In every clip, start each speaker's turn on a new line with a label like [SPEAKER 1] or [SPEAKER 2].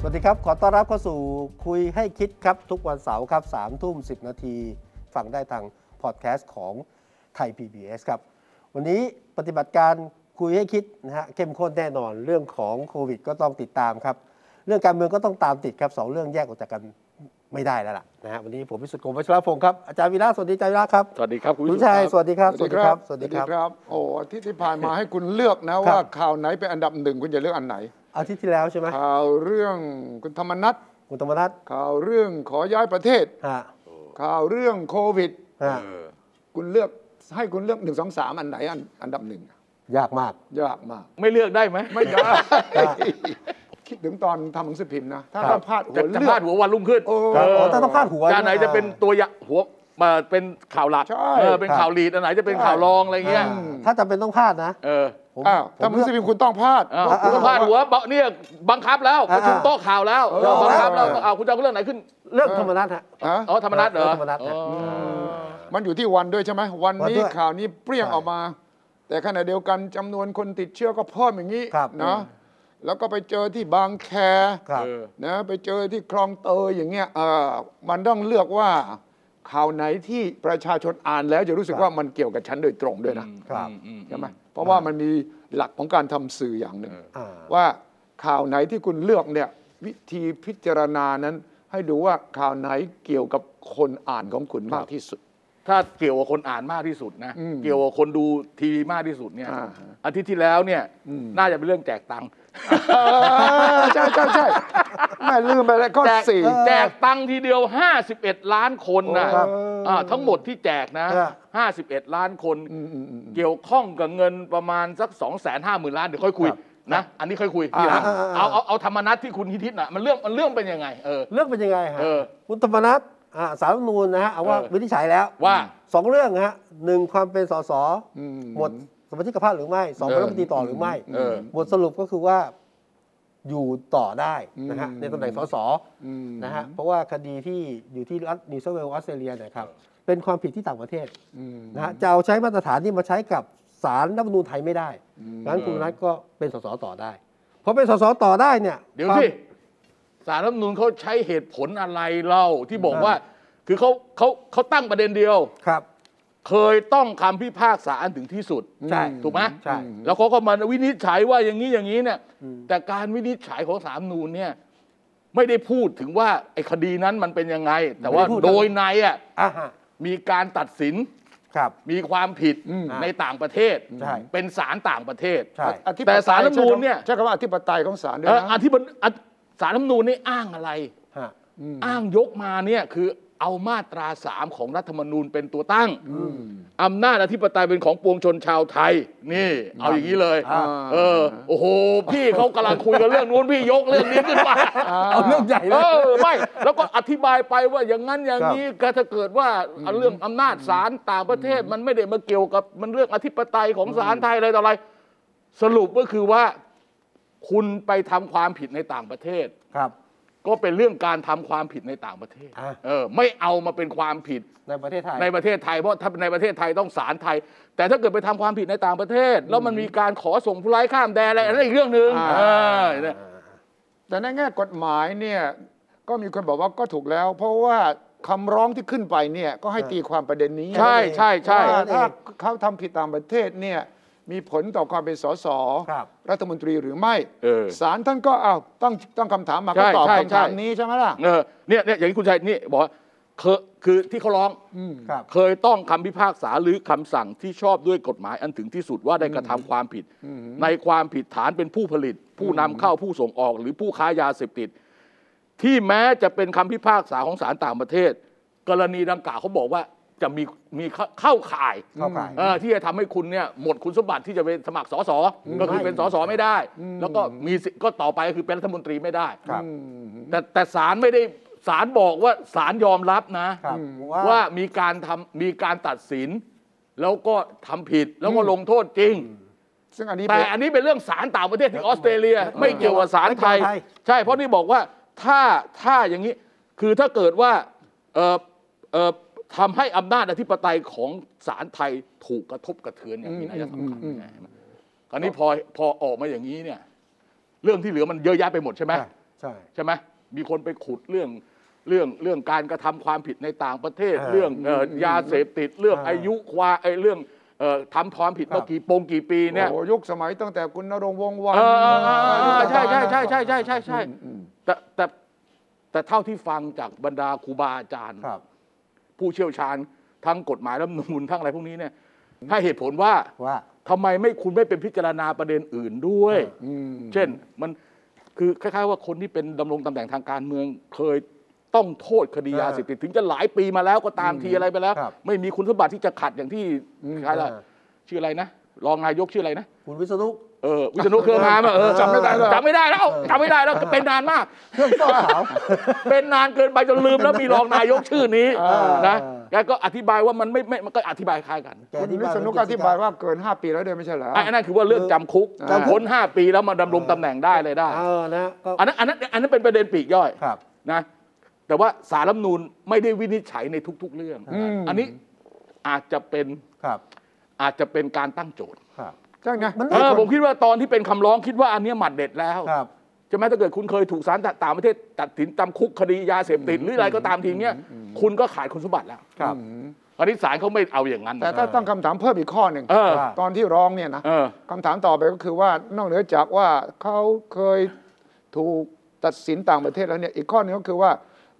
[SPEAKER 1] สวัสดีครับ ขอต้อนรับเข้าสู่คุยให้คิดครับ ทุกวันเสาร์ครับสามทุ่มสินาที ฟังได้ทางพอดแคสต์ของไทย PBS ครับ วันนี้ปฏิบัติการคุยให้คิดนะฮะเข้มข้นแน่นอนเรื่องของโควิดก็ต้องติดตามครับ เรื่องการเมืองก็ต้องตามติดครับสองเรื่องแยกออกจากกันไม่ได้แล้วล่ะนะฮะวันนี้ผมพิสุทธิ์กรมวัชรพงศ์ครับอาจารย์วีระสวัสดีอาจารย์วีระครับ
[SPEAKER 2] สวัสดีครับคุณ
[SPEAKER 1] คุณชัย
[SPEAKER 2] วิทธิ์
[SPEAKER 1] สวัสดีครับส
[SPEAKER 2] ส
[SPEAKER 1] วั
[SPEAKER 2] ว
[SPEAKER 1] ส
[SPEAKER 2] ัส
[SPEAKER 1] ดีค
[SPEAKER 2] ดีครับรับ โอ้อาที่ที่ผ่านมาให้คุณเลือกนะครับ ว่าข่าวไหนเป็นอันดับหนึ่งคุณจะเลือกอันไหน
[SPEAKER 1] อาทิตย์ที่แล้วใช่ไหม
[SPEAKER 2] ข่าวเรื่องคุณธรรมนัท
[SPEAKER 1] คุณธรรมนัฐ
[SPEAKER 2] ข่าวเรื่องขอย้ายประเทศ
[SPEAKER 1] ฮะ
[SPEAKER 2] ข่าวเรื่องโควิด
[SPEAKER 1] ฮะ
[SPEAKER 2] คุณเลือกให้คุณเลือกหนึ่งสองสามอันไหนอันอันดับหนึ่ง
[SPEAKER 1] ยากมาก
[SPEAKER 2] ยากมาก
[SPEAKER 3] ไม่เลือกได้ไหม
[SPEAKER 2] ไม่ได้ คิดถึงตอนทำหนังสือพิมพ์นะ ถ้า
[SPEAKER 1] ครั
[SPEAKER 2] เรา
[SPEAKER 1] บ
[SPEAKER 2] พลาดหั
[SPEAKER 3] จะ
[SPEAKER 2] ว
[SPEAKER 3] จะ
[SPEAKER 2] เลื
[SPEAKER 3] พ
[SPEAKER 2] อ
[SPEAKER 3] ลาด
[SPEAKER 2] ก
[SPEAKER 3] หัววันรุ่งขึ้น
[SPEAKER 2] โอ้
[SPEAKER 1] ครับอ๋อถ้าต้องพลาดหัว
[SPEAKER 3] จะไหนจะเป็นตัวยะหัวมาเป็นข่าวหลัก
[SPEAKER 2] ใช่
[SPEAKER 3] เออเป็นข่าวลีดอันไหนจะเป็นข่าวรองอะไรเงี้ย
[SPEAKER 1] อ่าถ้าจำเป็นต้องพลาดนะ
[SPEAKER 3] เออ
[SPEAKER 1] ผม
[SPEAKER 2] อ้าว
[SPEAKER 1] ผม
[SPEAKER 2] ทำหนัง
[SPEAKER 1] เลือก
[SPEAKER 2] สือพิมพ์คุณต้องพลาด
[SPEAKER 3] เอาคุณต้องพลาดหัวเบาะเนี่ยบังคับแล้ว
[SPEAKER 1] อ่า
[SPEAKER 3] ประชุมโต๊ะข่าวแล้ว
[SPEAKER 2] เออ
[SPEAKER 3] บังคับแล้ว
[SPEAKER 1] เออ
[SPEAKER 3] เอาคุณจะเอาเรื่องไหนขึ้น
[SPEAKER 1] เลือกธรรมนัฐฮะ
[SPEAKER 2] ฮะ
[SPEAKER 3] อ๋อธรรมนัตเหรอ
[SPEAKER 1] เออธรรมนัส
[SPEAKER 3] อ๋อ
[SPEAKER 2] มันอยู่ที่วันด้วยใช่ไหมวัน
[SPEAKER 1] วัน
[SPEAKER 2] นี้
[SPEAKER 1] ด้วย
[SPEAKER 2] ข่าวนี้เปรี้ยง
[SPEAKER 1] ใช่
[SPEAKER 2] ออกมา แต่ขณะเดียวกันจำนวนคนติดเชื้อก็เพิ่มอย่างนี้
[SPEAKER 1] ครับ
[SPEAKER 2] นะแล้วก็ไปเจอที่บางแค
[SPEAKER 1] ครับ
[SPEAKER 3] เออ
[SPEAKER 2] นะไปเจอที่คลองเตยอย่างเงี้ยเออมันต้องเลือกว่าข่าวไหนที่ประชาชนอ่านแล้วจะรู้สึก
[SPEAKER 1] ครับ
[SPEAKER 2] ว่ามันเกี่ยวกับฉันโดยตรงด้วยนะครับ
[SPEAKER 3] อืมอืม
[SPEAKER 2] ใช่ไหมเพราะว่ามันมีหลักของการทำสื่ออย่างหนึ่ง
[SPEAKER 1] อ่า
[SPEAKER 2] ว่าข่าวไหนที่คุณเลือกเนี่ยวิธีพิจารณานั้น ให้ดูว่าข่าวไหนเกี่ยวกับคนอ่านของคุณมากที่สุด
[SPEAKER 3] ถ้าเกี่ยวกับคนอ่านมากที่สุดนะ
[SPEAKER 2] อืม
[SPEAKER 3] เกี่ยวกับคนดูทีวีมากที่สุดเนี่ย
[SPEAKER 2] อ่าฮะ
[SPEAKER 3] อาทิตย์ที่แล้วเนี่ยน่าจะเป็นเรื่องแจกตังค์
[SPEAKER 2] ใช่ใช่ใช่ไม่ลืมไปแล้วข้อ
[SPEAKER 3] แจก
[SPEAKER 2] สี่
[SPEAKER 3] แจกตังค์ทีเดียว 51 ล้านคนนะ
[SPEAKER 1] โอ้ครับ
[SPEAKER 3] อ่าทั้งหมดที่แจกนะ
[SPEAKER 1] ครับ
[SPEAKER 3] 51 ล้านคน เกี่ยวข้องกับเงินประมาณสัก 2 5 0 0 0 0 ล้าน เดี๋ยวค่อยคุยนะอันนี้ค่อยคุยทีหลัง
[SPEAKER 1] อ่าอ่าอ่า
[SPEAKER 3] เอาเอาเอาธรรมนัตที่คุณฮิติตนะมันเรื่องมันเรื่องเป็นยังไงเออ
[SPEAKER 1] เลือกเป็นยังไงฮะ
[SPEAKER 3] เออ
[SPEAKER 1] คุณธรรมนัฐอ่าสารรัฐธรรมนูญนะฮะเอาว่า
[SPEAKER 3] เออ
[SPEAKER 1] วินิจฉัยแล้ว
[SPEAKER 3] ว่า
[SPEAKER 1] สองเรื่องฮะหนึ่งความเป็นสส
[SPEAKER 2] อืม
[SPEAKER 1] หมดสมาชิกภาพหรือไม่สอง
[SPEAKER 2] เอ
[SPEAKER 1] เป็
[SPEAKER 2] อ
[SPEAKER 1] นรัฐมนตรีต่อหรือไม่
[SPEAKER 3] เออ
[SPEAKER 1] บทสรุปก็คือว่าอยู่ต่อได้นะฮะ
[SPEAKER 2] อืม
[SPEAKER 1] ในตำแหน่งสส
[SPEAKER 2] อืม
[SPEAKER 1] นะฮะเพราะว่าคดีที่อยู่ที่รัฐนิวเซาท์เวลส์ออสเตรเลียเนะครับเป็นความผิดที่ต่างประเทศนะฮะจะเอาใช้มาตรฐานที่มาใช้กับสารรัฐธรรมนูญไทยไม่ได้ดังนั้นคุณธรรมนัทก็เป็นสสต่อได้พอเป็นสสต่อได้เนี่ย
[SPEAKER 3] เดี๋ยว
[SPEAKER 1] ความ
[SPEAKER 3] สิสารรัฐธรรมนูลเขาใช้เหตุผลอะไรเล่าที่บอกว่า คือเขาเขาเขาตั้งประเด็นเดียว
[SPEAKER 1] ครับ
[SPEAKER 3] เคยต้องคำพิพากษาอันถึงที่สุด
[SPEAKER 1] ใช่
[SPEAKER 3] ถูกไหม
[SPEAKER 1] ใช่
[SPEAKER 3] แล้วเขาก็มาวินิจฉัยว่าอย่างนี้อย่างนี้เนี่ย แต่การวินิจฉัยของสามนูนเนี่ยไม่ได้พูดถึงว่าไอ้คดีนั้นมันเป็นยังไง แต่ว่า
[SPEAKER 1] ไม่ได้พูด
[SPEAKER 3] โดยในอ่ะ
[SPEAKER 1] อ่าฮะ
[SPEAKER 3] มีการตัดสิน
[SPEAKER 1] ครับ
[SPEAKER 3] มีความผิด
[SPEAKER 2] อืม
[SPEAKER 3] ในต่างประเทศ
[SPEAKER 1] ใช่
[SPEAKER 3] เป็นศาลต่างประเทศ
[SPEAKER 1] ใช่
[SPEAKER 2] อธิปไตย
[SPEAKER 3] แต่ศาลรัฐธรรมนูญเนี่ย
[SPEAKER 2] ใช้คำว่าอธิปไตยของศาลด้วย
[SPEAKER 3] เอ่ออ
[SPEAKER 2] นะ
[SPEAKER 3] ธิบดีอ่ะสารรัฐธรรมนูญนี่อ้างอะไร
[SPEAKER 1] ฮะ
[SPEAKER 3] อ้างยกมาเนี่ยคือเอามาตราสามของรัฐธรรมนูญเป็นตัวตั้งอำนาจอธิปไตยเป็นของปวงชนชาวไทย นี่ เอาอย่างนี้เลย
[SPEAKER 1] อ่า
[SPEAKER 3] เออ โอ้โห พี่เขากำลังคุยกันเรื่องนู้นพี่ยกเรื่องนี้ขึ้นมา
[SPEAKER 1] เอาเรื่องใหญ่เล
[SPEAKER 3] เอย อไม่ แล้วก็อธิบายไปว่าอย่างนั้นอย่างนี้ก็ถ้าเกิดว่าเรื่องอำนาจศาลต่างประเทศมันไม่ได้มาเกี่ยวกับมันเรื่องอธิปไตยของศาลไทยอะไรต่ออะไร สรุปก็คือว่า คุณไปทำความผิดในต่างประเทศ
[SPEAKER 1] ครับ
[SPEAKER 3] ก็เป็นเรื่องการทำความผิดในต่างประเทศ
[SPEAKER 1] อ่ะ
[SPEAKER 3] เออ ไม่เอามาเป็นความผิด
[SPEAKER 1] ในประเทศไทย
[SPEAKER 3] ในประเทศไทย เพราะถ้าในประเทศไทยต้องศาลไทย แต่ถ้าเกิดไปทำความผิดในต่างประเทศ แล้วมันมีการขอส่งผู้ร้ายข้ามแดนอะไรนั่นอีกเรื่องหนึ่งเออเนี่ย
[SPEAKER 2] แต่ในแง่กฎหมายเนี่ยก็มีคนบอกว่าก็ถูกแล้ว เพราะว่าคำร้องที่ขึ้นไปเนี่ยก็ให้ตีความประเด็นนี้
[SPEAKER 3] ใช่ใช่ใช่
[SPEAKER 2] ว่า
[SPEAKER 1] เออ
[SPEAKER 2] ถ้าเขาทำผิดต่างประเทศเนี่ยมีผลต่อความเป็นสส
[SPEAKER 1] ครับ
[SPEAKER 2] รัฐมนตรีหรือไม่
[SPEAKER 3] เออ
[SPEAKER 2] ศาลท่านก็เอาวตั้งตั้งคำถามมา
[SPEAKER 3] ใช่
[SPEAKER 2] ก็ตอบ
[SPEAKER 3] ใช่
[SPEAKER 2] คำถาม
[SPEAKER 3] ใช่
[SPEAKER 2] นี้ใช่ไหมล่ะ
[SPEAKER 3] เออเนี่ยเนี่ยอย่างที่คุณชัยนี่บอกว่าเคยคือที่เขาร้อง
[SPEAKER 1] ครับ
[SPEAKER 3] เคยต้องคำพิพากษาหรือคำสั่งที่ชอบด้วยกฎหมายอันถึงที่สุดว่าได้กระทำความผิด ในความผิดฐานเป็นผู้ผลิต ผู้นำเข้าผู้ส่งออก หรือผู้ค้ายาเสพติด ที่แม้จะเป็นคำพิพากษาของศาลต่างประเทศ กรณีดังกล่าวเขาบอกว่าจะมีมีเข้าเข้าข่าย
[SPEAKER 1] เข้าข่าย
[SPEAKER 3] เออที่จะทำให้คุณเนี่ยหมดคุณสมบัติที่จะเป็นสมัครสสก็คือเป็นสสไม่ได้ แล้วก็มีสิทธิ์ก็ต่อไปก็คือเป็นรัฐมนตรีไม่ได้
[SPEAKER 1] ครับ
[SPEAKER 3] แต่แต่ศาลไม่ได้ ศาลบอกว่าศาลยอมรับนะ
[SPEAKER 1] ครับ
[SPEAKER 3] ว่ามีการทำมีการตัดสิน แล้วก็ทำผิดแล้วก็ลงโทษจริง
[SPEAKER 2] ซึ่งอันนี้
[SPEAKER 3] แต่
[SPEAKER 2] เป็น
[SPEAKER 3] อันนี้เป็นเรื่องศาลต่างประเทศที่ออสเตรเลีย ไม่เกี่ยวกับศาลไทย
[SPEAKER 1] ไม่เกี่ยวกับไทย
[SPEAKER 3] ใช่เพราะนี่บอกว่าถ้าถ้าอย่างนี้คือถ้าเกิดว่าเอ่อเอ่อทำให้อำนาจอธิปไตยของศาลไทยถูกกระทบกระเทือนอย่างนี้น่า
[SPEAKER 2] อืม
[SPEAKER 3] จะสำคัญ
[SPEAKER 2] อืม
[SPEAKER 3] นะคราวนี้พอพอออกมาอย่างนี้เนี่ยเรื่องที่เหลือมันเยอะแยะไปหมดใช่ไหม
[SPEAKER 1] ใช่ใช่
[SPEAKER 3] ใช่ไหมมีคนไปขุดเรื่องเรื่องเรื่องการกระทำความผิดในต่างประเทศ
[SPEAKER 1] เออ
[SPEAKER 3] เรื่องเอ่อ
[SPEAKER 2] อืม
[SPEAKER 3] ยาเสพติดเรื่อง
[SPEAKER 1] เอออ
[SPEAKER 3] อายุความไอ้เรื่องเอ่อทำความผิด
[SPEAKER 1] ครั
[SPEAKER 3] มา
[SPEAKER 1] บ
[SPEAKER 3] กี่ปงกี่ปีเนี่ย
[SPEAKER 2] โอ้โหยุคสมัยตั้งแต่คุณนรงค์วงศ์วัน
[SPEAKER 3] เออเออเออเออ
[SPEAKER 2] เออ
[SPEAKER 3] ใช่ใช่ใช่ใช่ใช่ใช่ใช่
[SPEAKER 2] อืมอืม
[SPEAKER 3] แต่แต่แต่เท่าที่ฟังจากบรรดาครูบาอาจารย์
[SPEAKER 1] ครับ
[SPEAKER 3] ผู้เชี่ยวชาญทั้งกฎหมายรัฐธรรมนูญทั้งอะไรพวกนี้เนี่ยให้เหตุผลว่า
[SPEAKER 1] ว่า
[SPEAKER 3] ทำไมไม่คุณไม่เป็นพิจารณาประเด็นอื่นด้วย
[SPEAKER 2] อืม
[SPEAKER 3] เช่นมันคือคล้ายๆว่าคนที่เป็นดำรงตำแหน่งทางการเมืองเคยต้องโทษคดียา
[SPEAKER 1] อ่า
[SPEAKER 3] เสพติดถึงจะหลายปีมาแล้วก็ตามทีอะไรไปแล้ว
[SPEAKER 1] ครับ
[SPEAKER 3] ไม่มีคุณสมบัติที่จะขัดอย่างที่
[SPEAKER 2] อืม
[SPEAKER 3] ใครล่ะ
[SPEAKER 1] อ่า
[SPEAKER 3] ชื่ออะไรนะ รองนายกชื่ออะไรนะ
[SPEAKER 1] คุณวิษณุ
[SPEAKER 3] เออวิษณุเครืองามอะเออ
[SPEAKER 1] จำไม่ได้แล้ว
[SPEAKER 3] จำไม่ได้แล้วจำไม่ได้แล้วเป็นนานมาก
[SPEAKER 1] เครื่องฟอกขาว
[SPEAKER 3] เป็นนานเกินไปจนลืมแล้วมีรองนายกชื่อนี้
[SPEAKER 1] อ่าน
[SPEAKER 3] นะแกก็อธิบายว่ามันไม่ไม่มันก็อธิบ ายคล้ายกัน
[SPEAKER 1] แก
[SPEAKER 2] คุณ
[SPEAKER 1] ที่
[SPEAKER 2] วิ
[SPEAKER 1] บ้าน
[SPEAKER 2] ษณุก็อธิบายว่าเกิน 5 ปีแล้วเดินไม่ใช่เหรอ
[SPEAKER 3] ไอ้นั่นคือว่าเรื่องจำคุก
[SPEAKER 1] จำคุก
[SPEAKER 3] พ้นห้าปีแล้วมาดำรงตำแหน่งได้เลยได้
[SPEAKER 1] เออนะก็
[SPEAKER 3] อันนั้นอันนั้นอันนั้นเป็นประเด็นปลีกย่อย
[SPEAKER 1] ครับ
[SPEAKER 3] นะแต่ว่าสารรัฐธรรมนูลไม่ได้วินิจฉัยในทุก ๆ เรื่อง
[SPEAKER 2] อืม
[SPEAKER 3] อันนี้อาจจะเป็น
[SPEAKER 1] ครับ
[SPEAKER 3] อาจจะเป็นการตั้งโจทย์
[SPEAKER 1] ครับ
[SPEAKER 2] ใช่ไง
[SPEAKER 1] มัน
[SPEAKER 3] เอ
[SPEAKER 1] น่า
[SPEAKER 3] อ
[SPEAKER 1] จะ
[SPEAKER 3] ผมคิดว่าตอนที่เป็นคำร้องคิดว่าอันเนี้ยหมัดเด็ดแล้ว
[SPEAKER 1] ครับ
[SPEAKER 3] ใช่ไหมถ้าเกิดคุณเคยถูกศาลต่างประเทศตัดสินจำคุกคดียาเสพติดหรืออะไรก็ตามทีเนี้ยคุณก็ขาดคุณสมบัติแล้ว
[SPEAKER 1] ครับ
[SPEAKER 3] อันนี้ศาลเขาไม่เอาอย่างนั้น
[SPEAKER 2] แต่ถ้าตั้งคำถามเพิ่มอีกข้อหนึ่ง
[SPEAKER 3] เออ
[SPEAKER 1] ว่า
[SPEAKER 2] ตอนที่ร้องเนี่ยนะ
[SPEAKER 3] เออ
[SPEAKER 2] คำถามต่อไปก็คือว่านอกเหนือจากว่าเขาเคยถูกตัดสินต่างประเทศแล้วเนี่ยอีกข้อหนึงก็คือว่า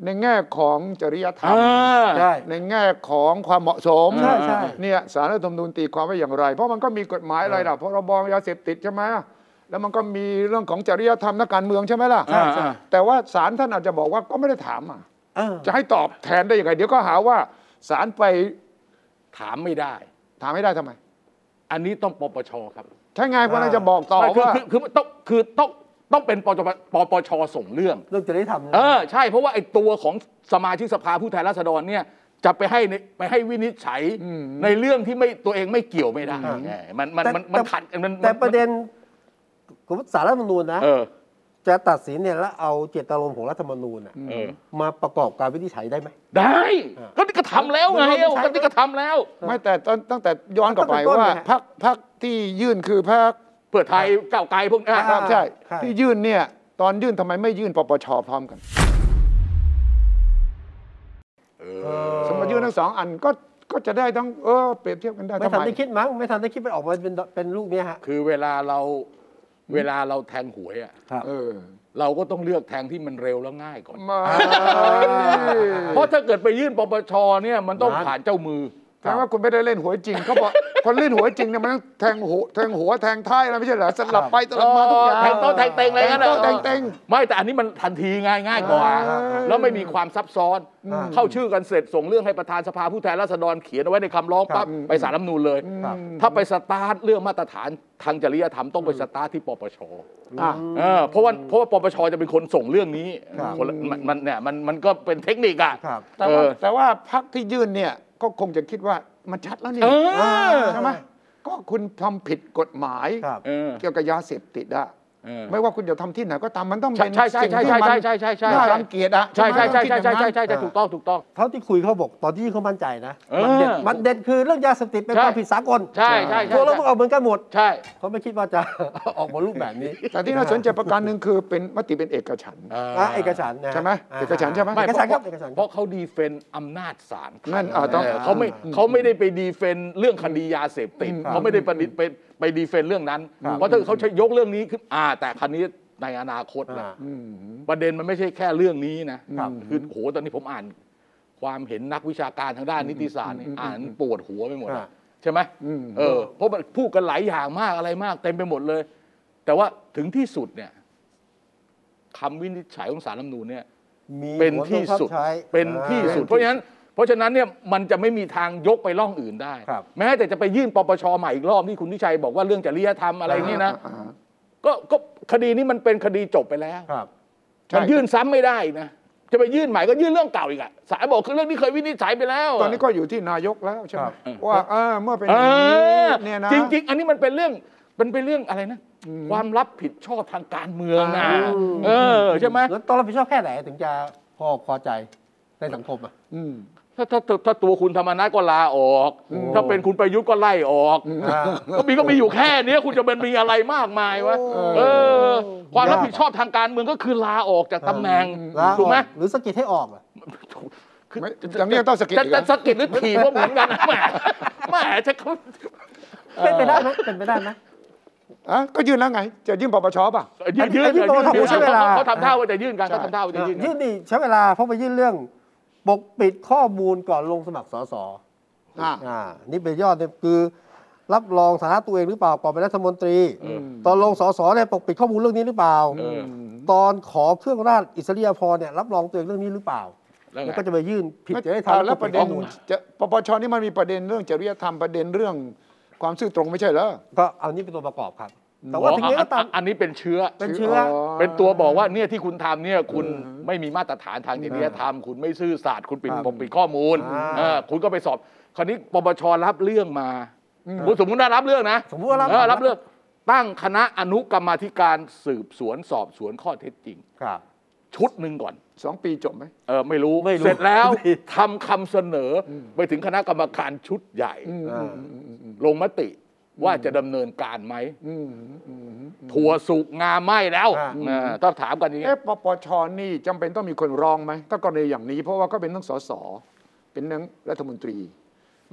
[SPEAKER 2] ในแง่ของจริยธรรม
[SPEAKER 3] อ่า
[SPEAKER 1] ใช่
[SPEAKER 2] ในแง่ของความเหมาะสม
[SPEAKER 1] ใช่ใช่
[SPEAKER 2] เนี่ยสารรัฐธรรมนูญตีความไว้อย่างไร เพราะมันก็มีกฎหมายอะไรล่ะพรบยาเสพติดใช่ไหมแล้วมันก็มีเรื่องของจริยธรรมนักการเมืองใช่ไหมล่ะ
[SPEAKER 1] ใช่ใช่
[SPEAKER 2] แต่ว่าสารท่านอาจจะบอกว่าก็ไม่ได้ถามอ่ะ
[SPEAKER 1] เออ
[SPEAKER 2] จะให้ตอบแทนได้ยังไง เดี๋ยวก็หาว่าสารไป
[SPEAKER 3] ถามไม่ได้
[SPEAKER 2] ถามไม่ได้ทำไม
[SPEAKER 3] อันนี้ต้องปปชครับ
[SPEAKER 2] ใช่ไง
[SPEAKER 1] อ่า
[SPEAKER 2] กำลังจะบอกต่อ
[SPEAKER 3] ไม่คือ
[SPEAKER 2] ว่า
[SPEAKER 3] คือคือต้องคือต้องต้องเป็นปปชปปชส่งเรื่อง
[SPEAKER 1] เรื่องจะได้ทำนะ
[SPEAKER 3] เออใช่เพราะว่าไอ้ตัวของสมาชิกสภาผู้แทนราษฎรเนี่ยจะไปให้ในไปให้วินิจฉัย
[SPEAKER 2] อืม
[SPEAKER 3] ในเรื่องที่ไม่ตัวเองไม่เกี่ยวไม่ได้ไงมันมัน
[SPEAKER 1] แต่
[SPEAKER 3] มันมัน
[SPEAKER 1] แต่
[SPEAKER 3] ขัดกันมัน
[SPEAKER 1] แต่
[SPEAKER 3] มั
[SPEAKER 1] ประเด็นคุณสารรัฐธรรมนูญนะ
[SPEAKER 3] เออ
[SPEAKER 1] จะตัดสินเนี่ยแล้วเอาเจตารมณ์ของรัฐธรรมนูญน่ะ
[SPEAKER 3] เออ
[SPEAKER 1] มาประกอบการวินิจฉัยได้ไหม
[SPEAKER 3] ได้ก็นี่ก็ทำแล้วไง
[SPEAKER 1] มันต้องใช้
[SPEAKER 3] ก็นี่ก็ทำแล้ว
[SPEAKER 2] ไม่แต่ตั้งตั้งแต่ย้อนกลับไป
[SPEAKER 1] ตั้งแต่ต้น
[SPEAKER 2] ว่า
[SPEAKER 1] เลยฮะ
[SPEAKER 2] พักพักที่ยื่นคือพัก
[SPEAKER 3] เพื่อไทยก้าวไกลพวกนี้
[SPEAKER 1] อ่า
[SPEAKER 2] ใช่
[SPEAKER 1] ใช่
[SPEAKER 2] ที่ยื่นเนี่ยตอนยื่นทำไมไม่ยื่นปปชพร้อมกัน สมบัติยื่นทั้งสองอันก็ก็จะได้ทั้งเออเปรียบเทียบกันได้
[SPEAKER 1] ไม่
[SPEAKER 2] ทำ
[SPEAKER 1] ทัน
[SPEAKER 2] ไม
[SPEAKER 1] ได้คิดมั้ง ไม่ทันได้คิดไปออกมาเป็นเป็นลูกเนี้ยฮะ
[SPEAKER 3] คือเวลาเราเวลาเราแทงหวยอ่ะ
[SPEAKER 1] ครับ
[SPEAKER 2] เออ
[SPEAKER 3] เราก็ต้องเลือกแทงที่มันเร็วแล้วง่ายก่อน
[SPEAKER 2] มา
[SPEAKER 3] เพราะถ้าเกิดไปยื่นปปชเนี่ยมันต้อง
[SPEAKER 1] นาน
[SPEAKER 3] ผ่านเจ้ามือ
[SPEAKER 2] แปลว่าคุณไม่ได้เล่นหวยจริงเขาบอกคนเล่นหวยจริงเนี่ยมันต้องแทงหัวแทงหัวแทงท้ายอะไรไม่ใช่เหรอสลับไปสลับมาทุกอย่าง
[SPEAKER 3] แทงโต๊ะแทงเต็งอะไรกัน
[SPEAKER 2] แทงโต๊ะแทงเต็ง
[SPEAKER 3] ไม่แต่อันนี้มันทันทีง่ายง่ายกว่า
[SPEAKER 2] เออ
[SPEAKER 3] แล้วไม่มีความซับซ้อน
[SPEAKER 1] อืม
[SPEAKER 3] เข้าชื่อกันเสร็จส่งเรื่องให้ประธานสภาผู้แทนราษฎรเขียนเอาไว้ในคำร้องปั๊บไปสารรัฐธรรมนูญเลย
[SPEAKER 1] ครับ
[SPEAKER 3] ถ้าไปสตาร์ทเรื่องมาตรฐานทางจริยธรรมต้องไปสตาร์ทที่ปปช
[SPEAKER 2] อ่ะ
[SPEAKER 3] เออเพราะว่าเพราะว่าปปชจะเป็นคนส่งเรื่องนี้
[SPEAKER 1] ครับ
[SPEAKER 3] คนละมันมันเนี่ยมันมันก็เป็นเทคนิคอะ
[SPEAKER 1] ครับ
[SPEAKER 2] แต่ว่าแต่ว่าพักที่ยื่นเนี่ยก็คงจะคิดว่ามันชัดแล้วนี่
[SPEAKER 3] เออ
[SPEAKER 2] ใช่ไหมก็คุณทำผิดกฎหมาย
[SPEAKER 1] ครับ
[SPEAKER 3] เออ
[SPEAKER 2] เกี่ยวกับยาเสพติดอะ
[SPEAKER 3] เออ
[SPEAKER 2] ไม่ว่าคุณจะทำที่ไหนก็ตามมันต้องเป็น
[SPEAKER 3] ใช่ใช่
[SPEAKER 2] สิ่ง
[SPEAKER 3] ใช่
[SPEAKER 2] ที่
[SPEAKER 3] ใช่
[SPEAKER 2] มัน
[SPEAKER 3] ใช่ใช่ใช่
[SPEAKER 2] น่ารังเกียจอะ
[SPEAKER 3] ใช่ใช่ใช่ใช่ใช่ใช่
[SPEAKER 2] ใช่
[SPEAKER 3] ใช่ใช่ถูกต้องถูกต้อง
[SPEAKER 1] เท่าที่คุยเขาบอกตอนที่เขามั่นใจนะ
[SPEAKER 3] เออ
[SPEAKER 1] มันเด็ดมันเด็ดคือเรื่องยาเสพติดเป็น
[SPEAKER 3] ใช่
[SPEAKER 1] ความผิดสากล
[SPEAKER 3] ใช่ใช่ใช่
[SPEAKER 1] ทั่วโลกมันออกเหมือนกันหมด
[SPEAKER 3] ใช่
[SPEAKER 1] เขาไม่คิดว่าจะ ออกมารูปแบบนี้
[SPEAKER 2] แต่ที่น่าสนใจประการหนึ่งคือเป็นมติเป็นเอกฉันท์
[SPEAKER 1] อ่ะเอกฉันท์นะ
[SPEAKER 2] ใช่ไหมเอกฉันท์ใช่ไหม
[SPEAKER 1] เอกฉันท์ครับเอกฉันท์
[SPEAKER 3] เพ
[SPEAKER 1] ครับ
[SPEAKER 3] ราะเขาดีเฟนต์อำนาจศาล
[SPEAKER 2] นั่นอ่าต้อง
[SPEAKER 3] เเขาไม่เขาไม่ได้ไปดีเฟนต์เรื่องคดียาเสพติด
[SPEAKER 1] ครับ
[SPEAKER 3] เขาไม่ได้ประดิษฐ์ไปไปดีเฟนต์เรื่องนั้น
[SPEAKER 1] ครับ
[SPEAKER 3] เพราะถ้าเขาใช้ยกเรื่องนี้ขึ้นอ่า แต่คันนี้ในอนาคตนะ
[SPEAKER 1] อ่า
[SPEAKER 2] อืม
[SPEAKER 3] ประเด็นมันไม่ใช่แค่เรื่องนี้นะครับ คือโหตอนนี้ผมอ่าน ความเห็นนักวิชาการทางด้านนิติศาสตร์นี่อ่านปวดหัวไปหมด
[SPEAKER 1] อ่า
[SPEAKER 3] อะใช่ไหม
[SPEAKER 2] อืม
[SPEAKER 3] เออเพราะมันพูดกันหลายอย่างมากอะไรมาก เต็มไปหมดเลย แต่ว่าถึงที่สุดเนี่ยคำวินิจฉัยของศาลรัฐธรรมนูญเนี่ย
[SPEAKER 1] มี
[SPEAKER 3] เป็น
[SPEAKER 1] ผล
[SPEAKER 3] ที่
[SPEAKER 1] บังคับ
[SPEAKER 3] สุด
[SPEAKER 1] ใช้
[SPEAKER 3] เป็นที่
[SPEAKER 1] อ่า
[SPEAKER 3] สุด เพราะฉะนั้น เพราะฉะนั้นเนี่ยมันจะไม่มีทางยกไปร่องอื่นได้
[SPEAKER 1] ครับ
[SPEAKER 3] แม้แต่จะไปยื่นปปชใหม่อีกรอบที่คุณทิชัยบอกว่าเรื่องจริยธรรมอะไรนี่นะ
[SPEAKER 2] อ่า
[SPEAKER 3] ก็ก็คดีนี้มันเป็นคดีจบไปแล้ว
[SPEAKER 1] ครับ
[SPEAKER 2] ใช่
[SPEAKER 3] มันยื่นซ้ำไม่ได้นะ จะไปยื่นใหม่ก็ยื่นเรื่องเก่าอีกอะสารบอกคือเรื่องนี้เคยวินิจฉัยไปแล้ว
[SPEAKER 2] ตอนนี้ก็อยู่ที่นายกแล้วใช่ไห
[SPEAKER 1] ค
[SPEAKER 2] ม
[SPEAKER 1] รับ
[SPEAKER 2] ว่าเออเมื่อเป็นอ
[SPEAKER 3] เอย่างอ
[SPEAKER 2] นี้เนี่ยนะ
[SPEAKER 3] จริง ๆ อันนี้มันเป็นเรื่องมันเป็นเรื่องอะไรนะ
[SPEAKER 2] อืม
[SPEAKER 3] ความรับผิดชอบทางการเมืองนะ
[SPEAKER 2] อืม
[SPEAKER 3] เออใช่ไหม
[SPEAKER 1] แล้วต้องรับผิดชอบแค่ไหนถึงจะพอพอใจในสังคมอ่ะ
[SPEAKER 2] อืม
[SPEAKER 3] ถ้าถ้าถ้าถ้าตัวคุณธรรมนัฐก็ลาออก
[SPEAKER 1] โอ้
[SPEAKER 3] ถ้าเป็นคุณประยุทธ์ก็ไล่ออก
[SPEAKER 1] อ่า
[SPEAKER 3] ก็มีก็มีอยู่แค่เนี้ยคุณจะเป็นมีอะไรมากมายวะ
[SPEAKER 1] โอ้
[SPEAKER 3] เออ ความ
[SPEAKER 1] ยาก
[SPEAKER 3] รับผิดชอบทางการเมืองก็คือลาออกจากตำแหน่ง
[SPEAKER 2] อืม
[SPEAKER 1] ลาอ
[SPEAKER 3] ถูกไหม
[SPEAKER 1] อกหรือสะกิดให้ออกอ่ะ
[SPEAKER 3] คือ
[SPEAKER 2] ไม่อย่างนี้ยังต้องสะกิด
[SPEAKER 3] จะ
[SPEAKER 2] อีก
[SPEAKER 3] จะ
[SPEAKER 2] นะ
[SPEAKER 3] สะกิดหรือถีบก็เหมือนกันนะแหมแหมจะเขา
[SPEAKER 1] เป็นไปได้ไหมเป็นไปได้ไหม
[SPEAKER 2] อ่ะก็ยื่นแล้วไง จะยื่นปปชป่ะ
[SPEAKER 3] ยืนยืน
[SPEAKER 1] อันนี้
[SPEAKER 3] ยืน
[SPEAKER 1] โอ้โหใช้เวลา
[SPEAKER 3] เขาทำท่าว่าจะยื่นกัน
[SPEAKER 2] ใช่
[SPEAKER 3] เขาทำท่าว่าจะยื่นกั
[SPEAKER 1] ยื่
[SPEAKER 3] น
[SPEAKER 1] นนี่ใช้เวลาเพราะไปยื่นเรื่อง ปกปิดข้อมูลก่อนลงสมัครสส
[SPEAKER 2] อ่า
[SPEAKER 1] อ่า นี่เป็นยอดเนี่ยคือ รับรองสถานะตัวเองหรือเปล่าก่อนเป็นรัฐมนตรี
[SPEAKER 2] อืม
[SPEAKER 1] ตอนลงสสเนี่ยปกปิดข้อมูลเรื่องนี้หรือเปล่า
[SPEAKER 3] เออ
[SPEAKER 1] ตอนขอเครื่องราชอิสริยาภรณ์เนี่ยรับรองตัวเองเรื่องนี้หรือเปล่า
[SPEAKER 3] แล้วไง
[SPEAKER 1] แล้วก็จะไปยื่นผิดจริยธรร
[SPEAKER 2] อ่าม แล้วประเด็น
[SPEAKER 1] กฎหมายข้อมูล
[SPEAKER 2] จะปปชนี่มันมีประเด็นเรื่องจริยธรรมประเด็นเรื่องความซื่อตรงไม่ใช่เหรอ
[SPEAKER 1] ก็เอานี่เป็นตัวประกอบครับ แต่ว่า
[SPEAKER 3] อ๋อ
[SPEAKER 1] ถึงนี้ก็ตาม
[SPEAKER 3] อันอันนี้เป็นเชื้อ
[SPEAKER 1] เป็นเชื้อ
[SPEAKER 3] เป็นตัวบอกว่าเนี่ยที่คุณทำเนี่ยคุณไม่มีมาตรฐานทางจริยธรรม คุณไม่ซื่อสัตย์คุณปิด
[SPEAKER 1] ครับ
[SPEAKER 3] ปกปิดข้อมูล
[SPEAKER 1] อ่า
[SPEAKER 3] เออคุณก็ไปสอบ คราวนี้ปปชรับเรื่องมาคุณสมมติว่ารับเรื่องนะ
[SPEAKER 1] สมมติว่ารับ
[SPEAKER 3] เออรับเรื่อง ตั้งคณะอนุกรรมาธิการสืบสวนสอบสวนข้อเท็จจริง
[SPEAKER 1] ครับ
[SPEAKER 3] ชุดหนึ่งก่อน
[SPEAKER 2] สองปีจบไหม
[SPEAKER 3] เออไม่รู้
[SPEAKER 1] ไม่รู้
[SPEAKER 3] เสร็จแล้ว
[SPEAKER 1] ไม่
[SPEAKER 3] ทำคำเสนออไปถึงคณะกรรมการชุดใหญ่
[SPEAKER 1] อ่า
[SPEAKER 3] ลงมติว่าจะดำเนินการไหม
[SPEAKER 2] อืมอืมอืม
[SPEAKER 3] ถั่วสุกงาไหมแล้ว
[SPEAKER 1] อ่า
[SPEAKER 3] เออต้องถามกันอย่างนี้ย
[SPEAKER 2] เอ๊ะปปชนี่จำเป็นต้องมีคนร้องไหมถ้ากรณีอย่างนี้เพราะว่าก็เป็นทั้งสสเป็นทั้งรัฐมนตรี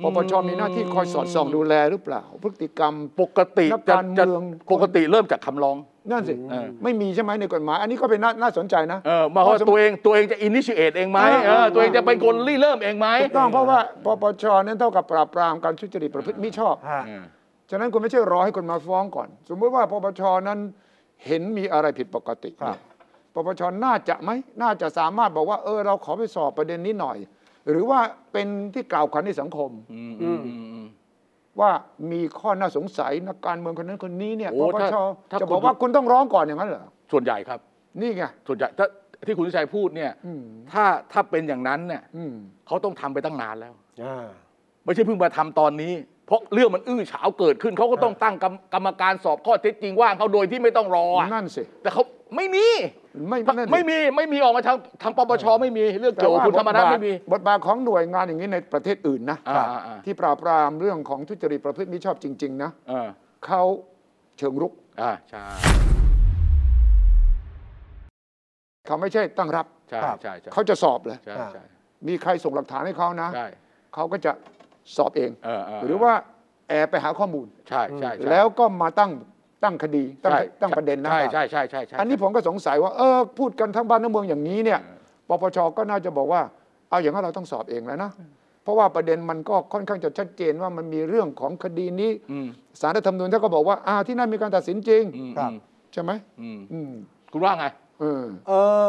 [SPEAKER 2] ปปชมีหน้าที่คอยสอดส่องดูแลหรือเปล่า พฤติกรรม
[SPEAKER 3] ปกติ
[SPEAKER 2] นัก
[SPEAKER 3] จะ
[SPEAKER 2] การเมื
[SPEAKER 3] จะ
[SPEAKER 2] อง
[SPEAKER 3] ปกติเริ่มจากคำร้อง
[SPEAKER 2] นั่นสิ
[SPEAKER 3] เออ
[SPEAKER 2] ไม่มีใช่ไหมในกฎหมาย อันนี้ก็เป็นน่าน่าสนใจนะ
[SPEAKER 3] เออมาว่าตัวเองตัวเองจะอินิชิเอตเองไหม
[SPEAKER 2] เออเออ
[SPEAKER 3] เออตัวเองจะเป็นคนริเริ่มเองไหม
[SPEAKER 2] ถูกต้องเพราะว่าปปชนั่นเท่ากับปราบปรามการทุจริตประพฤติมิชอบ
[SPEAKER 1] ฮะ
[SPEAKER 3] เออ
[SPEAKER 2] ฉะนั้นคุณไม่ใช่รอให้คนมาฟ้องก่อน สมมติว่าปปชนั้นเห็นมีอะไรผิดปกติ
[SPEAKER 1] ครับ
[SPEAKER 2] ปปชน่าจะไหมน่าจะสามารถบอกว่า เออ เราขอไปสอบประเด็นนี้หน่อย หรือว่าเป็นที่กล่าวขวัญในสังคม
[SPEAKER 3] อืมอืมอืมอืม
[SPEAKER 2] ว่ามีข้อน่าสงสัยนักการเมืองคนนั้นคนนี้เนี่ย
[SPEAKER 3] โอ้
[SPEAKER 2] ปปช
[SPEAKER 3] ถ้าถ้า
[SPEAKER 2] จะ
[SPEAKER 3] คุณ
[SPEAKER 2] บอกว่าคุณต้องร้องก่อนอย่างนั้นเหรอ
[SPEAKER 3] ส่วนใหญ่ครับ
[SPEAKER 2] นี่ไง
[SPEAKER 3] ส่วนใหญ่ถ้าที่คุณวิชัยพูดเนี่ย
[SPEAKER 2] อืม
[SPEAKER 3] ถ้าถ้าเป็นอย่างนั้นเนี่ย
[SPEAKER 2] อืม
[SPEAKER 3] เขาต้องทำไปตั้งนานแล้ว
[SPEAKER 1] อ่า
[SPEAKER 3] ไม่ใช่เพิ่งมาทำตอนนี้ เพราะเรื่องมันอื้อฉาวเกิดขึ้นเขาก็ต้องตั้งกรรมกรรมการสอบข้อเท็จจริงว่างเขาโดยที่ไม่ต้องรออะ
[SPEAKER 2] นั่นสิ
[SPEAKER 3] แต่เขาไม่มี
[SPEAKER 2] ไม่นั่นสิ
[SPEAKER 3] ไม่มีไม่มีออกมาทางทางปปชไม่มีเรื่องเกี่ยวกับคุณธรรมนัฐไม่มี
[SPEAKER 2] บทบาทของหน่วยงานอย่างนี้ในประเทศอื่นนะ
[SPEAKER 3] อ่าอ่าอ่า
[SPEAKER 2] ที่ปราบปรามเรื่องของทุจริตประพฤติมิชอบจริง ๆ นะ
[SPEAKER 3] อ่า
[SPEAKER 2] เขาเชิงรุก
[SPEAKER 3] อ่าใช่
[SPEAKER 2] เขาไม่ใช่ตั้งรับ
[SPEAKER 3] ใช่
[SPEAKER 1] ครับ
[SPEAKER 3] ใช่ใช่
[SPEAKER 2] เขาจะสอบเลย
[SPEAKER 3] ใช่ใช่
[SPEAKER 2] มีใครส่งหลักฐานให้เขานะ
[SPEAKER 3] ใช่
[SPEAKER 2] เขาก็จะสอบเอง
[SPEAKER 3] เออเเห
[SPEAKER 2] รือว่าแอบไปหาข้อมูล
[SPEAKER 3] ใช่ใช่ใช่
[SPEAKER 2] แล้วก็มาตั้งตั้งคดี ตั้ง
[SPEAKER 3] ใช่
[SPEAKER 2] ตั้งประเด็นนะ
[SPEAKER 3] ใช่ใช่ใช่ใช่ใช่
[SPEAKER 2] อันนี้ผมก็สงสัยว่าเออพูดกันทั้งบ้านทั้งเมืองอย่างนี้เนี่ยปปชก็น่าจะบอกว่า เอาอย่างนั้นเราต้องสอบเองแล้วนะ เพราะว่าประเด็นมันก็ค่อนข้างจะชัดเจนว่ามันมีเรื่องของคดีนี้
[SPEAKER 3] อืม
[SPEAKER 2] สารรัฐธรรมนูญท่านก็บอกว่าอ่าที่นั่นมีการตัดสินจริง
[SPEAKER 3] อืม
[SPEAKER 1] ครั
[SPEAKER 3] อื
[SPEAKER 1] บ
[SPEAKER 3] ม
[SPEAKER 2] ใช่ไหม
[SPEAKER 3] อืม
[SPEAKER 2] อืม
[SPEAKER 3] คุณว่าไง
[SPEAKER 2] เออ
[SPEAKER 1] เออ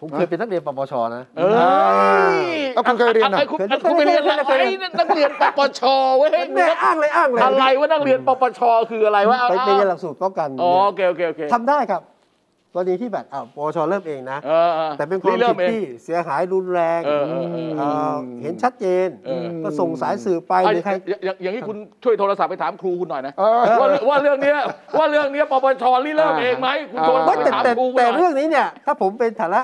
[SPEAKER 1] ผมเคยเป็นนักเรียนปปชนะ
[SPEAKER 3] เอ้ย
[SPEAKER 2] เอาคุณเคยเรียนเหรอ
[SPEAKER 3] ไอ้คุณไอ้คุณไปเรียนแล้ว
[SPEAKER 1] เคยเรี
[SPEAKER 3] ไอ้
[SPEAKER 1] ยน
[SPEAKER 3] นักเรียนปปชเว้ย
[SPEAKER 1] แม่อ้างเลยอ้างเลย
[SPEAKER 3] อะไรว่านักเรียนปปชคืออะไรวะ
[SPEAKER 1] ไป
[SPEAKER 3] เอา
[SPEAKER 1] ไปเรียนหลักสูตรป้องกัน
[SPEAKER 3] อ๋อโอเคโอเคโอเค
[SPEAKER 1] ทำได้ครับกรณีที่แบบอ้าวปปชเริ่มเองนะ
[SPEAKER 3] เออออ
[SPEAKER 1] แต่เป็นความผิด
[SPEAKER 3] ริ่อง
[SPEAKER 1] ที่เสียหายรุนแรง
[SPEAKER 3] เออเออเออ
[SPEAKER 1] เอ่อเห็นชัดเจน
[SPEAKER 3] เออ
[SPEAKER 1] ก็ส่งสายสื่อไป
[SPEAKER 3] ไอ้
[SPEAKER 1] หรือใคร
[SPEAKER 3] อย่างอย่างอย่างนี้คุณช่วยโทรศัพท์ไปถามครูคุณหน่อยนะ
[SPEAKER 2] เออ
[SPEAKER 3] ว่าว่าเรื่องเนี้ยว่าเรื่องเนี้ยปปชริเริ่มเองไหมคุณโทรศัพ
[SPEAKER 1] ว่า
[SPEAKER 3] ท์ไป
[SPEAKER 1] แต่
[SPEAKER 3] ถาม
[SPEAKER 1] แต่
[SPEAKER 3] ครูคุณห
[SPEAKER 1] แต่
[SPEAKER 3] น่อย
[SPEAKER 1] เรื่องนี้เนี่ย ถ้าผมเป็นฐานะ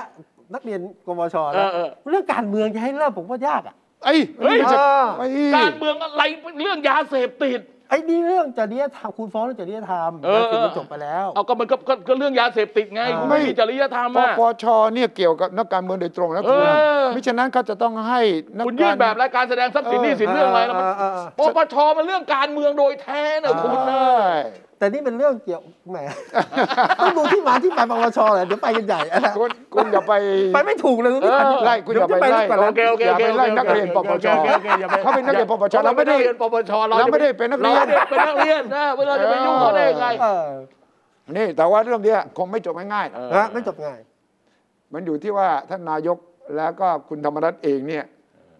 [SPEAKER 1] นักเรียนกมชนะ
[SPEAKER 3] เออเออ
[SPEAKER 1] เรื่องการเมืองจะให้เริ่มผมว่ายากอ่ะ
[SPEAKER 2] ไอ้
[SPEAKER 3] เฮ้ย
[SPEAKER 2] ไม่ใช่
[SPEAKER 1] อ่า
[SPEAKER 2] ไอ้
[SPEAKER 3] การเมืองอะไรเรื่องยาเสพติด
[SPEAKER 1] ไอ้นี่เรื่องจริยธรรมคุณฟ้องเรื่องจริยธรรม
[SPEAKER 3] เออ
[SPEAKER 1] แล้วถึงมันจบไปแล้ว
[SPEAKER 3] เอาก็มันก็ก็ก็เรื่องยาเสพติดไง
[SPEAKER 1] อ่า
[SPEAKER 3] คุณไม่มีจริยธรรม
[SPEAKER 2] ป
[SPEAKER 3] อ่ะ
[SPEAKER 2] ปชเนี่ยเกี่ยวกับนักการเมืองโดยตรงนะคุณ
[SPEAKER 3] เออ
[SPEAKER 2] มิฉะนั้นเขาจะต้องให้นัก
[SPEAKER 3] คุณยื่น
[SPEAKER 2] การ
[SPEAKER 3] แบบรายการแสดงทรัพย์สิน
[SPEAKER 2] เออ
[SPEAKER 3] หนี่สินเรื่องอะไรแล้วมัน
[SPEAKER 1] เออเออเอ
[SPEAKER 3] ป
[SPEAKER 1] อ
[SPEAKER 3] ปชมันเรื่องการเมืองโดยแท้นะ
[SPEAKER 1] อ่า
[SPEAKER 3] คุณ
[SPEAKER 2] ใช
[SPEAKER 3] นะ
[SPEAKER 2] ่
[SPEAKER 1] แต่นี่เป็นเรื่องเกี่ยวแหม ต้องดูที่มาที่ไปปปชเลยเดี๋ยวไปกันใหญ่อะนะ
[SPEAKER 2] คุณคุณอย่าไป
[SPEAKER 1] ไปไม่ถูกเลยคุณพิธา
[SPEAKER 3] เออ
[SPEAKER 2] ไล่คุณอย่าไป
[SPEAKER 1] เดี๋วจะ
[SPEAKER 2] ไล่
[SPEAKER 1] ลึกกว่านั้น
[SPEAKER 3] โอเคโอเค
[SPEAKER 2] อย่า
[SPEAKER 3] โอเค
[SPEAKER 2] ไปไล่
[SPEAKER 3] โอค
[SPEAKER 2] นักเรียนปปช
[SPEAKER 3] โอเคโอเคอย่ไป
[SPEAKER 2] เขาเป็นนักเรียนปปชเราไม่ได้
[SPEAKER 3] เรียนปปช
[SPEAKER 2] เราไม่ได้เป็นนักเรียน
[SPEAKER 3] เราไม่ได้เป็นนักเรียนนะเวลาจะไปยุ่งเขาได้ยังไง
[SPEAKER 1] เออ
[SPEAKER 2] นี่แต่ว่าเรื่องเนี้ยคงไม่จบง่ายๆนะ
[SPEAKER 3] เออ
[SPEAKER 1] ฮะไม่จบง่าย
[SPEAKER 2] มันอยู่ที่ว่าท่านนายกแล้วก็คุณธรรมรัฐเองเนี่ย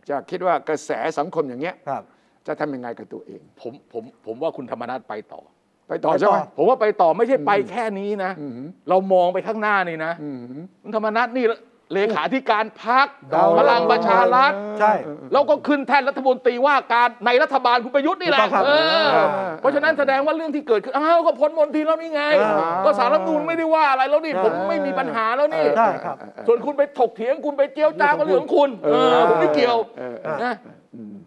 [SPEAKER 2] จะคิดว่ากระแสสังคมอย่างเงี้ย
[SPEAKER 1] ครับ
[SPEAKER 2] จะทำยังไงกับตัวเอง
[SPEAKER 3] ผมผมผมว่าคุณธรรมนัฐไปต่อ
[SPEAKER 2] ไปต่อใช่ไหม
[SPEAKER 3] ผมว่าไปต่อไม่ใช่ไปแค่นี้นะ
[SPEAKER 2] อืม
[SPEAKER 3] เรามองไปข้างหน้านี่นะ
[SPEAKER 2] อืม
[SPEAKER 3] คุณธรรมนัฐนี่ เลขาธิการพัก
[SPEAKER 1] ดาว
[SPEAKER 3] พลังประชารัฐ
[SPEAKER 1] ใช่
[SPEAKER 3] แล้วก็ขึ้นแท่นรัฐมนตรีว่าการในรัฐบาลคุณประยุทธ์นี่
[SPEAKER 1] ถู
[SPEAKER 3] แห
[SPEAKER 1] ก
[SPEAKER 3] ละ
[SPEAKER 1] ต้องครับ
[SPEAKER 3] เออ
[SPEAKER 1] เออ
[SPEAKER 3] เพราะฉะนั้นแสดงว่าเรื่องที่เกิดขึ้นอ้าวก็พ้นมนทีแล้วนี่ไง
[SPEAKER 1] เออ
[SPEAKER 3] ก็สารรัฐธรรมนูลไม่ได้ว่าอะไรแล้วนี่
[SPEAKER 1] เออ
[SPEAKER 3] ผมไม่มีปัญหาแล้วนี่
[SPEAKER 1] ใช่ครับ
[SPEAKER 3] ส่วนคุณไปถกเถียงคุณไปเจียวจ้าก็เรื่องของคุณเออผมไม่เกี่ยว
[SPEAKER 2] เออ
[SPEAKER 1] เออ
[SPEAKER 3] นะ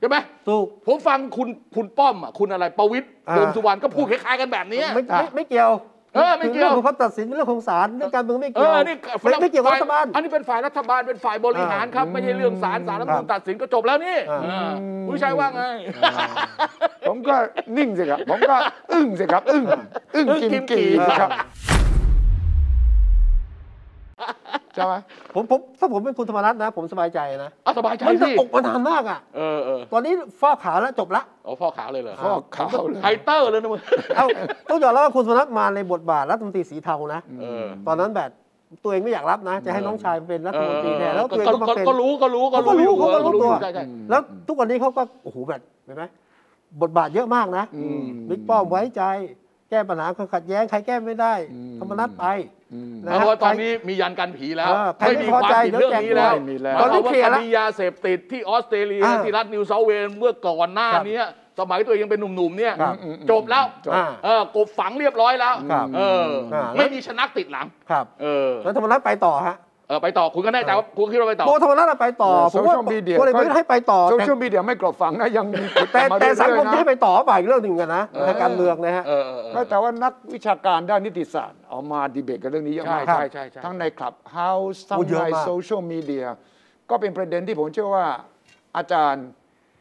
[SPEAKER 3] ใช่ไหม
[SPEAKER 1] ถูก
[SPEAKER 3] ผมฟังคุณคุณป้อมอ่ะคุณอะไรประวิตร
[SPEAKER 1] อ่า
[SPEAKER 3] โดมสุวรรณก็พูดคล้ายๆกันแบบเนี้ย
[SPEAKER 1] ไม่ไม่ไม่เกี่ยว
[SPEAKER 3] เออไม่เกี่ยว
[SPEAKER 1] รื่องของคำตัดสินเรื่องของศาลเรื่องการเมืองไม่
[SPEAKER 3] เอ
[SPEAKER 1] เกี่ยว
[SPEAKER 3] อนี่
[SPEAKER 1] ไม่ไม่เกี่ยวกับรัฐบาล
[SPEAKER 3] อันนี้เป็นฝ่ายรัฐบาลเป็นฝ่ายบริหารครับ ไม่ใช่เรื่องศาลศาลรัฐธรรมนูลตัดสินก็จบแล้วนี่
[SPEAKER 1] อ่า
[SPEAKER 3] เออผู้ชายว่าไง
[SPEAKER 2] ผมก็นิ่งสิครับ ผมก็อึ้งสิครับ อึ้งอึ้ง
[SPEAKER 3] อึ้ง
[SPEAKER 2] กิน
[SPEAKER 3] กินกี่
[SPEAKER 2] กี่ครับใช่ไหม
[SPEAKER 1] ผมผมถ้าผมเป็นคุณธรรมรัตน์นะ ผมสบายใจนะ
[SPEAKER 3] อ่ะสบายใจ
[SPEAKER 1] มันจะ
[SPEAKER 3] สิ
[SPEAKER 1] อกมานานมากอ่ะ
[SPEAKER 3] เออเออ
[SPEAKER 1] ตอนนี้ฟอกขาวแล้วจบละ
[SPEAKER 3] เอาพ่อขาวเลยเหรอ
[SPEAKER 2] ข้อข่าวเลย
[SPEAKER 3] ไฮเตอร์เลยนะมึง
[SPEAKER 1] เอ้าต้องยอมรับว่าคุณธรรมรัตน์มาในบทบาทรัฐมนตรีสีเทานะ
[SPEAKER 3] เออ
[SPEAKER 1] ตอนนั้นแบบตัวเองไม่อยากรับนะ จะให้น้องชายเป็นรัฐมนตรีแทนแล้วตัวเองก็มาเป็น
[SPEAKER 3] ก็รู้ก็รู้ก็
[SPEAKER 1] ก็รู้
[SPEAKER 3] รู้
[SPEAKER 1] เขาก็รู้ตัว
[SPEAKER 3] ใช่ใช่
[SPEAKER 1] แล้วทุกวันนี้เขาก็โอ้โหแบบเห็นไหมบทบาทเยอะมากนะ
[SPEAKER 2] อืม
[SPEAKER 1] บิ๊กป้อมไว้ใจ แก้ปัญหาความขัดแย้งใครแก้ไม่ได้
[SPEAKER 2] อืม
[SPEAKER 1] ธรรมนัตไป
[SPEAKER 2] อืม
[SPEAKER 1] นะ
[SPEAKER 3] เพราะว่าตอนนี้มียันกันผีแล้ว
[SPEAKER 1] เออใคร
[SPEAKER 3] ไม่
[SPEAKER 1] ไม่
[SPEAKER 3] มี
[SPEAKER 1] พอ
[SPEAKER 3] ความ
[SPEAKER 1] ใจ
[SPEAKER 3] ผิด
[SPEAKER 1] เดี๋ยว
[SPEAKER 3] เรื่อง
[SPEAKER 1] แจก
[SPEAKER 3] นี้แล้ว
[SPEAKER 2] ไม่มีแล้ว
[SPEAKER 3] ตอนนี้เคลียร์
[SPEAKER 1] ตอนนี้เคลียร์แล้
[SPEAKER 3] แล้ว วามว่าคดียาเสพติดที่ออสเตรเลีย
[SPEAKER 1] อ่า
[SPEAKER 3] ที่รัฐนิวเซาเวลเมื่อก่อนหน้า
[SPEAKER 1] ครับ
[SPEAKER 3] เนี้ยสมัยตัวเองยังเป็นหนุ่มๆเนี่ย
[SPEAKER 1] ครับ
[SPEAKER 3] จบแล้ว
[SPEAKER 1] จบอ่า
[SPEAKER 3] เออกบฝังเรียบร้อยแล้ว
[SPEAKER 1] ครับ
[SPEAKER 3] เอออา ไม่มีชนะติดหลัง
[SPEAKER 1] ครับ
[SPEAKER 3] เออ
[SPEAKER 1] แล้วธรรมนัตไปต่อฮะ
[SPEAKER 3] เออไปต่อคุณก็แน่ใจว่าคุณคิดว่าไปต่อ
[SPEAKER 1] ตัวธรรมนัตไปต่อ
[SPEAKER 2] เออ
[SPEAKER 1] ผมว่า
[SPEAKER 2] social media
[SPEAKER 1] คนเลยไม่ให้ไปต่อ
[SPEAKER 2] โซ
[SPEAKER 1] แต่
[SPEAKER 2] เชียลมีเดียไม่กรอบฝังนะยังมีกด
[SPEAKER 1] แต่
[SPEAKER 2] มา
[SPEAKER 1] แต่
[SPEAKER 2] เรื่อยๆ
[SPEAKER 1] สังคมจะให้
[SPEAKER 2] นะ
[SPEAKER 1] ไปต่อบ่ายเรื่องหนึ่งกันนะทางการเมืองนะฮะ
[SPEAKER 3] เออเออเออ
[SPEAKER 2] ไม่แต่ว่านักวิชาการด้านนิติศาสตร์ออกมาดีเบตกันเรื่องนี้เยอะมาก
[SPEAKER 3] ใช่ใช่ใช่
[SPEAKER 2] ทั้งในคลับเฮาส์ทั้ง
[SPEAKER 1] โอ้เยอะ
[SPEAKER 2] ใน
[SPEAKER 1] มาก
[SPEAKER 2] โซเชียลมีเดียก็เป็นประเด็นที่ผมเชื่อว่าอาจารย์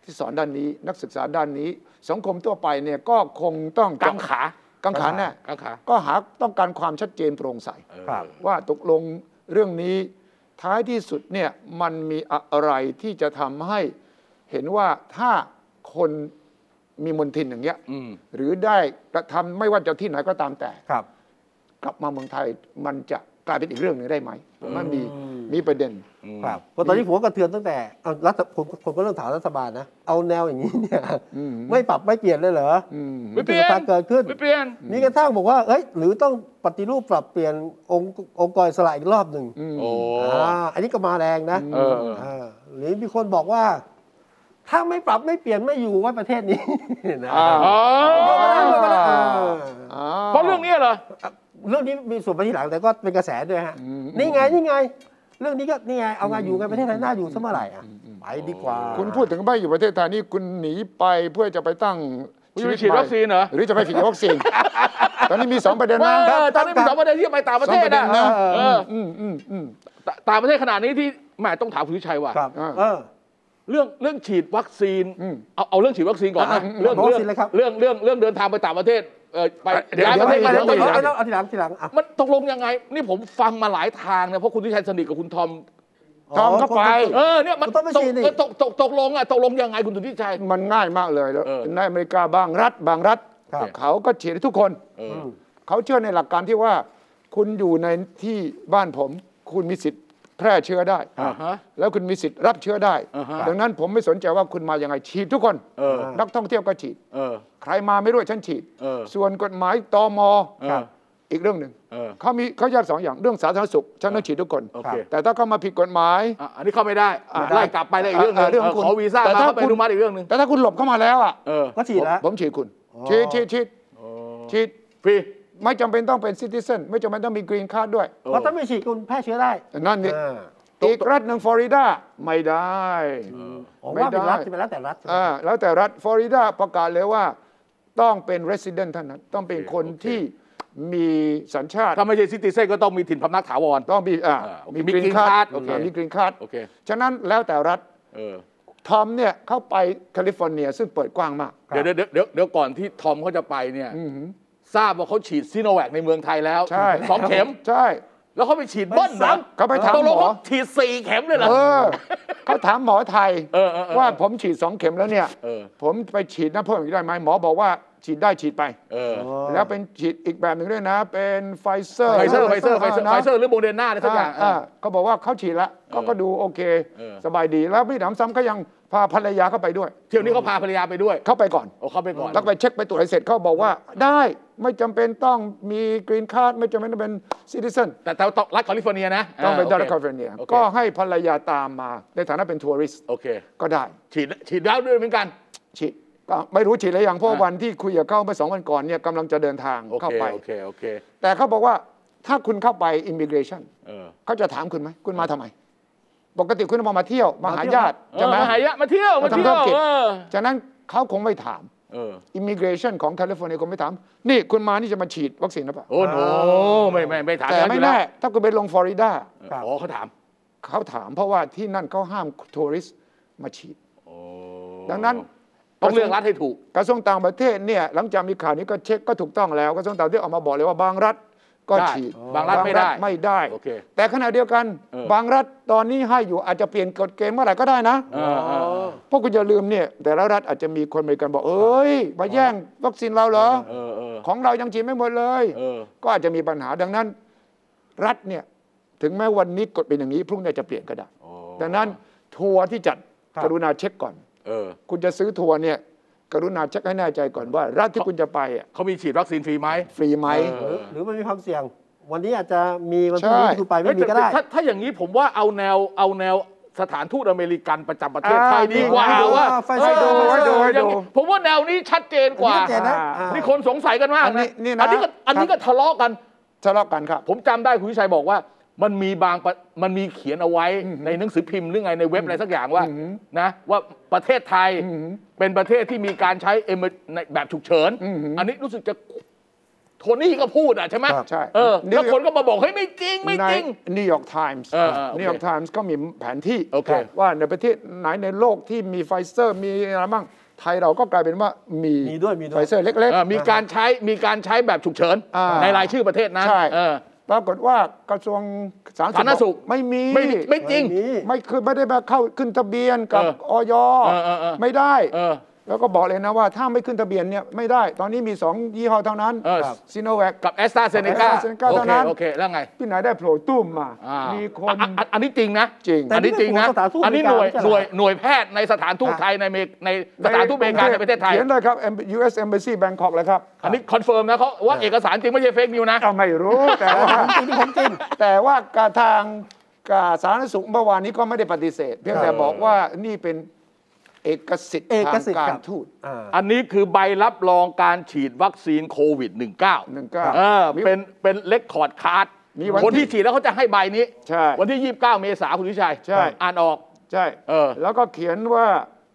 [SPEAKER 2] ที่สอนด้านนี้ นักศึกษาด้านนี้ สังคมทั่วไปเนี่ยก็คงต้อง
[SPEAKER 3] กังขา
[SPEAKER 2] กังขาแน่
[SPEAKER 3] กังขา
[SPEAKER 2] ก็หาต้องการความชัดเจนโปร่งใส
[SPEAKER 1] ครับ
[SPEAKER 2] ว่าตกลงเรื่องนี้ท้ายที่สุดเนี่ยมันมีอะไรที่จะทำให้เห็นว่าถ้าคนมีมนทินอย่างเงี้ย
[SPEAKER 3] อืม
[SPEAKER 2] หรือได้กระทำไม่ว่าจะที่ไหนก็ตามแต่
[SPEAKER 1] ครับ
[SPEAKER 2] กลับมาเมืองไทยมันจะกลายเป็นอีกเรื่องหนึ่งได้ไหมมันมีมีประเด็น
[SPEAKER 1] ครับเพราะตอนนี้ผมก็กระเทือนตั้งแต่เอารัฐผมผมก็เริ่มถามรัฐบาลนะ เอาแนวอย่างนี้เนี่ย
[SPEAKER 2] อืม
[SPEAKER 1] ไม่ปรับไม่เปลี่ยนเลยเหรอ
[SPEAKER 2] อืม
[SPEAKER 3] ไม่เปลี่ยน
[SPEAKER 1] ถึงจะเกิดขึ้น
[SPEAKER 3] ไม่เปลี่ยน
[SPEAKER 1] มีกระทั่งบอกว่า เอ้ย หรือต้องปฏิรูปปรับเปลี่ยนองค์องค์กรอิสละอีกรอบหนึ่ง
[SPEAKER 3] โอ้
[SPEAKER 1] อ่าอันนี้ก็มาแรงนะ
[SPEAKER 3] เออ
[SPEAKER 1] อ่าหรือมีคนบอกว่า ถ้าไม่ปรับไม่เปลี่ยนไม่อยู่ไว่าประเทศนี้ นะ
[SPEAKER 2] อ่า
[SPEAKER 3] อ๋อ
[SPEAKER 1] เออเออ
[SPEAKER 2] อ่
[SPEAKER 3] เพราะเรื่องนี้เหรอ
[SPEAKER 1] เรื่องนี้มีส่วนมาที่หลังแต่ก็เป็นกระแสด้วยฮะ นี่ไงนี่ไง เรื่องนี้ก็นี่ไงเอาไงอยู่ไงประเทศไทยน่าอยู่สักเมื่อไหร่อ่ะไปดีกว่า
[SPEAKER 2] คุณพูดถึงไม่อยู่ประเทศไทยนี่คุณหนีไปเพื่อจะไปตั้ง
[SPEAKER 3] คุณจะไป
[SPEAKER 2] วิต
[SPEAKER 3] ฉีดวัคซีนเหรอ
[SPEAKER 2] หรือจะไปฉีดวัคซีน ตอนนี้มีสองประเด็น
[SPEAKER 3] ว่า
[SPEAKER 2] นะ
[SPEAKER 3] เออตอนนี้มีสองประเด็นที่ไปต่างประ
[SPEAKER 2] สอ
[SPEAKER 3] เท
[SPEAKER 2] งป
[SPEAKER 3] ศ
[SPEAKER 2] ระเด็น
[SPEAKER 3] นะ
[SPEAKER 2] นะ
[SPEAKER 1] เออ
[SPEAKER 3] เออ
[SPEAKER 2] อืมอืมอืม
[SPEAKER 3] ตต่างประเทศขนาดนี้ที่แหม่ต้องถามคุณวิชัยว่า
[SPEAKER 1] ครับ
[SPEAKER 2] อ่า
[SPEAKER 1] เออ
[SPEAKER 3] เรื่องเรื่องฉีดวัคซีน
[SPEAKER 2] อืม
[SPEAKER 3] เอาเอาเรื่องฉีดวัคซีนก่อนนะ
[SPEAKER 1] อ่ะ
[SPEAKER 3] เรื่อง
[SPEAKER 1] เอาวัค
[SPEAKER 3] เรื่อง
[SPEAKER 1] ซีนเลยครับ
[SPEAKER 3] เรื่องเรื่องเรื่องเดินทางไปต่างประเทศเอ่อไป
[SPEAKER 2] เดี๋ยว
[SPEAKER 3] ย้าย
[SPEAKER 2] เดี๋
[SPEAKER 3] ป
[SPEAKER 2] ย
[SPEAKER 3] ระ
[SPEAKER 2] ว
[SPEAKER 3] เทศ
[SPEAKER 2] ให้
[SPEAKER 1] ไม่ไม่ไม่
[SPEAKER 3] ย้ายประเทศ
[SPEAKER 1] เอาเอาทีหลังทีหลังอ่ะ
[SPEAKER 3] มันตกลงยังไง นี่ผมฟังมาหลายทางเนี่ยเพราะคุณวิชัยสนิทกับคุณทอม
[SPEAKER 2] ทอมเข้าไป
[SPEAKER 3] เออเนี่ยมัน
[SPEAKER 1] คุณต้องไป
[SPEAKER 3] ตก
[SPEAKER 1] ฉีดนี่
[SPEAKER 3] ตกตกตกลงอ่ะตกลงยังไงคุณสุทธิชัย
[SPEAKER 2] มันง่ายมากเลยแล้ว
[SPEAKER 3] เออ
[SPEAKER 2] ในอเมริกาบางรัฐ บางรัฐ
[SPEAKER 1] ครับ
[SPEAKER 2] เขาก็ฉีดให้ทุกคน
[SPEAKER 3] เออ
[SPEAKER 2] เขาเชื่อในหลักการที่ว่า คุณอยู่ในที่บ้านผม คุณมีสิทธิ์แพร่เชื้อได้
[SPEAKER 3] อ่าฮะ
[SPEAKER 2] แล้วคุณมีสิทธิ์รับเชื้อได้
[SPEAKER 3] อ่าฮะ
[SPEAKER 2] ดังนั้นผมไม่สนใจว่าคุณมาอย่างไงฉีดทุกคน
[SPEAKER 3] เออ
[SPEAKER 2] นักท่องเที่ยวก็ฉีด
[SPEAKER 3] เออ
[SPEAKER 2] ใครมาไม่รู้ฉันฉีด
[SPEAKER 3] เออ
[SPEAKER 2] ส่วนกฎหมายตอม
[SPEAKER 3] ครับ
[SPEAKER 2] อีกเรื่องหนึ่ง
[SPEAKER 3] เออ
[SPEAKER 2] เขามีเขาแยกสองอย่างเรื่องสาธารณสุขฉันต้องฉีดทุกคน
[SPEAKER 3] โอเค
[SPEAKER 2] แต่ถ้าเขามาผิดกฎหมาย
[SPEAKER 3] อ่ะอันนี้เข้าไม่ได้
[SPEAKER 2] อ่ะ
[SPEAKER 3] ไล่กลับไปได้อีกเรื่องหนึง
[SPEAKER 2] อ่ะเรื่องคุณ
[SPEAKER 3] ขอวีซ่า
[SPEAKER 2] แต่
[SPEAKER 3] มา
[SPEAKER 2] ถ้า
[SPEAKER 3] เข้าไป
[SPEAKER 2] คุณ
[SPEAKER 3] อนุมัติอีกเรื่องหนึง
[SPEAKER 2] แต่ถ้าคุณหลบเข้ามาแล้วอ่ะ
[SPEAKER 3] เออ
[SPEAKER 1] ก็ฉีดแล้ว
[SPEAKER 2] ผมผมฉีดคุณ
[SPEAKER 1] อ๋อ
[SPEAKER 2] ฉีดฉีดฉีดฉีด
[SPEAKER 3] ฟรี
[SPEAKER 2] ไม่จำเป็นต้องเป็นซิติเซนไม่จำเป็นต้องมีกรีนคาร์ดด้วย
[SPEAKER 1] เพราะถ้าไม่ฉีดคุณแพร่เชื้อได้
[SPEAKER 2] นั่นนี่
[SPEAKER 1] อ่า
[SPEAKER 2] อีกรัฐหนึ่งฟลอริดาไม่ได้
[SPEAKER 1] ผมว่าเป็นรัฐจะเป็นรัฐแต่รัฐ
[SPEAKER 2] อ่าแล้วแต่รัฐฟลอริดาประกาศเลยว่าต้องเป็น resident เท่านั้น ต้องเป็นคน
[SPEAKER 3] โอเค
[SPEAKER 2] ที่มีสัญชาติ
[SPEAKER 3] ถ้าไม่ใช่ซิติเซนก็ต้องมีถิ่นพำนักถาวร
[SPEAKER 2] ต้องมีอ่า
[SPEAKER 3] อ่ามี
[SPEAKER 2] มี
[SPEAKER 3] green
[SPEAKER 2] green
[SPEAKER 3] card
[SPEAKER 2] card
[SPEAKER 3] โอเค
[SPEAKER 2] อ่ามี green card
[SPEAKER 3] โอเค
[SPEAKER 2] ฉะนั้นแล้วแต่รัฐ
[SPEAKER 3] เออ
[SPEAKER 2] ทอมเนี่ยเข้าไปแคลิฟอร์เนียซึ่งเปิดกว้างมาก
[SPEAKER 3] เดี๋ยวเดี๋ยวเดี๋ยวเดี๋ยวก่อนที่ทอมเขาจะไปเนี่ยทราบว่าเขาฉีดซีโนแวคในเมืองไทยแล้ว
[SPEAKER 2] ใช่
[SPEAKER 3] สองเข็ม
[SPEAKER 2] ใช่
[SPEAKER 3] แล้วเขาไปฉีดเบิ้ลนะ
[SPEAKER 2] เขาไปถาม
[SPEAKER 3] ตกลง
[SPEAKER 2] หมอ
[SPEAKER 3] เขาฉีดสี่เข็มเลยเหรอ
[SPEAKER 2] เออเขาถามหมอไทย
[SPEAKER 3] เออเออเออ
[SPEAKER 2] ว่าผมฉีดสองเข็มแล้วเนี่ย
[SPEAKER 3] เออ
[SPEAKER 2] ผมไปฉีดนะเพิ่มอีกได้ไหมหมอบอกว่า ฉีดได้ฉีดไป
[SPEAKER 3] เออ
[SPEAKER 1] อ๋อ
[SPEAKER 2] แล้วเป็นฉีดอีกแบบหนึ่งด้วยนะ เป็นไฟเซอร์
[SPEAKER 3] ไฟเซอร์ไฟเซอร์ไฟเซอร์
[SPEAKER 2] นะ
[SPEAKER 3] ไฟเซอร์หรือโมเดอร์นาเนี่ยสักอย่าง
[SPEAKER 2] อ่าเขาบอกว่าเขาฉีดละก็ก็ดูโอเค
[SPEAKER 3] เออ
[SPEAKER 2] สบายดีแล้วพี่หนำซ้ำก็ยังพาภรรยาเข้าไปด้วย
[SPEAKER 3] เที่ยวนี้เขาพาภรรยาไปด้วย
[SPEAKER 2] เข้าไปก่อน
[SPEAKER 3] เอาเข้าไปก่อน
[SPEAKER 2] แล้วไปเช็คไปตรวจให้เสร็จเขาบอกว่าได้ไม่จำเป็นต้องมีกรีนการ์ดไม่จำเป็นต้องเป็นซิติเซน
[SPEAKER 3] แต่แต่ต้องรัฐแคลิฟอร์เนียนะ
[SPEAKER 2] ต้องเป็น
[SPEAKER 3] โ
[SPEAKER 2] ดาร์คาเฟเนีย
[SPEAKER 3] โอค
[SPEAKER 2] ก็ให้ภรรยาตามมาในฐานะเป็นทัวริสต์
[SPEAKER 3] โอเค
[SPEAKER 2] ก็ได้
[SPEAKER 3] ฉีดฉีดแล้วด้วยเหมือนกัน
[SPEAKER 2] ฉีดก็ไม่รู้ฉีดหรือยังเพราะ
[SPEAKER 3] อ่ะ
[SPEAKER 2] วันที่คุยกับเขาเมื่อสองวันก่อนเนี่ยกำลังจะเดินทาง
[SPEAKER 3] โอ
[SPEAKER 2] เข้า
[SPEAKER 3] เค
[SPEAKER 2] ไป
[SPEAKER 3] โอเคโอเค
[SPEAKER 2] แต่เขาบอกว่าถ้าคุณเข้าไปอิมิเกรชัน
[SPEAKER 3] เออ
[SPEAKER 2] เขาจะถามคุณไหมคุณมาทำไม ปกติคุณมามาเที่ยวมาหาญาติ
[SPEAKER 3] เอ
[SPEAKER 2] ใช่
[SPEAKER 3] อ
[SPEAKER 2] ไหม
[SPEAKER 3] มาหายะมาเที่ยวมา
[SPEAKER 2] มาทำ
[SPEAKER 3] เที่ยว
[SPEAKER 2] ธุรกิจ
[SPEAKER 3] เออ
[SPEAKER 2] ฉะนั้นเขาคงไม่ถาม
[SPEAKER 3] เออ
[SPEAKER 2] อิมิเกรชันของแคลิฟอร์เนียคงไม่ถาม นี่คุณมานี่จะมาฉีดวัคซีนหรือเปล่า
[SPEAKER 3] โอ้โหไม่ไม่ไม่ถาม
[SPEAKER 2] แต่
[SPEAKER 3] ล้ว
[SPEAKER 2] ไม่
[SPEAKER 3] อยู่ล้ว
[SPEAKER 2] แน่ถ้าคุณไปลงฟลอริดา
[SPEAKER 1] ครับ
[SPEAKER 3] อ๋อเขาถาม
[SPEAKER 2] เขาถามเพราะว่าที่นั่นเขาห้ามทัวริสต์มาฉีด
[SPEAKER 3] โอ้
[SPEAKER 2] ดังนั้น
[SPEAKER 3] ต้องเลือกรัฐให้ถูก
[SPEAKER 2] กระทรวงต่างประเทศเนี่ยหลังจากมีข่าวนี้ก็เช็คก็ถูกต้องแล้วกระทรวงต่างประเทศออกมาบอกเลยว่าบางรัฐก็
[SPEAKER 3] ได้
[SPEAKER 2] ฉีด
[SPEAKER 3] บางรัฐไม่ได้
[SPEAKER 2] ไม่ได้
[SPEAKER 3] โอเค
[SPEAKER 2] แต่ขณะเดียวกัน
[SPEAKER 3] เออ
[SPEAKER 2] บางรัฐตอนนี้ให้อยู่อาจจะเปลี่ยนกฎเกณฑ์เมื่อไหร่ก็ได้นะ
[SPEAKER 3] เออเออเออ
[SPEAKER 2] เพราะคุณอย่าลืมเนี่ยแต่ละรัฐอาจจะมีคนอเมริกันบอกเอ้ยมาแย่งวัคซีนเราเหรอ
[SPEAKER 3] เออเออ
[SPEAKER 2] ของเรายังฉีดไม่หมดเลย
[SPEAKER 3] เออ
[SPEAKER 2] ก็อาจจะมีปัญหาดังนั้น รัฐเนี่ยถึงแม้วันนี้กฎเป็นอย่างนี้พรุ่งนี้จะเปลี่ยนก็ได้
[SPEAKER 3] อ๋อ
[SPEAKER 2] ดังนั้นทัวร์ที่จัด
[SPEAKER 1] ครับ
[SPEAKER 2] กรุณาเช็คก่อน
[SPEAKER 3] เออ
[SPEAKER 2] คุณจะซื้อทัวร์เนี่ยกรุณาเช็คให้แน่ใจก่อนว่า รัฐที่คุณจะไปอะ
[SPEAKER 3] เขามีฉีดวัคซีนฟรีไหม
[SPEAKER 2] ฟรีไหม
[SPEAKER 3] เอ
[SPEAKER 1] หรือหรือมันมีความเสี่ยง วันนี้อาจจะมีวันพรุ่งนี้
[SPEAKER 2] ใช่
[SPEAKER 1] คือไปไม่มีก็
[SPEAKER 3] เอ้ยแต่
[SPEAKER 1] ได้
[SPEAKER 3] ถ้าถ้าอย่างนี้ผมว่าเอาแนวเอาแนวสถานทูตอเมริกันประจำประเทศไทย
[SPEAKER 2] อ่า
[SPEAKER 3] ดีกว่า
[SPEAKER 1] ดีกว่า
[SPEAKER 3] ว่า
[SPEAKER 1] ไฟเซอร์
[SPEAKER 3] เออ
[SPEAKER 1] ไฟเซอร์
[SPEAKER 3] เอออย่างนี้ผมว่าแนวนี้ชัดเจนก
[SPEAKER 1] อัน
[SPEAKER 3] ว่า
[SPEAKER 1] นี้ชัดเจนนะ
[SPEAKER 2] อ่า
[SPEAKER 1] อ่า
[SPEAKER 3] นี่คนสงสัยกันมาก
[SPEAKER 2] อันนี้
[SPEAKER 3] นะ
[SPEAKER 2] นี่นะ
[SPEAKER 3] อันนี้ก็อันนี้ก็ทะเลาะกัน
[SPEAKER 2] ทะเลาะกันครับ
[SPEAKER 3] ผมจำได้คุณวิชัยบอกว่า มันมีบางประมันมีเขียนเอาไว้ในหนังสือพิมพ์หรือไงในเว็บอะไรสักอย่างว่านะว่าประเทศไทยเป็นประเทศที่มีการใช้ emer- ในแบบฉุกเฉิน อันนี้รู้สึกจะโทนี่ก็พูดอ่ะใช่ไหม
[SPEAKER 1] ครับ
[SPEAKER 2] ใช่
[SPEAKER 3] เออ
[SPEAKER 2] นี่
[SPEAKER 3] แล้วคนก็มาบอกเฮ้ยไม่จริงไม่จริง
[SPEAKER 2] นิวยอร์กไทมส์
[SPEAKER 3] เออเออโอเค
[SPEAKER 2] นิวยอร์กไทมส์ก็มีแผนที่
[SPEAKER 3] โอเค
[SPEAKER 2] ว่าในประเทศไหนในโลกที่มีไฟเซอร์มีอะไรบ้างไทยเราก็กลายเป็นว่ามี
[SPEAKER 1] มีด้วยมีด้วย
[SPEAKER 2] ไฟเซอร์เล็ก
[SPEAKER 3] เออมีการใช้มีการใช้แบบฉุกเฉิน
[SPEAKER 2] อ่า
[SPEAKER 3] ในรายชื่อประเทศนะ
[SPEAKER 2] ใช่
[SPEAKER 3] เออ
[SPEAKER 2] ๆ ปรากฏว่ากระทรวงสา
[SPEAKER 3] สาธารณสุข
[SPEAKER 2] ไม่มี
[SPEAKER 3] ไม่ไม่จริง
[SPEAKER 1] วันนี้
[SPEAKER 2] ไม่คือไม่ได้มาเข้าขึ้นทะเบียนกับ
[SPEAKER 3] เออ
[SPEAKER 2] ออย
[SPEAKER 3] เออเออเออ
[SPEAKER 2] ไม่ได้
[SPEAKER 3] เออ
[SPEAKER 2] แล้วก็บอกเลยนะว่าถ้าไม่ขึ้นทะเบียนเนี่ยไม่ได้ ตอนนี้มี 2 ยี่ห้อเท่านั้น
[SPEAKER 3] เออ
[SPEAKER 2] ซีโนแวค
[SPEAKER 3] กับแอสตราเซเนกา
[SPEAKER 2] AstraZeneca
[SPEAKER 3] โอเค
[SPEAKER 2] เท่านั้น
[SPEAKER 3] โอเคแล้วไง
[SPEAKER 2] ที่ไหนได้โผล่ตุ้มมา
[SPEAKER 3] อ่า
[SPEAKER 2] มีคน
[SPEAKER 3] อ่ะอ่ะอันนี้จริงนะ
[SPEAKER 2] จริง
[SPEAKER 3] อันนี้จริงนะ
[SPEAKER 1] แต่นี่เป็นของสถานทูต
[SPEAKER 3] อันนี้
[SPEAKER 1] อ
[SPEAKER 3] ห
[SPEAKER 1] เมริ
[SPEAKER 3] น่วย
[SPEAKER 1] กา
[SPEAKER 3] หน่วย
[SPEAKER 1] ใช่ไหม
[SPEAKER 3] หน่วยแพทย์ในสถานทูตไทยในอเมริกในสถานทูตอเมริกาในประเทศไทย
[SPEAKER 2] เขียนเลยครับ US Embassy Bangkok เลยครับ
[SPEAKER 3] อันนี้คอนเฟิร์มนะเขาว่าเอกสารจริงไม่ใช่เฟกนิวนะ
[SPEAKER 2] ก็ไม่รู้ แต่ว่าแต่ว่าการทางการสาธารณสุขเมื่อวานนี้ก็ไม่ได้ปฏิเสธ เพียงแต่บอกว่านี่เป็นเอกสิทธิ์
[SPEAKER 1] เอ
[SPEAKER 2] ทาก ง
[SPEAKER 1] สิทธิ์
[SPEAKER 2] กา
[SPEAKER 1] ค
[SPEAKER 2] ร
[SPEAKER 1] รับ
[SPEAKER 2] ทูต
[SPEAKER 1] อ่า
[SPEAKER 3] อันนี้คือใบรับรองการฉีดวัคซีนโควิด 19
[SPEAKER 2] หนึ่งเก้า
[SPEAKER 3] เออเป็นเป็นเลคคอร์ดคาร์ด
[SPEAKER 2] มีวัน
[SPEAKER 3] คนที่
[SPEAKER 2] ที่
[SPEAKER 3] ฉีดแล้วเขาจะให้ใบนี้
[SPEAKER 2] ใช่
[SPEAKER 3] วันที่ 29 เมษายนคุณวิชัย
[SPEAKER 2] ใช่
[SPEAKER 3] อ่านออก
[SPEAKER 2] ใช่
[SPEAKER 3] เออ
[SPEAKER 2] แล้วก็เขียนว่า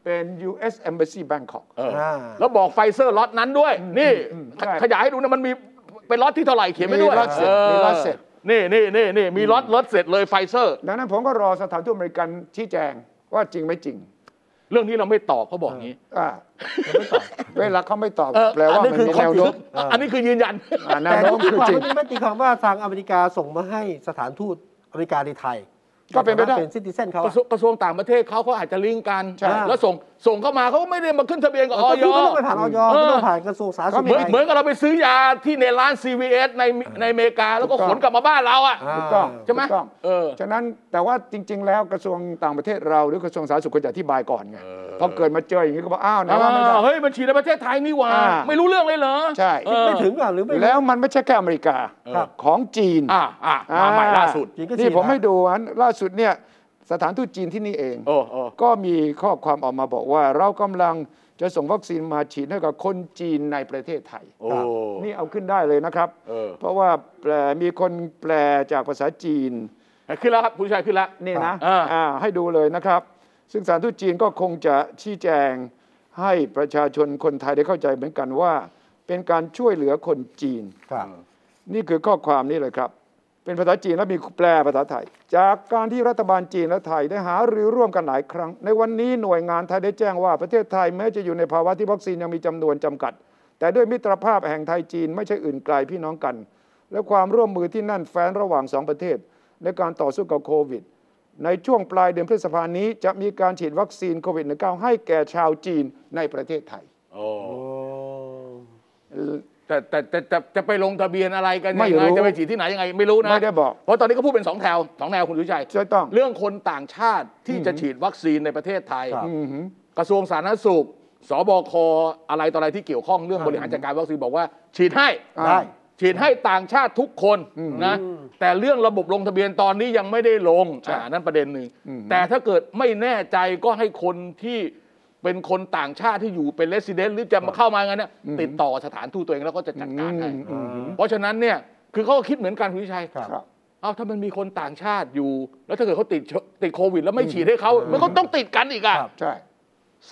[SPEAKER 2] เป็น U.S. Embassy Bangkok
[SPEAKER 3] เออ
[SPEAKER 1] อ่า
[SPEAKER 3] แล้วบอกไฟเซอร์ล็อตนั้นด้วย นี่
[SPEAKER 2] ใช่
[SPEAKER 3] ขยายให้ดูนะมันมีเป็นล็อตที่เท่าไหร่เขียนไว้ด้วย
[SPEAKER 2] มีล็อตเสร็จมีล็อตเสร็จ
[SPEAKER 3] นี่นี่นี่นี่มีล็อตล็อตเสร็จเลยไฟเซอร์
[SPEAKER 2] ดังนั้นผมก็รอสถานทูตอเมริกันชี้แจงว่าจริงไม่จริง
[SPEAKER 3] เรื่องนี้เราไม่ตอบเขาบอกงี้
[SPEAKER 2] อ่าเวลาเขาไม่ตอบ
[SPEAKER 3] เออ
[SPEAKER 2] แปล
[SPEAKER 3] อั
[SPEAKER 2] ว่า
[SPEAKER 3] นี้
[SPEAKER 2] มัน
[SPEAKER 3] คือ
[SPEAKER 2] มี
[SPEAKER 3] คอน
[SPEAKER 2] แนว
[SPEAKER 3] เฟิ
[SPEAKER 2] โน้
[SPEAKER 3] ร์
[SPEAKER 2] ม
[SPEAKER 3] มอันนี้คือยืนยัน
[SPEAKER 2] อ่าแนว
[SPEAKER 1] แต่
[SPEAKER 2] โน้ม
[SPEAKER 1] ที่
[SPEAKER 2] คือ
[SPEAKER 1] ความ
[SPEAKER 2] จริง
[SPEAKER 1] ไม่ได้ตีความว่าทางอเมริกาส่งมาให้สถานทูตอเมริกาในไทย
[SPEAKER 2] ก็เป็นไปได้
[SPEAKER 1] เป็นซิติเซนเขา
[SPEAKER 3] ก
[SPEAKER 1] อะ
[SPEAKER 3] ระทรวงกระทรวงต่างประเทศเขาเขาอาจจะลิงก์กัน
[SPEAKER 1] ใช่
[SPEAKER 3] แล้วส่งส่งเข้ามาเขาไม่ได้มาขึ้นทะเบียนกับอ
[SPEAKER 1] ก็
[SPEAKER 3] อ
[SPEAKER 1] คือ
[SPEAKER 3] ย
[SPEAKER 1] ไม่ต้องไปผ่านออย
[SPEAKER 3] เออ
[SPEAKER 1] ไม่ต้องผ่านกระทรวงสาธารณสุข
[SPEAKER 3] เหมือน
[SPEAKER 1] ไทย
[SPEAKER 3] เหมือนกับเราไปซื้อยาที่ในร้าน CVS ในในอเมริกาแล้วก็
[SPEAKER 2] ถูกต้
[SPEAKER 3] ข
[SPEAKER 2] อง
[SPEAKER 3] นกลับมาบ้านเราอ่ะ
[SPEAKER 1] อ่า
[SPEAKER 2] ถูกต้อง
[SPEAKER 3] ใช่ไหม
[SPEAKER 2] ถูกต้อง
[SPEAKER 3] เออ
[SPEAKER 2] ฉะนั้นแต่ว่าจริง ๆ แล้วกระทรวงต่างประเทศเราหรือกระทรวงสาธารณสุขควรจะอธิบายก่อนไงพอเกิดมาเจออย่างนี้ก็บอกอ้าวนะว่าไม่ได้
[SPEAKER 3] อ่าเฮ้ยมันฉีดในประเทศไทยนี่หว่า
[SPEAKER 2] อ่า
[SPEAKER 3] ไม่รู้เรื่องเลยเหรอ
[SPEAKER 2] ใช่
[SPEAKER 3] เอ
[SPEAKER 1] คิด
[SPEAKER 3] อ
[SPEAKER 1] ไม่ถึงอ่ะหรือไม่
[SPEAKER 2] แล้วมันไม่ใช่แค่อเมริกา
[SPEAKER 1] ครับ
[SPEAKER 2] ของจีน
[SPEAKER 3] อ่าอ่ามาใหม่ล่าสุด
[SPEAKER 1] จีนก็ฉีด
[SPEAKER 2] นี่ผม
[SPEAKER 1] นะ
[SPEAKER 2] ให้ดูอันล่าสุดเนี่ยสถานทูตจีนที่นี่เอง
[SPEAKER 3] โอ้โอ้
[SPEAKER 2] ก็มีข้อความออกมาบอกว่า เรากำลังจะส่งวัคซีนมาฉีดให้กับคนจีนในประเทศไทย
[SPEAKER 3] โอ้
[SPEAKER 2] นี่เอาขึ้นได้เลยนะครับ
[SPEAKER 3] เออ
[SPEAKER 2] เพราะว่าแปลมีคนแปลจากภาษาจีน
[SPEAKER 3] ขึ้นแล้วครับผู้ชายขึ้นแล้ว
[SPEAKER 2] นี่นะ
[SPEAKER 3] อ่า
[SPEAKER 2] อ่าให้ดูเลยนะครับ ซึ่งสถารทูตจีนก็คงจะชี้แจงให้ประชาชนคนไทยได้เข้าใจเหมือนกันว่า เป็นการช่วยเหลือคนจีน
[SPEAKER 1] ครับ
[SPEAKER 2] นี่คือข้อความนี้เลยครับ เป็นภาษาจีนและมีแปลภาษาไทย จากการที่รัฐบาลจีนและไทยได้หารือร่วมกันหลายครั้ง ในวันนี้หน่วยงานไทยได้แจ้งว่าประเทศไทยแม้จะอยู่ในภาวะที่วัคซีนยังมีจำนวนจำกัด แต่ด้วยมิตรภาพแห่งไทยจีนไม่ใช่อื่นไกลพี่น้องกัน และความร่วมมือที่แนั่นแฟ้นระหว่างสองประเทศ ในการต่อสู้กับโควิด ในช่วงปลายเดือนพฤษภานี้จะมีการฉีดวัคซีนโควิด -19 ให้แก่ชาวจีนในประเทศไทย
[SPEAKER 3] โอ้
[SPEAKER 1] โอ้
[SPEAKER 3] แต่แต่แต่จะจะไปลงทะเบียนอะไรกัน
[SPEAKER 2] ไม่
[SPEAKER 3] ยัง
[SPEAKER 2] รู้
[SPEAKER 3] ไงจะไปฉีดที่ไหนยังไงไม่รู้นะ
[SPEAKER 2] ไม่ได้บอก
[SPEAKER 3] เพราะตอนนี้ก็พูดเป็นสองแถวสองแนวคุณสุชัย
[SPEAKER 2] ใช่ต้อง
[SPEAKER 3] เรื่องคนต่างชาติที่จะฉีดวัคซีนในประเทศไทย
[SPEAKER 1] ครับ
[SPEAKER 2] อือหือ
[SPEAKER 3] กระทรวงสาธารณสุขสบคอะไรต่ออะไรที่เกี่ยวข้องเรื่องบริหารจัดการวัคซีนบอกว่า ฉีดให้
[SPEAKER 2] อ่า
[SPEAKER 1] ได้
[SPEAKER 3] ฉีดให้ต่างชาติทุกคนนะแต่เรื่องระบบลงทะเบียนตอนนี้ยังไม่ได้ลงอ่านั่นประเด็นหนึ่งแต่ถ้าเกิดไม่แน่ใจก็ให้คนที่เป็นคนต่างชาติที่อยู่เป็นเลสซิเดนหรือจะมาเข้ามางั้นเนี่ยติดต่อสถานทูตตัวเองแล้วก็จะจัดการให้
[SPEAKER 2] อืมอืม
[SPEAKER 3] เพราะฉะนั้นเนี่ยคือเขาก็คิดเหมือนกันคุณวิชัย
[SPEAKER 1] ครับ
[SPEAKER 2] ครับ
[SPEAKER 3] เอ้าถ้ามันมีคนต่างชาติอยู่ แล้วถ้าเกิดเขาติดเชื้อติดโควิด แล้วไม่ฉีดให้เขามันก็ต้องติดกันอีกอ่ะ
[SPEAKER 1] ครับ
[SPEAKER 2] ใช่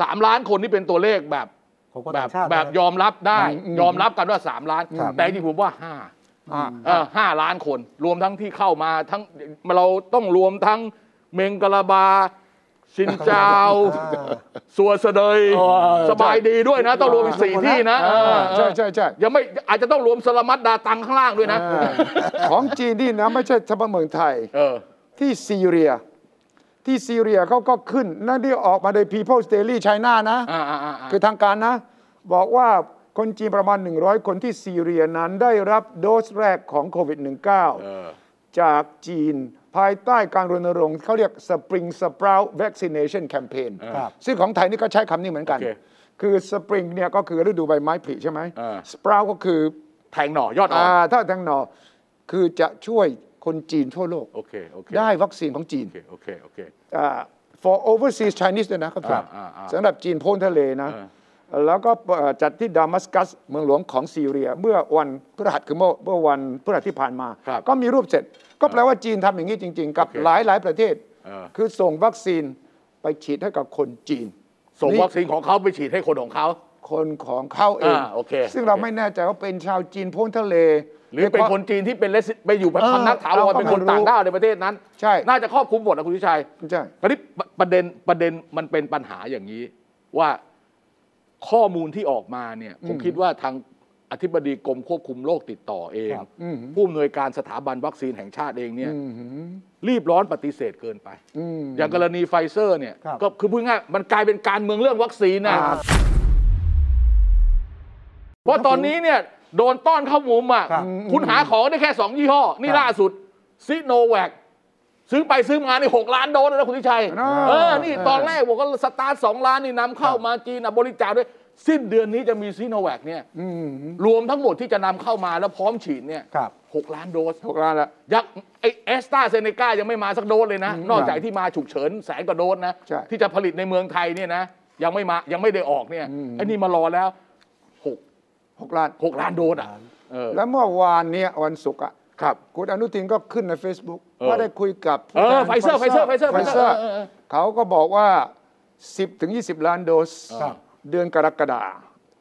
[SPEAKER 3] สามล้านคนนี่เป็นตัวเลขแบบ
[SPEAKER 1] ของคน
[SPEAKER 3] แบ
[SPEAKER 1] ต่า
[SPEAKER 3] บ
[SPEAKER 1] งชาติ
[SPEAKER 3] แบบ
[SPEAKER 1] นะ
[SPEAKER 3] ยอมรับได้
[SPEAKER 2] อืม
[SPEAKER 3] ยอมรับกันว่าสามล้าน
[SPEAKER 1] ครับ
[SPEAKER 3] แต่จริงๆผมว่าห้า
[SPEAKER 2] อ่า
[SPEAKER 3] เออห้าล้านคน รวมทั้งที่เข้ามาทั้งเราต้องรวมทั้งเมงกะลาบา ชินจาว
[SPEAKER 1] อ่า
[SPEAKER 3] สัวเสดย
[SPEAKER 2] เออ
[SPEAKER 3] สบายดีด้วยนะ ต้องรวมอีกสี่ที่นะเออ
[SPEAKER 2] ใช่ใช่ใช่
[SPEAKER 3] ยังไม่อาจจะต้องรวมสลัมัดดาตังข้างล่างด้วยนะ
[SPEAKER 2] อ่าของจีนนี่นะไม่ใช่เฉพาะเมืองไทย
[SPEAKER 3] เออ
[SPEAKER 2] ที่ซีเรีย ที่ซีเรียเขาก็ขึ้นนั่นที่ออกมาใน People's Daily China นะ
[SPEAKER 3] อ่าอ่าอ่าอ่า
[SPEAKER 2] คือทางการนะ บอกว่าคนจีนประมาณ 100 คนที่ซีเรียนั้นได้รับโดสแรกของโควิด -19 จากจีนภายใต้การรณรงค์เขาเรียก Spring Sprout Vaccination Campaign
[SPEAKER 1] ครับ
[SPEAKER 2] ซึ่งของไทยนี่ก็ใช้คำนี้เหมือนกัน
[SPEAKER 3] โอเค
[SPEAKER 2] คือ Spring เนี่ยก็คือฤดูใบไม้ผลิใช่ไหม
[SPEAKER 3] อ่า
[SPEAKER 2] Sprout ก็คือ
[SPEAKER 3] แทงหน่อยอดอ่อ
[SPEAKER 2] อ่าน ถ้าทางหนอคือจะช่วยคนจีนทั่วโลก
[SPEAKER 3] โอเค โอเค
[SPEAKER 2] ได้วัคซีนของจีน
[SPEAKER 3] โอเค โอเค โอเค
[SPEAKER 2] อ่า for overseas Chinese ด้วยนะครับ
[SPEAKER 3] อ่าอ่าอ่า
[SPEAKER 2] สำหรับจีนพ้นทะเลนะ
[SPEAKER 3] อ่
[SPEAKER 2] แล้วก็เอ่อจัดที่ดามัสกัสเมืองหลวงของซีเรีย เมื่อวันพฤหัสคือเมื่อเมื่อวันพฤหัสที่ผ่านมา
[SPEAKER 3] ครับ
[SPEAKER 2] ก็มีรูปเสร็จ ก็แปลว่าจีนทำอย่างนี้จริง ๆ กับ
[SPEAKER 3] โอเค
[SPEAKER 2] หลายหลายๆประเทศ
[SPEAKER 3] เออ
[SPEAKER 2] คือส่งวัคซีนไปฉีดให้กับคนจีน
[SPEAKER 3] ส่งวัคซีนของเขาไปฉีดให้คนของเขา
[SPEAKER 2] คนของเขาเอง
[SPEAKER 3] อ่าโอเค
[SPEAKER 2] ซึ่งเรา
[SPEAKER 3] โอเค
[SPEAKER 2] ไม่แน่ใจว่าเป็นชาวจีนพ้นทะเล
[SPEAKER 3] หรือเป็นคนจีนที่เป็นเลสไปอยู่แบบ
[SPEAKER 2] เออ
[SPEAKER 3] พำนักถาวร
[SPEAKER 2] เราก็
[SPEAKER 3] เป็นคน
[SPEAKER 2] ไม่รู้
[SPEAKER 3] ต่างด้าวในประเทศนั้น
[SPEAKER 2] ใช่
[SPEAKER 3] น่าจะครอบคลุมหมดนะคุณวิชัย
[SPEAKER 2] ใช่
[SPEAKER 3] ตอนนี้ปประเด็นประเด็นมันเป็นปัญหาอย่างนี้ ว่าข้อมูลที่ออกมาเนี่ย ผมคิดว่าทางอธิบดีกรมควบคุมโรคติดต่อเอง
[SPEAKER 1] ครับ
[SPEAKER 2] อืม
[SPEAKER 3] ผู้อำนวยการสถาบันวัคซีนแห่งชาติเองเนี่ย
[SPEAKER 2] อืมหือ
[SPEAKER 3] รีบร้อนปฏิเสธเกินไป
[SPEAKER 2] อืม
[SPEAKER 3] อย่างกรณีไฟเซอร์เนี่ย
[SPEAKER 1] ครับ
[SPEAKER 3] ก็คือพูดง่ายๆมันกลายเป็นการเมืองเรื่องวัคซีนนะ
[SPEAKER 2] ครับ
[SPEAKER 3] เพราะตอนนี้เนี่ยโดนต้อนเข้ามุมอ่ะ
[SPEAKER 1] ครับ
[SPEAKER 3] คุณหาของได้แค่ 2 ยี่ห้อ นี่
[SPEAKER 1] ครับ
[SPEAKER 3] ล่าสุดซิโนแวคซื้อไปซื้อมาใน 6 ล้านโดสแล้วนะคุณทิชัย
[SPEAKER 2] น่า
[SPEAKER 3] เออ นี่
[SPEAKER 2] เออ
[SPEAKER 3] ตอนแรกบอกว่าสตาร์ทสองล้านนี่นำเข้ามาจีนอ่ะบริจาคด้วย สิ้นเดือนนี้จะมีซิโนแวคเนี่ย
[SPEAKER 2] อืมหือ
[SPEAKER 3] รวมทั้งหมดที่จะนำเข้ามาแล้วพร้อมฉีดเนี่ย
[SPEAKER 1] ครับ
[SPEAKER 3] หกล้านโดส
[SPEAKER 2] หกล้านละ
[SPEAKER 3] ยักษ์ไอเอสตาเซเนกายังไม่มาสักโดสเลยนะ นอกจากที่มาฉุกเฉินแสนกว่าโดสนะ
[SPEAKER 2] ใช่
[SPEAKER 3] ที่จะผลิตในเมืองไทยเนี่ยนะ ยังไม่มายังไม่ได้ออกเนี่ยไอ้นี่มารอแล้วหก
[SPEAKER 2] หกล้าน
[SPEAKER 3] หกล้านโดสอ่ะเออ
[SPEAKER 2] แล้วเมื่อวานเนี่ยวันศุกร์อ่ะ
[SPEAKER 3] ครับ
[SPEAKER 2] คุณอนุทินก็ขึ้นใน Facebook
[SPEAKER 3] เออ
[SPEAKER 2] ว่าได้คุยกับ
[SPEAKER 3] เออ Pfizer Pfizer Pfizer
[SPEAKER 2] ไฟเซอ
[SPEAKER 3] Pfizer
[SPEAKER 2] ร์
[SPEAKER 3] เออเออ
[SPEAKER 2] เขาก็บอกว่า 10ถึง20 ล้านโดส
[SPEAKER 1] ครับ
[SPEAKER 2] เดือนกรกฎา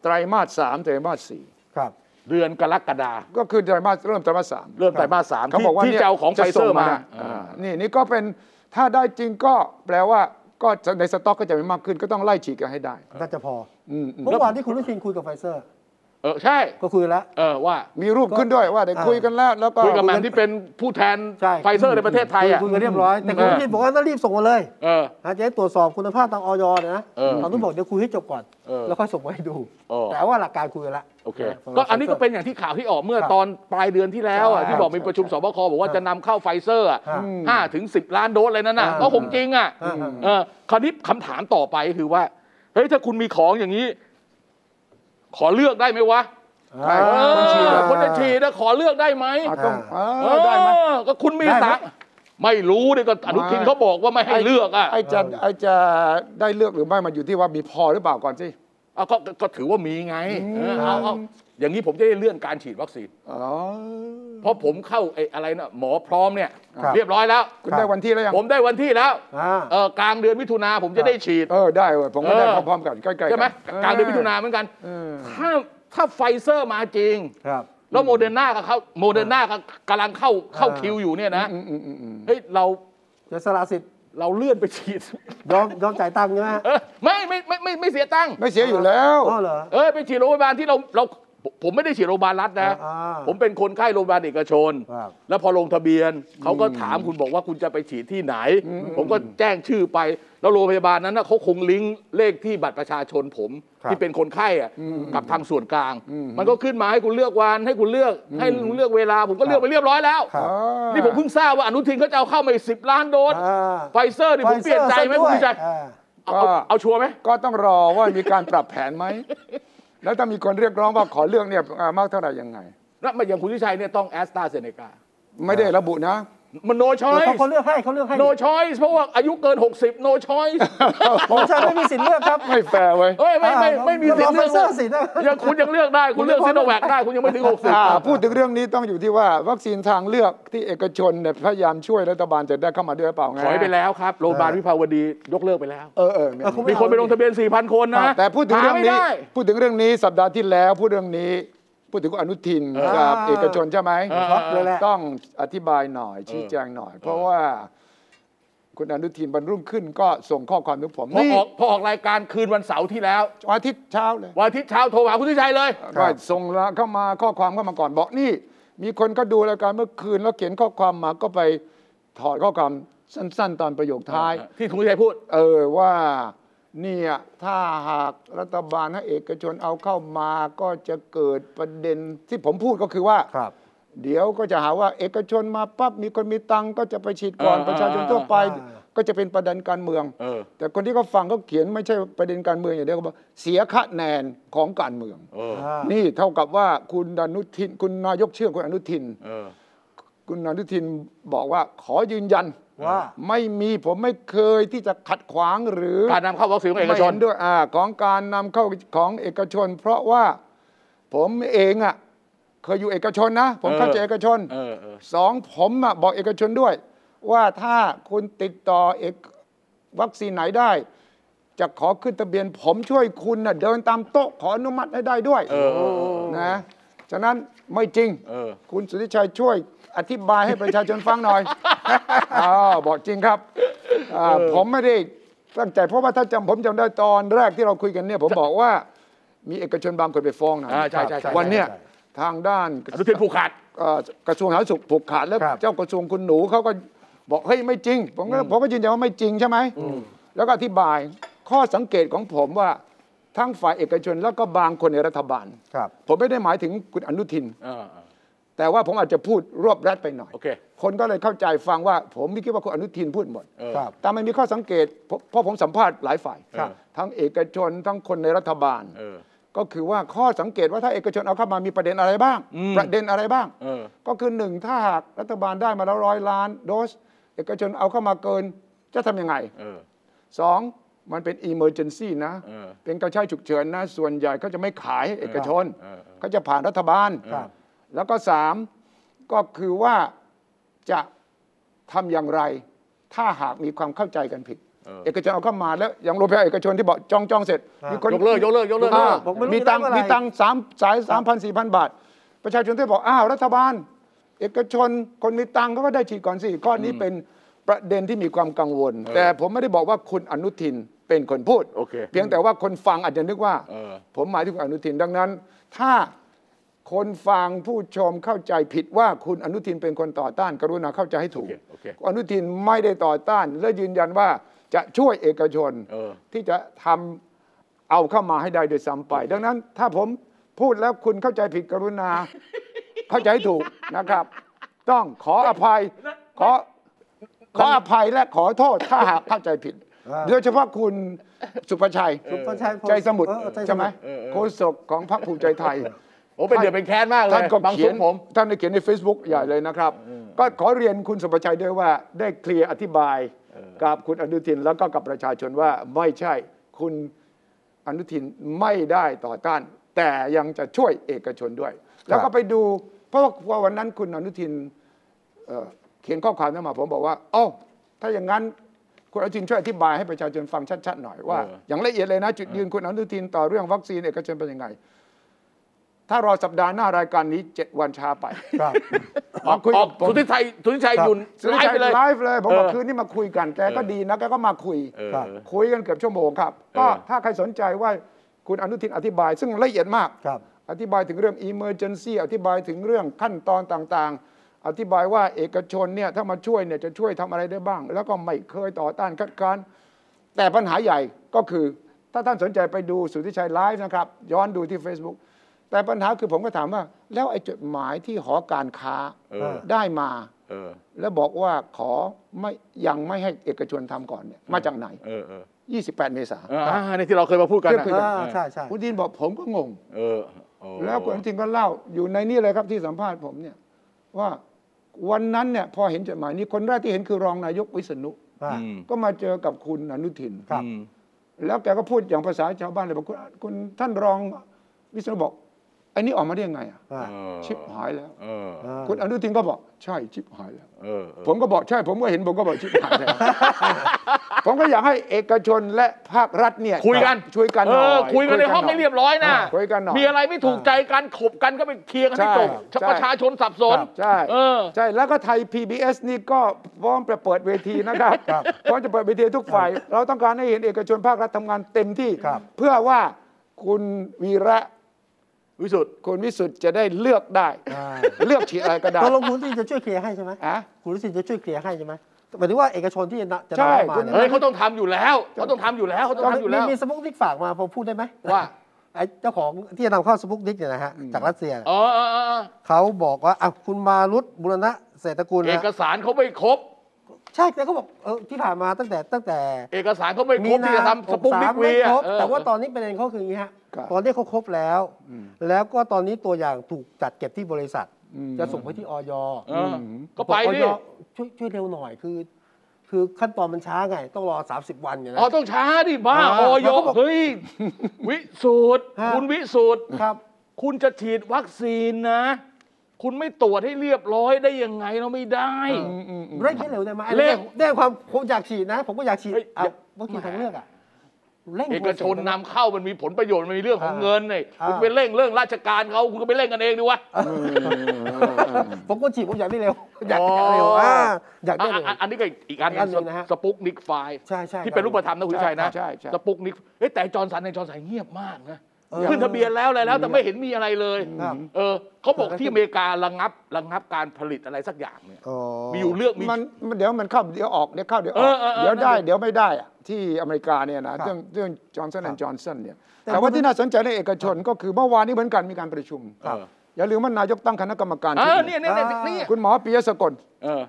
[SPEAKER 2] ไตรมาสสามไตรมาสสี่
[SPEAKER 1] ครับ
[SPEAKER 3] เดือนกรกฎา
[SPEAKER 2] ก็คือไตรมาสเริ่มไตรมาสสาม
[SPEAKER 3] เริ่มไตรมาสสาม
[SPEAKER 2] เขา
[SPEAKER 3] ที่
[SPEAKER 2] บอกว่า
[SPEAKER 3] ที่
[SPEAKER 2] นี่ย
[SPEAKER 3] เจ้าของไฟ
[SPEAKER 2] จะ
[SPEAKER 3] เซอ
[SPEAKER 2] ส่
[SPEAKER 3] ร์มา
[SPEAKER 2] นะ
[SPEAKER 3] อ่า
[SPEAKER 2] นี่นี่ก็เป็นถ้าได้จริงก็แปลว่าก็จะในสต็อกก็จะไม่มากขึ้นก็ต้องไล่ฉีดกันให้ได้
[SPEAKER 1] น่าจะพออ
[SPEAKER 2] ม
[SPEAKER 1] เมื่อวานที่คุณวิทินคุยกับไฟเซอร์
[SPEAKER 3] เออ ใช่
[SPEAKER 1] ก็คุยแล้ว
[SPEAKER 3] เออว่า
[SPEAKER 2] มีรูปขึ้นด้วยว่าได้คุยกันแล้วแล้วก็
[SPEAKER 3] คุยกับแมนที่เป็นผู้แทน
[SPEAKER 1] ใช่
[SPEAKER 3] ไฟเซอร์ในประเทศไทยอ่ะ
[SPEAKER 1] คุยกันเรียบร้อย แต่คุณวิทินบอกว่าต้องรีบส่งมาเลย
[SPEAKER 3] เออ
[SPEAKER 1] นะจะได้ตรวจสอบคุณภาพทางออยเนี่ยนะ
[SPEAKER 3] เออ
[SPEAKER 1] ทางนู้นบอกเดี๋ยวคุยให้จบก่อน
[SPEAKER 3] เออ
[SPEAKER 1] แล้วค่อยส่งมาให้ดู
[SPEAKER 3] เออ
[SPEAKER 1] แต่ว่าหลักการคุยกันละ
[SPEAKER 3] โอเค
[SPEAKER 1] นะสำหรับ
[SPEAKER 3] ก็อันนี้ก็เป็นอย่างที่ข่าวที่ออกเมื่อตอนปลายเดือนที่แล้วอะ
[SPEAKER 1] ใช่
[SPEAKER 3] ที่บอกมีประชุมสบคบอกว่าจะนำเข้าไฟเซอร์อะ
[SPEAKER 1] ครับ
[SPEAKER 3] ห้าถึงสิบล้านโดสเลยนั่นน่ะ
[SPEAKER 1] อ่า
[SPEAKER 3] ก็คงจริงอ่ะ
[SPEAKER 1] อ่าอ่า
[SPEAKER 3] เออคราวนี้คำถามต่อไปก็คือว่าเฮ้ยถ้าคุณมีของอย่างนี้ ขอเลือกได้ไหมวะ
[SPEAKER 1] อ่า
[SPEAKER 3] เออ
[SPEAKER 2] คนฉีดอะ
[SPEAKER 3] คนจะฉีดนะขอเลือกได้ไหม
[SPEAKER 2] อ่ะต้อง
[SPEAKER 1] อ่า
[SPEAKER 2] เออได้ไหม
[SPEAKER 3] เออก็คุณมี
[SPEAKER 1] ได้ไหม
[SPEAKER 3] สักไม่รู้เนี่ยก็อนุทิน
[SPEAKER 2] ไม่
[SPEAKER 3] เขาบอกว่าไม่ให้เลือกอ่ะ
[SPEAKER 2] ไอ้จะไอ้จะได้เลือกหรือไม่มาอยู่ที่ว่ามีพอหรือเปล่าก่อนสิ
[SPEAKER 3] เอาก็ก็ก็ถือว่ามีไงเออเอาเอาอย่างนี้ผมจะได้เลื่อนการฉีดวัคซีน
[SPEAKER 2] อ๋อ
[SPEAKER 3] เพราะผมเข้าไอ้อะไรนะหมอพร้อมเนี่ย
[SPEAKER 1] ครับ
[SPEAKER 3] เรียบร้อยแล้ว
[SPEAKER 2] คุณได้วันที่แล้วยัง
[SPEAKER 3] ผมได้วันที่แล้ว
[SPEAKER 1] อ่า
[SPEAKER 3] เออกลางเดือนมิถุนาผมจะได้ฉีด
[SPEAKER 2] เออ ได้เว้ยผมก็ได้
[SPEAKER 3] เออ
[SPEAKER 2] พร้อมๆกันใกล้ๆกัน
[SPEAKER 3] ใช่ไหมกลางเดือนมิถุนาเหมือนกัน
[SPEAKER 2] เออ
[SPEAKER 3] ถ้าถ้าไฟเซอร์มาจริง
[SPEAKER 1] ครับ
[SPEAKER 3] แล้วโมเดอร์นาก็เขาโมเดอร์นาก็กำลังเข้าเข้า
[SPEAKER 1] อ่า
[SPEAKER 3] คิวอยู่เนี่ยนะเฮ้ยเรา
[SPEAKER 1] จะสละสิทธิ์
[SPEAKER 3] เราเลื่อนไปฉีด
[SPEAKER 1] ยอมยอมจ่ายตังค์ใช่ไหมฮะ
[SPEAKER 3] เออไม่ไม่ไมไม่ไม่เสียตังค์
[SPEAKER 2] ไม่เสียอยู่แล้ว
[SPEAKER 1] อ๋อเหรอ
[SPEAKER 3] เออไปฉีดโรงพยาบาลที่เราเราผมผมไม่ได้ฉีดโรงพยาบาลรัฐนะ
[SPEAKER 1] อ่า
[SPEAKER 3] ผมเป็นคนไข้โรงพยาบาลเอกชน
[SPEAKER 1] ครับ
[SPEAKER 3] แล้วพอลงทะเบียนเขาก็ถามคุณบอกว่าคุณจะไปฉีดที่ไหน ผมก็แจ้งชื่อไป แล้วโรงพยาบาลนั้นนะเขาคงลิงก์เลขที่บัตรประชาชนผม
[SPEAKER 1] ครับ
[SPEAKER 3] ที่เป็นคนไข้อะกับทางส่วนกลาง มันก็ขึ้นมาให้คุณเลือกวันให้คุณเลือกให้คุณเลือกเวลาผมก็เลือกไปเรียบร้อยแล้ว
[SPEAKER 1] ครับ
[SPEAKER 2] อ่า
[SPEAKER 3] นี่ผมเพิ่งทราบว่าอนุทินเขาจะเอาเข้ามาอีกสิบล้านโดส
[SPEAKER 1] อ่า
[SPEAKER 3] ไฟเซอร์นี่ผมเปลี่ยนใจไหมคุณวิจัย
[SPEAKER 1] อ่า
[SPEAKER 3] เอาเอาเอาชัวร์ไหม
[SPEAKER 2] ก็ต้องรอว่ามีการปรับแผนไหม แล้วถ้ามีคนเรียกร้องว่าขอเรื่องเนี่ยอ่ามากเท่าไหร่ยังไง
[SPEAKER 3] แล้วมาอย่างคุณวิชัยเนี่ยต้องแอสตราเซเนกา
[SPEAKER 2] ไม่ได้ระบุนะ
[SPEAKER 3] มันโนชอย
[SPEAKER 1] เขาเขาเลือกให้เขาเลือกให้
[SPEAKER 3] โนชอยเพราะว่าอายุเกิน 60 โนชอย
[SPEAKER 1] ผมใช้ไม่มีสิทธิ์เลือกครับ
[SPEAKER 2] ไม่แฟร์เว้ย
[SPEAKER 3] เอ้ย ไม่ไม่ไม่มีสิทธิ์เลือก
[SPEAKER 1] เราเราเสื้อสีนะ
[SPEAKER 3] ยังคุณยังเลือกได้ คุณเลือกซิโนแว คได้ คุณยังไม่ถึง
[SPEAKER 2] อ่า
[SPEAKER 3] 60
[SPEAKER 2] พูดถึงเรื่องนี้ต้องอยู่ที่ว่าวัคซีนทางเลือกที่เอกชนเนี่ยพยายามช่วยรัฐบาลจะได้เข้ามาด้วยหรือเปล่าไง
[SPEAKER 3] ถอยไปแล้วครับ โรงพยาบาลวิภาวดียกเลิกไปแล้ว
[SPEAKER 2] เออเออเนี่ย
[SPEAKER 1] เขาไม่
[SPEAKER 3] มีคนไปลงทะเบียน 4,000 คนนะ
[SPEAKER 2] แต่พูดถึงเรื่อง
[SPEAKER 3] หาไม่
[SPEAKER 2] นี้
[SPEAKER 3] ไ
[SPEAKER 2] พูดถึงเรื่องนี้สัปดาห์ที่แล้วพูดเรื่องนี้ พูดถึงคุณอนุทิน
[SPEAKER 1] อ่ากั
[SPEAKER 2] กับเอกชนใช่ไหม
[SPEAKER 3] เออ
[SPEAKER 1] ครับเลยแหละ
[SPEAKER 2] ต้องอธิบายหน่อยชี้แจงหน่อย เพราะว่า คุณอนุทินบรรลุ่มขึ้นก็ส่งข้อความถึงผม
[SPEAKER 3] พอ
[SPEAKER 2] นี่
[SPEAKER 3] ออกพอออกรายการคืนวันเสาร์ที่แล้ว
[SPEAKER 2] วันอาทิตย์เช้าเลย
[SPEAKER 3] วันอาทิตย์เช้าโทรหาคุณวิชัยเลย
[SPEAKER 2] ก็ส่งละเข้ามาข้อความเข้ามาก่อนบอกนี่ มีคนก็ดูรายการเมื่อคืนแล้วเขียนข้อความมาก็ไปถอดข้อความสั้น ๆ ตอนประโยคท้าย
[SPEAKER 3] ที่คุณวิชัยพูด
[SPEAKER 2] เออว่าเนี่ยถ้าหากรัฐบาลให้เอกชนเอาเข้ามาก็จะเกิดประเด็นที่ผมพูดก็คือว่า
[SPEAKER 1] ครับ
[SPEAKER 2] เดี๋ยวก็จะหาว่าเอกชนมาปั๊บมีคนมีตังค์ก็จะไปฉีดก่อน
[SPEAKER 3] เออ
[SPEAKER 2] ประชาชนทั่วไป
[SPEAKER 1] เออ
[SPEAKER 2] ก็จะเป็นประเด็นการเมือง
[SPEAKER 3] เออ
[SPEAKER 2] แต่คนที่เขาฟังก็เขียนไม่ใช่ประเด็นการเมืองอย่างเดียวเขาบอกเสียคะแนนของการเมือง
[SPEAKER 3] เออ
[SPEAKER 1] อ่า
[SPEAKER 2] นี่เท่ากับว่าคุณอนุทิน คุณนายกเชื่อคุณอนุทิน
[SPEAKER 3] เออ
[SPEAKER 2] คุณอนุทินบอกว่าขอยืนยัน
[SPEAKER 1] ว่า
[SPEAKER 2] ไม่มีผมไม่เคยที่จะขัดขวางหรือ
[SPEAKER 3] การนำเข้าวัคซีนของเอกชน
[SPEAKER 2] ไม่ห็ด้วยอาของการนำเข้าของเอกชน เพราะว่าผมเองอ่ะเคยอยู่เอกชนนะ ผม
[SPEAKER 3] เออ
[SPEAKER 2] เข้าใจเอกชน
[SPEAKER 3] เออเออ
[SPEAKER 2] สองผมอ่ะบอกเอกชนด้วย ว่าถ้าคุณติดต่อเอกวัคซีนไหนได้ จะขอขึ้นทะเบียน ผมช่วยคุณนะเดินตามโต๊ะขออนุมัติให้ได้ด้วย
[SPEAKER 3] เออเออเออ
[SPEAKER 2] นะฉะนั้นไม่จริง
[SPEAKER 3] เออ
[SPEAKER 2] คุณสุทธิชัยช่วยอธิบายให้ประชาชนฟังหน่อย อ้าวบอกจริงครับอ่าผมไม่ได้ตั้งใจเพราะว่าถ้าจำผมจำได้ตอนแรกที่เราคุยกันเนี่ย ผมบอกว่ามีเอกชนบางคนไปฟ้องนะ
[SPEAKER 3] อ่าใช่ใช่ใช่
[SPEAKER 2] วันเนี้ย
[SPEAKER 1] ใช่
[SPEAKER 2] ทางด้าน
[SPEAKER 3] อนุทินผูกขาด
[SPEAKER 2] เอ่อกระทรวงสาธารณสุขผูกขาดแล้ว
[SPEAKER 1] ครับ
[SPEAKER 2] เจ้ากระทรวงคุณหนูเขาก็บอกเฮ้ยไม่จริง ผมก็ผมก็ยืนยันว่าไม่จริงใช่ไหมแล้วก็อธิบายข้อสังเกตของผมว่าทั้งฝ่ายเอกชนแล้วก็บางคนในรัฐบาล
[SPEAKER 1] ครับ
[SPEAKER 2] ผมไม่ได้หมายถึงคุณอนุทิน แต่ว่าผมอาจจะพูดรวบรัดไปหน่อย
[SPEAKER 3] โอเค
[SPEAKER 2] คนก็เลยเข้าใจฟังว่า ผมไม่คิดว่าคุณอนุทินพูดหมด
[SPEAKER 1] ครับ
[SPEAKER 2] แต่มันมีข้อสังเกตเพราะเพราะผมสัมภาษณ์หลายฝ่าย
[SPEAKER 1] ครับ
[SPEAKER 2] ทั้งเอกชนทั้งคนในรัฐบาล
[SPEAKER 3] เออ
[SPEAKER 2] ก็คือว่าข้อสังเกตว่าถ้าเอกชนเอาเข้ามามีประเด็นอะไรบ้าง
[SPEAKER 3] อืม
[SPEAKER 2] ประเด็นอะไรบ้าง
[SPEAKER 3] เออ
[SPEAKER 2] ก็คือหนึ่งถ้าหากรัฐบาลได้มาแล้วร้อยล้านโดส เอกชนเอาเข้ามาเกินจะทำยังไง
[SPEAKER 3] เออ
[SPEAKER 2] สองมันเป็น emergency นะ
[SPEAKER 3] เออ
[SPEAKER 2] เป็นการใช้ฉุกเฉินนะ ส่วนใหญ่เขาจะไม่ขายให้เอกชน
[SPEAKER 3] เออเออ
[SPEAKER 2] เขาจะผ่านรัฐบาล
[SPEAKER 1] ครับ
[SPEAKER 2] แล้วก็สามก็คือว่าจะทำอย่างไร ถ้าหากมีความเข้าใจกันผิด เอกชนเอาเข้ามาแล้วอย่างโรงพยาบาลเอกชนที่บอกจองจองเสร็จ
[SPEAKER 1] อ่ะ
[SPEAKER 2] มีคน
[SPEAKER 3] ยกเลิกยกเลิกยกเลิก
[SPEAKER 2] อ่า
[SPEAKER 1] ผมไม่รู้
[SPEAKER 2] มีตังค์
[SPEAKER 1] จะได้เมื่อไหร่
[SPEAKER 2] มีตังค์สามสายสามพันสี่พันบาท ประชาชนที่บอกอ้าวรัฐบาล เอกชนคนมีตังค์เขาก็ได้ฉีดก่อนสิข้อนี้เป็นประเด็นที่มีความกังวล แต่ผมไม่ได้บอกว่าคุณอนุทินเป็นคนพูด
[SPEAKER 3] โอเค
[SPEAKER 2] เพียงแต่ว่าคนฟังอาจจะนึกว่า
[SPEAKER 3] เออ
[SPEAKER 2] ผมหมายถึงคุณอนุทินดังนั้น ถ้าคนฟังผู้ชมเข้าใจผิดว่าคุณอนุทินเป็นคนต่อต้าน กรุณาเข้าใจให้ถูก
[SPEAKER 3] โอเคโอเค
[SPEAKER 2] ณอนุทินไม่ได้ต่อต้าน และยืนยันว่าจะช่วยเอกชน
[SPEAKER 3] เออ
[SPEAKER 2] ที่จะทำเอาเข้ามาให้ได้โดวยซ้ำไป ดังนั้นถ้าผมพูดแล้วคุณเข้าใจผิดกรุณา เข้าใจให้ถูกนะครับ ต้องขออภัยขอขออภัยและขอโทษถ้าหากเข้าใจผิด
[SPEAKER 1] อ่า
[SPEAKER 2] โดยเฉพาะคุณสุประชัย
[SPEAKER 1] ประชาชน
[SPEAKER 2] ใจสมุทร
[SPEAKER 1] เออใจส
[SPEAKER 2] ใช่ไหม
[SPEAKER 1] มุทร
[SPEAKER 2] โฆษกของพรรคภูมิใจไทย
[SPEAKER 3] โอ้เป็นเดือดเป็นแค้นมากเลย
[SPEAKER 2] ท่านก็
[SPEAKER 3] บาง
[SPEAKER 2] เขี
[SPEAKER 3] ส่
[SPEAKER 2] ย
[SPEAKER 3] วน นผม
[SPEAKER 2] ท่านได้เขียนใน Facebook ใหญ่เลยนะครับ ก็ขอเรียนคุณสมบัติชัยด้วยว่าได้เคลียร์อธิบายกับคุณอนุทินแล้วก็กับประชาชนว่าไม่ใช่คุณอนุทินไม่ได้ต่อต้าน แต่ยังจะช่วยเอกชนด้วย แล้วก็ไปดู เพราะว่าวันนั้นคุณอนุทินเอ่อเขียนข้อความนั้นมาผมบอกว่าเอ้าถ้าอย่างนั้นคุณอนุทินช่วยอธิบายให้ประชาชนฟังชัดๆหน่อยว่า
[SPEAKER 3] เออ
[SPEAKER 2] อ
[SPEAKER 3] อ
[SPEAKER 2] ย่างละเอียดเลยนะจุดยืนคุณอนุทินต่อเรื่องวัคซีนเอกชนเป็นยังไง ถ้ารอสัปดาห์หน้ารายการนี้เจ็ดวันช้าไป
[SPEAKER 1] ครับ
[SPEAKER 3] ออกออกสุทธิชัยสุทธิชัย
[SPEAKER 1] ครับ
[SPEAKER 3] ยุน
[SPEAKER 2] สุริ
[SPEAKER 3] ไล่
[SPEAKER 2] ชัย
[SPEAKER 3] ไปเลย
[SPEAKER 2] ไลฟ์เลยผมบอก
[SPEAKER 3] เออ
[SPEAKER 2] คืนนี้มาคุยกันแกก็ดีนะแกก็มาคุย
[SPEAKER 3] เออ
[SPEAKER 1] ครับ
[SPEAKER 2] คุยกันเกือบชั่วโมงครับ ก็ถ้าใครสนใจว่าคุณอนุทินอธิบาย ซึ่งละเอียดมาก
[SPEAKER 1] ครับ
[SPEAKER 2] อธิบายถึงเรื่อง emergency อธิบายถึงเรื่องขั้นตอนต่างๆ อธิบายว่าเอกชนเนี่ยถ้ามาช่วยเนี่ยจะช่วยทำอะไรได้บ้าง แล้วก็ไม่เคยต่อต้านคัดค้าน แต่ปัญหาใหญ่ก็คือ ถ้าท่านสนใจไปดูสุทธิชัยไลฟ์นะครับ ย้อนดูที่ Facebook แต่ปัญหาคือผมก็ถามว่า แล้วไอ้จดหมายที่หอการค้า
[SPEAKER 3] เออ
[SPEAKER 2] ได้มา
[SPEAKER 3] เออ
[SPEAKER 2] แล้วบอกว่าขอไม่ยังไม่ให้เอกชนทำก่อนเนี่ยมาจากไหน
[SPEAKER 3] เออ เออ
[SPEAKER 2] 28 เมษายน
[SPEAKER 3] เอออ่าในที่เราเคยมาพูดกันนะ
[SPEAKER 2] เที่ยงคืน
[SPEAKER 1] อ่าใช่ใช่
[SPEAKER 2] คุณดินบอกผมก็งง
[SPEAKER 3] เออโอ้
[SPEAKER 2] แล้วคุณอนุทินก็เล่าอยู่ในนี่เลยครับที่สัมภาษณ์ผมเนี่ยว่าวันนั้นเนี่ยพอเห็นจดหมายนี้คนแรกที่เห็นคือรองนายกวิษณุ
[SPEAKER 1] อ่า
[SPEAKER 3] อืม
[SPEAKER 2] ก็มาเจอกับคุณอนุทิน
[SPEAKER 1] ครับ
[SPEAKER 3] อืม
[SPEAKER 2] แล้วแกก็พูดอย่างภาษาชาวบ้านเลยบอกคุณคุณท่านรองวิษณุบอกไอ้นี่ออกมาได้ยังไงอะ
[SPEAKER 1] อ่า
[SPEAKER 3] เออ
[SPEAKER 2] ชิบหายแล้ว
[SPEAKER 3] เออ
[SPEAKER 1] อ่า
[SPEAKER 2] คุณอนุทินก็บอกใช่ชิบหายแล้ว
[SPEAKER 3] เออเออ
[SPEAKER 2] ผมก็บอกใช่ ผมก็เห็นผมก็บอกชิบหายแล้ว ผมก็อยากให้เอกชนและภาครัฐเนี่ย
[SPEAKER 3] คุยกัน
[SPEAKER 2] ช่วยกันห
[SPEAKER 3] เอ
[SPEAKER 2] น่
[SPEAKER 3] อ
[SPEAKER 2] อย
[SPEAKER 3] คุยกันในห้องให้เรียบร้อยนะ
[SPEAKER 2] คุยกันหน่อย
[SPEAKER 3] มีอะไรไม่ถูกใจกันขบกันก็ไปเคลียร์กันให้จบ
[SPEAKER 2] ใช่
[SPEAKER 3] ประชาชนสับสน
[SPEAKER 2] ใช่
[SPEAKER 3] เออ
[SPEAKER 2] ใช่แล้วก็ไทย PBS นี่ก็พร้อมจะเปิดเวทีนะครับพร้อมจะเปิดเวทีทุกฝ่าย เราต้องการให้เห็นเอกชนภาครัฐทำงานเต็มที่
[SPEAKER 1] ครับ
[SPEAKER 2] เพื่อว่าคุณวีระ
[SPEAKER 3] วิสุทธิ์
[SPEAKER 2] คุณวิสุทธ์จะได้เลือกได้
[SPEAKER 1] อ่า
[SPEAKER 2] เลือกฉีดอะไรก็ได้
[SPEAKER 1] ตกลงคุณอนุทินจะช่วยเคลียร์ให้ใช่ไหม
[SPEAKER 2] อะ
[SPEAKER 1] คุณอนุทินจะช่วยเคลียร์ให้ใช่ไหมหมายถึงว่าเอกชนที่จะนำจะ
[SPEAKER 2] ใช่
[SPEAKER 1] นำเข้ามา
[SPEAKER 2] คุณ
[SPEAKER 1] เนี่ย
[SPEAKER 3] เฮ้ยเขาต้องทำอยู่แล้วเขาต้องทำอยู่แล้วเขาต้องทำอยู่
[SPEAKER 1] มี
[SPEAKER 3] แล้ว
[SPEAKER 1] มีสมุกนิกฝากมาพอพูดได้ไหม
[SPEAKER 3] ว่า
[SPEAKER 1] ไอ้เจ้าของที่จะนำเข้าสมุกนิกเนี่ยนะฮะจากรัสเซีย
[SPEAKER 3] เออเออเออ
[SPEAKER 1] เขาบอกว่าอ่ะคุณมารุตบุรณะเศรษฐกุล
[SPEAKER 3] เอ
[SPEAKER 1] นะ
[SPEAKER 3] กสารเขาไม่ครบ
[SPEAKER 1] ใช่แต่เขาบอกเออที่ผ่านมาตั้งแต่ตั้งแต่
[SPEAKER 3] เอกสารเขาไม่ครบที่จะทำสปุกนิก
[SPEAKER 1] 63
[SPEAKER 3] วี
[SPEAKER 1] ไม่
[SPEAKER 3] อะ
[SPEAKER 1] ครบ
[SPEAKER 3] เออ
[SPEAKER 1] แต่ว่าตอนนี้ประเด็นเขาคืออย่างนี้ฮะ
[SPEAKER 2] ครับ
[SPEAKER 1] ตอนนี้เขาครบแล้ว แล้วก็ตอนนี้ตัวอย่างถูกจัดเก็บที่บริษัท จะส่งไปที่ออย
[SPEAKER 3] เออก็ไปดิ
[SPEAKER 1] บอก OY ช่วยช่วยเร็วหน่อยคือ คือขั้นตอนมันช้าไง ต้องรอ 30 วันอย่างนั้
[SPEAKER 3] อ๋อน ต้องช้าดิบ้า
[SPEAKER 1] อ่า
[SPEAKER 3] ออย
[SPEAKER 1] แล้วก็บอก
[SPEAKER 3] เฮ้ ย วิสูตร
[SPEAKER 1] ฮะ
[SPEAKER 3] คุณวิสูตร
[SPEAKER 1] ครับ
[SPEAKER 3] คุณจะฉีดวัคซีนนะ คุณไม่ตรวจให้เรียบร้อยได้ยังไงเราไม่ได้
[SPEAKER 1] เร่งให้เร็วได้ไหมอัน
[SPEAKER 3] เร่
[SPEAKER 1] นี้
[SPEAKER 3] ง
[SPEAKER 1] ได้ความผมอยากฉีดนะ ผมก็อยากฉีด
[SPEAKER 3] เฮ้ย
[SPEAKER 1] เอา
[SPEAKER 3] อย่า
[SPEAKER 1] วัคซีนทางเลือกอะเร่ง
[SPEAKER 3] เอกช
[SPEAKER 1] โป
[SPEAKER 3] น
[SPEAKER 1] รเซสได้ไห
[SPEAKER 3] นำ
[SPEAKER 1] ม
[SPEAKER 3] เข้ามันมีผลประโยชน์มันมีเรื่องของ
[SPEAKER 1] อ่า
[SPEAKER 3] เงินนี่
[SPEAKER 1] อ่า
[SPEAKER 3] คุณไปเร่งเรื่องราชการเขาคุณก็ไปเร่งกันเองดีวะ
[SPEAKER 1] ผมก็ฉีดผมอยากได้เร็ว อยากได้เร็ว
[SPEAKER 3] อ๋ออ่
[SPEAKER 1] อ่าอยากได้เร็ว
[SPEAKER 3] อ่ะอ่ะอันนี้ก็อีกอันห
[SPEAKER 1] อีกอันหนึ่งนะฮะ
[SPEAKER 3] สปุกนิกไฟล์
[SPEAKER 1] ใช่ใช่
[SPEAKER 3] ที่เป็นรูปธรรมนะคุณ
[SPEAKER 2] ใช่
[SPEAKER 3] ชัยนะ
[SPEAKER 2] ใช่ใช่
[SPEAKER 3] สปุกนิกเฮ้ยแต่จอร์นสันในจอร์นสันเงียบมากนะ
[SPEAKER 1] เออ
[SPEAKER 3] ขึ้นทะเบียนแล้วอะไรแล้วแต่ไม่เห็นมีอะไรเลย
[SPEAKER 1] ครับ
[SPEAKER 3] เออเขาบอกที่อเมริการะงับระงับการผลิตอะไรสักอย่างเนี่ย
[SPEAKER 1] อ๋อ
[SPEAKER 3] มีอยู่เรื่องมี
[SPEAKER 2] มันมันเดี๋ยวมันเข้าเดี๋ยวออกเดี๋ยวเข้าเดี๋ยวออ
[SPEAKER 3] เอก อเออเออ
[SPEAKER 2] เดี๋ยวได้
[SPEAKER 3] นั่นดิ
[SPEAKER 2] เดี๋ยวไม่ได้อะที่อเมริกาเนี่ยนะครับ เรื่องเรื่องจอห์นสั
[SPEAKER 1] ค
[SPEAKER 2] น
[SPEAKER 1] รั
[SPEAKER 2] แอบ นด์จอห์นสันเนี่ย
[SPEAKER 1] แต่
[SPEAKER 2] แต่ว่า
[SPEAKER 1] คุณ
[SPEAKER 2] ที่น่าสนใจในเอกชนก็คือเมื่อวานนี้เหมือนกันมีการประชุม
[SPEAKER 1] ครับ
[SPEAKER 2] อย่าลืมว่านายกตั้งคณะกรรมการ
[SPEAKER 3] เอ
[SPEAKER 2] ชุด
[SPEAKER 3] อ
[SPEAKER 2] ห
[SPEAKER 3] เนี่
[SPEAKER 2] นึ่
[SPEAKER 3] ย
[SPEAKER 2] ง
[SPEAKER 3] เนี่ยเนี่ยเนี่ย
[SPEAKER 2] คุณหมอปิยะสกล
[SPEAKER 3] เออ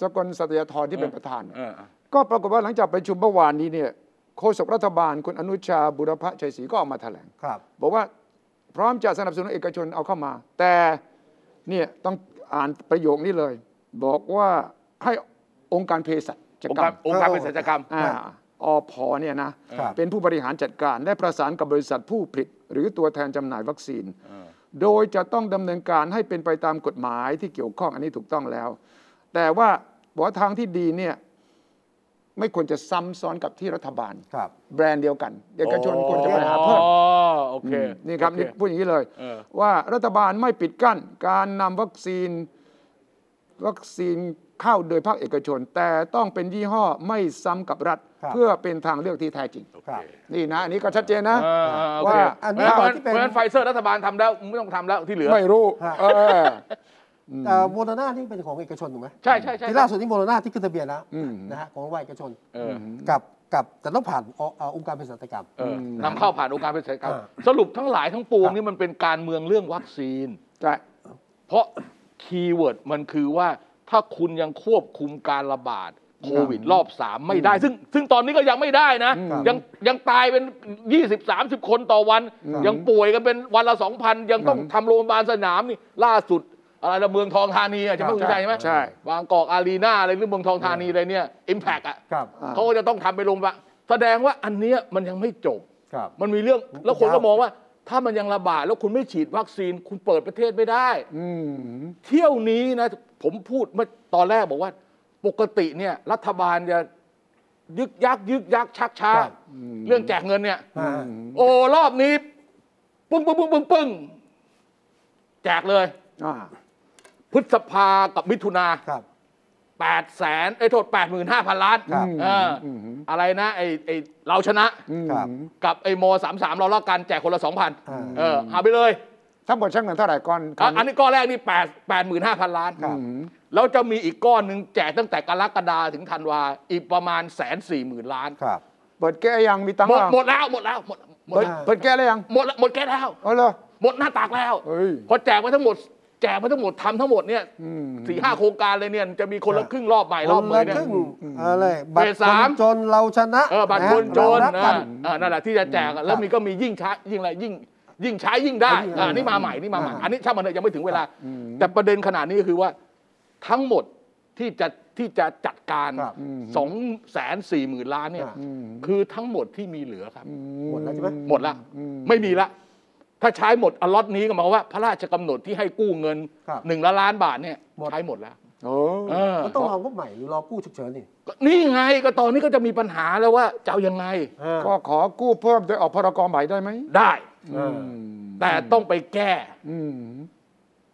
[SPEAKER 2] สกลสัตยธรที่เป็นประธาน
[SPEAKER 3] เออ
[SPEAKER 2] ก็ปรากฏว่าหลังจากประชุมเมื่อวานนี้เนี่ยโฆษกรัฐบาลคุณอนุชาบุรพชัยศรีก็ออกมาแถลง
[SPEAKER 1] ครับ
[SPEAKER 2] บอกว่าพร้อมจะสนับสนุนเอกชนเอาเข้ามา แต่เนี่ยต้องอ่านประโยคนี้เลย บอกว่าให้องค์การเภสัช
[SPEAKER 3] องค์
[SPEAKER 2] กร
[SPEAKER 3] การ
[SPEAKER 2] รม
[SPEAKER 3] องค์การเป็นศัลยกรรม
[SPEAKER 2] อ่าอพเนี่ยนะครับ เป็นผู้บริหารจัดการ และประสานกับบริษัทผู้ผลิต หรือตัวแทนจำหน่ายวัคซีน โดยจะต้องดำเนินการให้เป็นไปตามกฎหมายที่เกี่ยวข้องอันนี้ถูกต้องแล้ว แต่ว่าบอกว่าทางที่ดีเนี่ยไม่ควรจะซ้ำซ้อนกับที่รัฐบาล
[SPEAKER 1] ครับ
[SPEAKER 2] แบรนด์เดียวกัน เอกชนควรจะไปหา
[SPEAKER 3] อ๋
[SPEAKER 2] เพิ่
[SPEAKER 3] อ
[SPEAKER 2] ม
[SPEAKER 3] โอเค
[SPEAKER 2] นี่ครับ
[SPEAKER 3] โอเ
[SPEAKER 2] นี่พูดอย่างนี้เลย
[SPEAKER 3] เออ
[SPEAKER 2] ว่ารัฐบาลไม่ปิดกั้น การนำวัคซีน วัคซีนเข้าโดยภาคเอกชน แต่ต้องเป็นยี่ห้อไม่ซ้ำกับรัฐ
[SPEAKER 1] ครับ
[SPEAKER 2] เพื่อเป็นทางเลือกที่แท้จริง
[SPEAKER 1] ครับ
[SPEAKER 2] นี่นะ อันนี้ก็ชัดเจนนะ
[SPEAKER 3] เออเออโอเค
[SPEAKER 2] ว่า
[SPEAKER 1] อันนี้
[SPEAKER 3] เพราะฉะ
[SPEAKER 1] ก่อน
[SPEAKER 3] นั้น
[SPEAKER 1] ที่
[SPEAKER 3] เพ
[SPEAKER 1] เป็น
[SPEAKER 3] ราะฉะนั้นไฟเซอร์รัฐบาลทำแล้วไม่ต้องทำแล้วที่เหลือ
[SPEAKER 2] ไม่รู้
[SPEAKER 1] ฮะ
[SPEAKER 2] เออ
[SPEAKER 1] เอ่อโมเดอร์นานี่เป็นของเอกชนถูกไหม
[SPEAKER 3] ใช่ใช่ใช่
[SPEAKER 1] ที่ล่าสุดนี่โมเดอร์นาที่ขึ้นทะเบียนแล้วนะฮะของวัยเอกชน
[SPEAKER 3] เออ
[SPEAKER 1] กับกับแต่ต้องผ่านอเอ่อองค์การเภสัชกรรม
[SPEAKER 3] เออนำเข้าผ่านองค์การเภสัชกรรม
[SPEAKER 1] เออ
[SPEAKER 3] สรุปทั้งหลายทั้งปวงนี่มันเป็นการเมืองเรื่องวัคซีน
[SPEAKER 2] ใช่
[SPEAKER 3] เพราะคีย์เวิร์ดมันคือว่าถ้าคุณยังควบคุมการระบาดโควิดรอบสามไม่ได้ ซึ่งซึ่งตอนนี้ก็ยังไม่ได้นะ ยังยังตายเป็น 20 30 คนต่อวัน ยังป่วยกันเป็นวันละ 2,000 ยังต้องทำโรงพยาบาลสนามนี่ล่าสุด อะไรนะเมืองทองธานีอะจะไม่สนใจไหม
[SPEAKER 2] ใช่
[SPEAKER 3] บางกอกอารีนาอะไรหรือเมืองทองธานีอะไรเนี่ยอิมแพกอ่ะ
[SPEAKER 1] ครับ
[SPEAKER 2] อ่า
[SPEAKER 3] เขาก็จะต้องทำไปโรงพยาบาลแสดงว่าอันเนี้ยมันยังไม่จบ
[SPEAKER 1] ครับ
[SPEAKER 3] มันมีเรื่องแล้วคน
[SPEAKER 1] ยาว
[SPEAKER 3] ก็มองว่า ถ้ามันยังระบาดแล้วคุณไม่ฉีดวัคซีน คุณเปิดประเทศไม่ได้
[SPEAKER 2] อืม
[SPEAKER 3] เที่ยวนี้นะผมพูดเมื่อตอนแรกบอกว่า ปกติเนี่ยรัฐบาลจะยึกยักยึกยักชักช้า
[SPEAKER 1] ครับ
[SPEAKER 3] เรื่องแจกเงินเนี่ย
[SPEAKER 1] อ่า
[SPEAKER 3] โอ้รอบนี้ ปึ้งปึ้งปึ้งปึ้งปึ้งแจกเลย
[SPEAKER 2] อ่า
[SPEAKER 3] พฤษภากับมิถุนา
[SPEAKER 1] ครับ
[SPEAKER 3] แปดแสนไอ้ยโทษแปดหมื่นห้าพันล้าน
[SPEAKER 1] ครับ
[SPEAKER 3] เออออะไรนะไอ้ไอ้เราชนะ
[SPEAKER 1] ครับ
[SPEAKER 3] กับไอ้มสามสามเราละกันแจกคนละสองพัน
[SPEAKER 1] อ่า
[SPEAKER 3] เออเอาไปเลย
[SPEAKER 2] ทั้งหมดช่างเงินเท่าไหร่ก่อน
[SPEAKER 3] อ่ะอันนี้ก้อนแรกนี่แปดแปดหมื่นห้าพันล้าน
[SPEAKER 1] ครับ
[SPEAKER 3] แล้วจะมีอีกก้อนหนึ่งแจกตั้งแต่กรกฎาถึงธันวาอีกประมาณแสนสี่หมื่นล้าน
[SPEAKER 1] ครับ
[SPEAKER 2] เปิดแก้ยังมีตัง
[SPEAKER 3] ห
[SPEAKER 2] ค์
[SPEAKER 3] มด
[SPEAKER 2] เปล่า
[SPEAKER 3] หมดแล้วหมดแล้วหมดหมด
[SPEAKER 2] เปิด
[SPEAKER 3] แล้ว
[SPEAKER 2] เปิดแก้ได้ยัง
[SPEAKER 3] หมดแล้วหมดแก้แล้ว
[SPEAKER 2] เอาเลย
[SPEAKER 3] หมดหน้าตากแล้ว
[SPEAKER 2] เฮ้ย
[SPEAKER 3] พอแจกมาทั้งหมด แจกมาทั้งหมดทำทั้งหมดเนี่ยสี่ห้าโครงการเลยเนี่ย จะมีคนละครึ่งรอบใหม่รอบ
[SPEAKER 1] คน
[SPEAKER 3] ใหม่
[SPEAKER 1] ละ
[SPEAKER 3] เนี่
[SPEAKER 1] ค
[SPEAKER 3] ย
[SPEAKER 1] รึ่งอะไรบัตร
[SPEAKER 3] เฟส
[SPEAKER 1] ค
[SPEAKER 3] สาม
[SPEAKER 1] นจนเราชนะ
[SPEAKER 3] เออบัตระ คนจน
[SPEAKER 1] เรารักกั
[SPEAKER 3] นะเออนั่นแหละที่จะแจกอะแล้วมีก็มียิ่งใช้ายิ่งอะไรยิ่ง ยิ่งใช้ยิ่งได้
[SPEAKER 1] ยิ่งได้
[SPEAKER 3] อ่านี่มาใหม่นี่มาใหม่
[SPEAKER 1] อ่า
[SPEAKER 3] อันนี้ช่างมันเถอะยังไม่ถึงเวลา แต่ประเด็นขนาดนี้ก็คือว่าทั้งหมดที่จะที่จะจัดการ
[SPEAKER 1] ครับ
[SPEAKER 3] สองแสนสี่หมื่นล้านเนี่ย
[SPEAKER 1] อ่า
[SPEAKER 3] คือทั้งหมดที่มีเหลือครับ
[SPEAKER 1] หมดแล้วใช่ไหม
[SPEAKER 3] หมดละไม่มีละ ถ้าใช้หมดอล็อตนี้ก็หมายความว่า พระราชกำหนดที่ให้กู้เงิน
[SPEAKER 1] ครับ
[SPEAKER 3] หนึ่งละล้านบาทเนี่ย
[SPEAKER 1] หมด
[SPEAKER 3] ใช้หมดแล้ว
[SPEAKER 2] โอ้
[SPEAKER 3] เออ
[SPEAKER 1] ก็ต้องรอกู้ใหม่หรือรอกู้ฉุกเฉินนี่
[SPEAKER 3] ก็นี่ไงก็ตอนนี้ก็จะมีปัญหาแล้วว่าจะเอายังไง
[SPEAKER 1] อ่า
[SPEAKER 2] ก็ขอกู้เพิ่มโดยออกพรกรใหม่ได้ไหม
[SPEAKER 3] ได้
[SPEAKER 1] อ่า
[SPEAKER 3] แต่ต้องไปแก้
[SPEAKER 2] อืม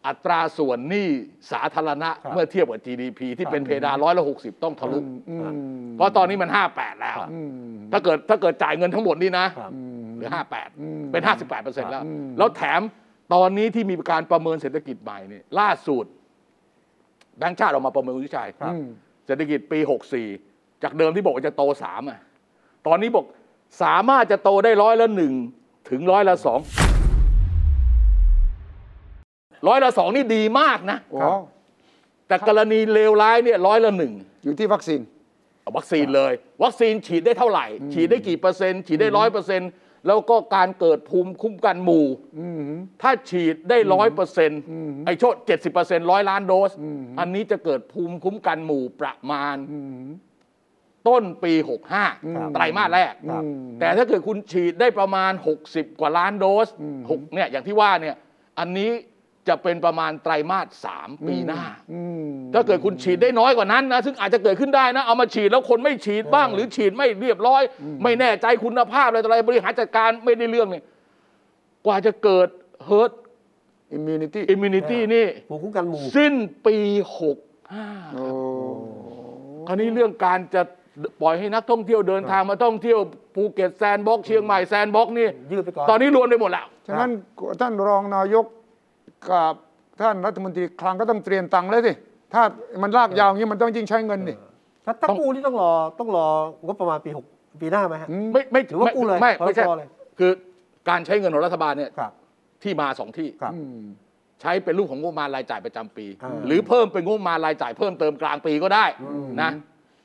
[SPEAKER 3] อัตราส่วนหนี้สาธารณะเมื่อเทียบกับ GDP ที่เป็นเพดานร้อยละหกสิบต้องทะลุ
[SPEAKER 2] อืม
[SPEAKER 3] เพราะตอนนี้มัน 58 แล้ว
[SPEAKER 2] อืม
[SPEAKER 3] ถ้าเกิดถ้าเกิดจ่ายเงินทั้งหมดนี่นะ
[SPEAKER 1] ครับ
[SPEAKER 3] หรือ
[SPEAKER 2] อืม
[SPEAKER 3] 58 เป็น 58เปอร์เซ็นต์แล้ว
[SPEAKER 2] อืม
[SPEAKER 3] แล้วแถมตอนนี้ที่มีการประเมินเศรษฐกิจใหม่เนี่ยล่าสุดแบงก์ชาติออกมาประเมินคุณวิชัย
[SPEAKER 1] ครับ
[SPEAKER 2] อืม
[SPEAKER 3] เศรษฐกิจปี 64 จากเดิมที่บอกว่าจะโต 3 อ่ะ ตอนนี้บอกสามารถจะโตได้ร้อยละหนึ่งถึงร้อยละสองร้อยละสองนี่ดีมากนะ
[SPEAKER 2] โอ้
[SPEAKER 3] แต่กรณีเลวร้ายเนี่ยร้อยละหนึ่ง
[SPEAKER 2] อยู่ที่วัคซีน
[SPEAKER 3] วัคซีนเลย วัคซีนฉีดได้เท่าไหร่ ฉีดได้กี่เปอร์เซ็นต์ฉีดได้ร้อยเปอร์เซ็นต์แล้วก็การเกิดภูมิคุ้มกันหมู่
[SPEAKER 2] อืม
[SPEAKER 3] ถ้าฉีดได้ร้อยเปอร์เซ็นต์ไอ้โชดเจ็ดสิบเปอร์เซ็นต์ร้อยล้านโดส อันนี้จะเกิดภูมิคุ้มกันหมู่ประมาณ
[SPEAKER 2] อืม
[SPEAKER 3] ต้นปี
[SPEAKER 1] ครับ
[SPEAKER 3] 65 ไตรมาสแรก
[SPEAKER 1] ครับ
[SPEAKER 3] แต่ถ้าเกิดคุณฉีดได้ประมาณ 60 กว่าล้านโดสหกเนี่ยอย่างที่ว่าเนี่ยอันนี้จะเป็นประมาณไตรมาสสามปีหน้า
[SPEAKER 2] อืม
[SPEAKER 3] ถ้าเกิดคุณฉีดได้น้อยกว่านั้นนะซึ่งอาจจะเกิดขึ้นได้นะ เอามาฉีดแล้วคนไม่ฉีดบ้าง หรือฉีดไม่เรียบร้อย ไม่แน่ใจคุณภาพอะไรต่ออะไรบริหารจัดการไม่ได้เรื่องเนี่ยกว่าจะเกิด herd
[SPEAKER 2] immunity
[SPEAKER 3] immunity นี่
[SPEAKER 1] ภูมิคุ้มกันหมู่
[SPEAKER 3] สิ้นปีหก
[SPEAKER 2] โอ้
[SPEAKER 3] คราวนี้เรื่องการจะปล่อยให้นักท่องเที่ยวเดินทางมาท่องเที่ยวภูเก็ตแซนด์บ็อกซ์เชียงใหม่แซนด์บ็อกซ์นี่
[SPEAKER 1] ยืดไปก่อน
[SPEAKER 3] ตอนนี้รวมไปหมดแล้ว
[SPEAKER 2] ฉะนั้นท่านรองนายกกับท่านรัฐมนตรีคลังก็ต้องเตรียมตังค์แล้วสิ ถ้ามันลากยาวอย่างนี้มันต้องยิ่งใช้เงินนี่
[SPEAKER 1] ถ้าถ้ากู้นี่ต้องรอต้องรองบประมาณปีหกปีหน้าไหมฮะ
[SPEAKER 3] ไม่ไม่
[SPEAKER 1] ถือว่ากู้เลย
[SPEAKER 3] ไม่
[SPEAKER 1] พรบ
[SPEAKER 3] ไม่ใช่
[SPEAKER 1] เลย
[SPEAKER 3] คือการใช้เงินของรัฐบาลเนี่ย
[SPEAKER 1] ครับ
[SPEAKER 3] ที่มาสองที่
[SPEAKER 1] ครับ
[SPEAKER 3] ใช้เป็นรูปของงบประมาณรายจ่ายประจำปี
[SPEAKER 1] อ่า
[SPEAKER 3] หรือเพิ่มเป็นงบประมาณรายจ่ายเพิ่มเติมกลางปีก็ได้นะ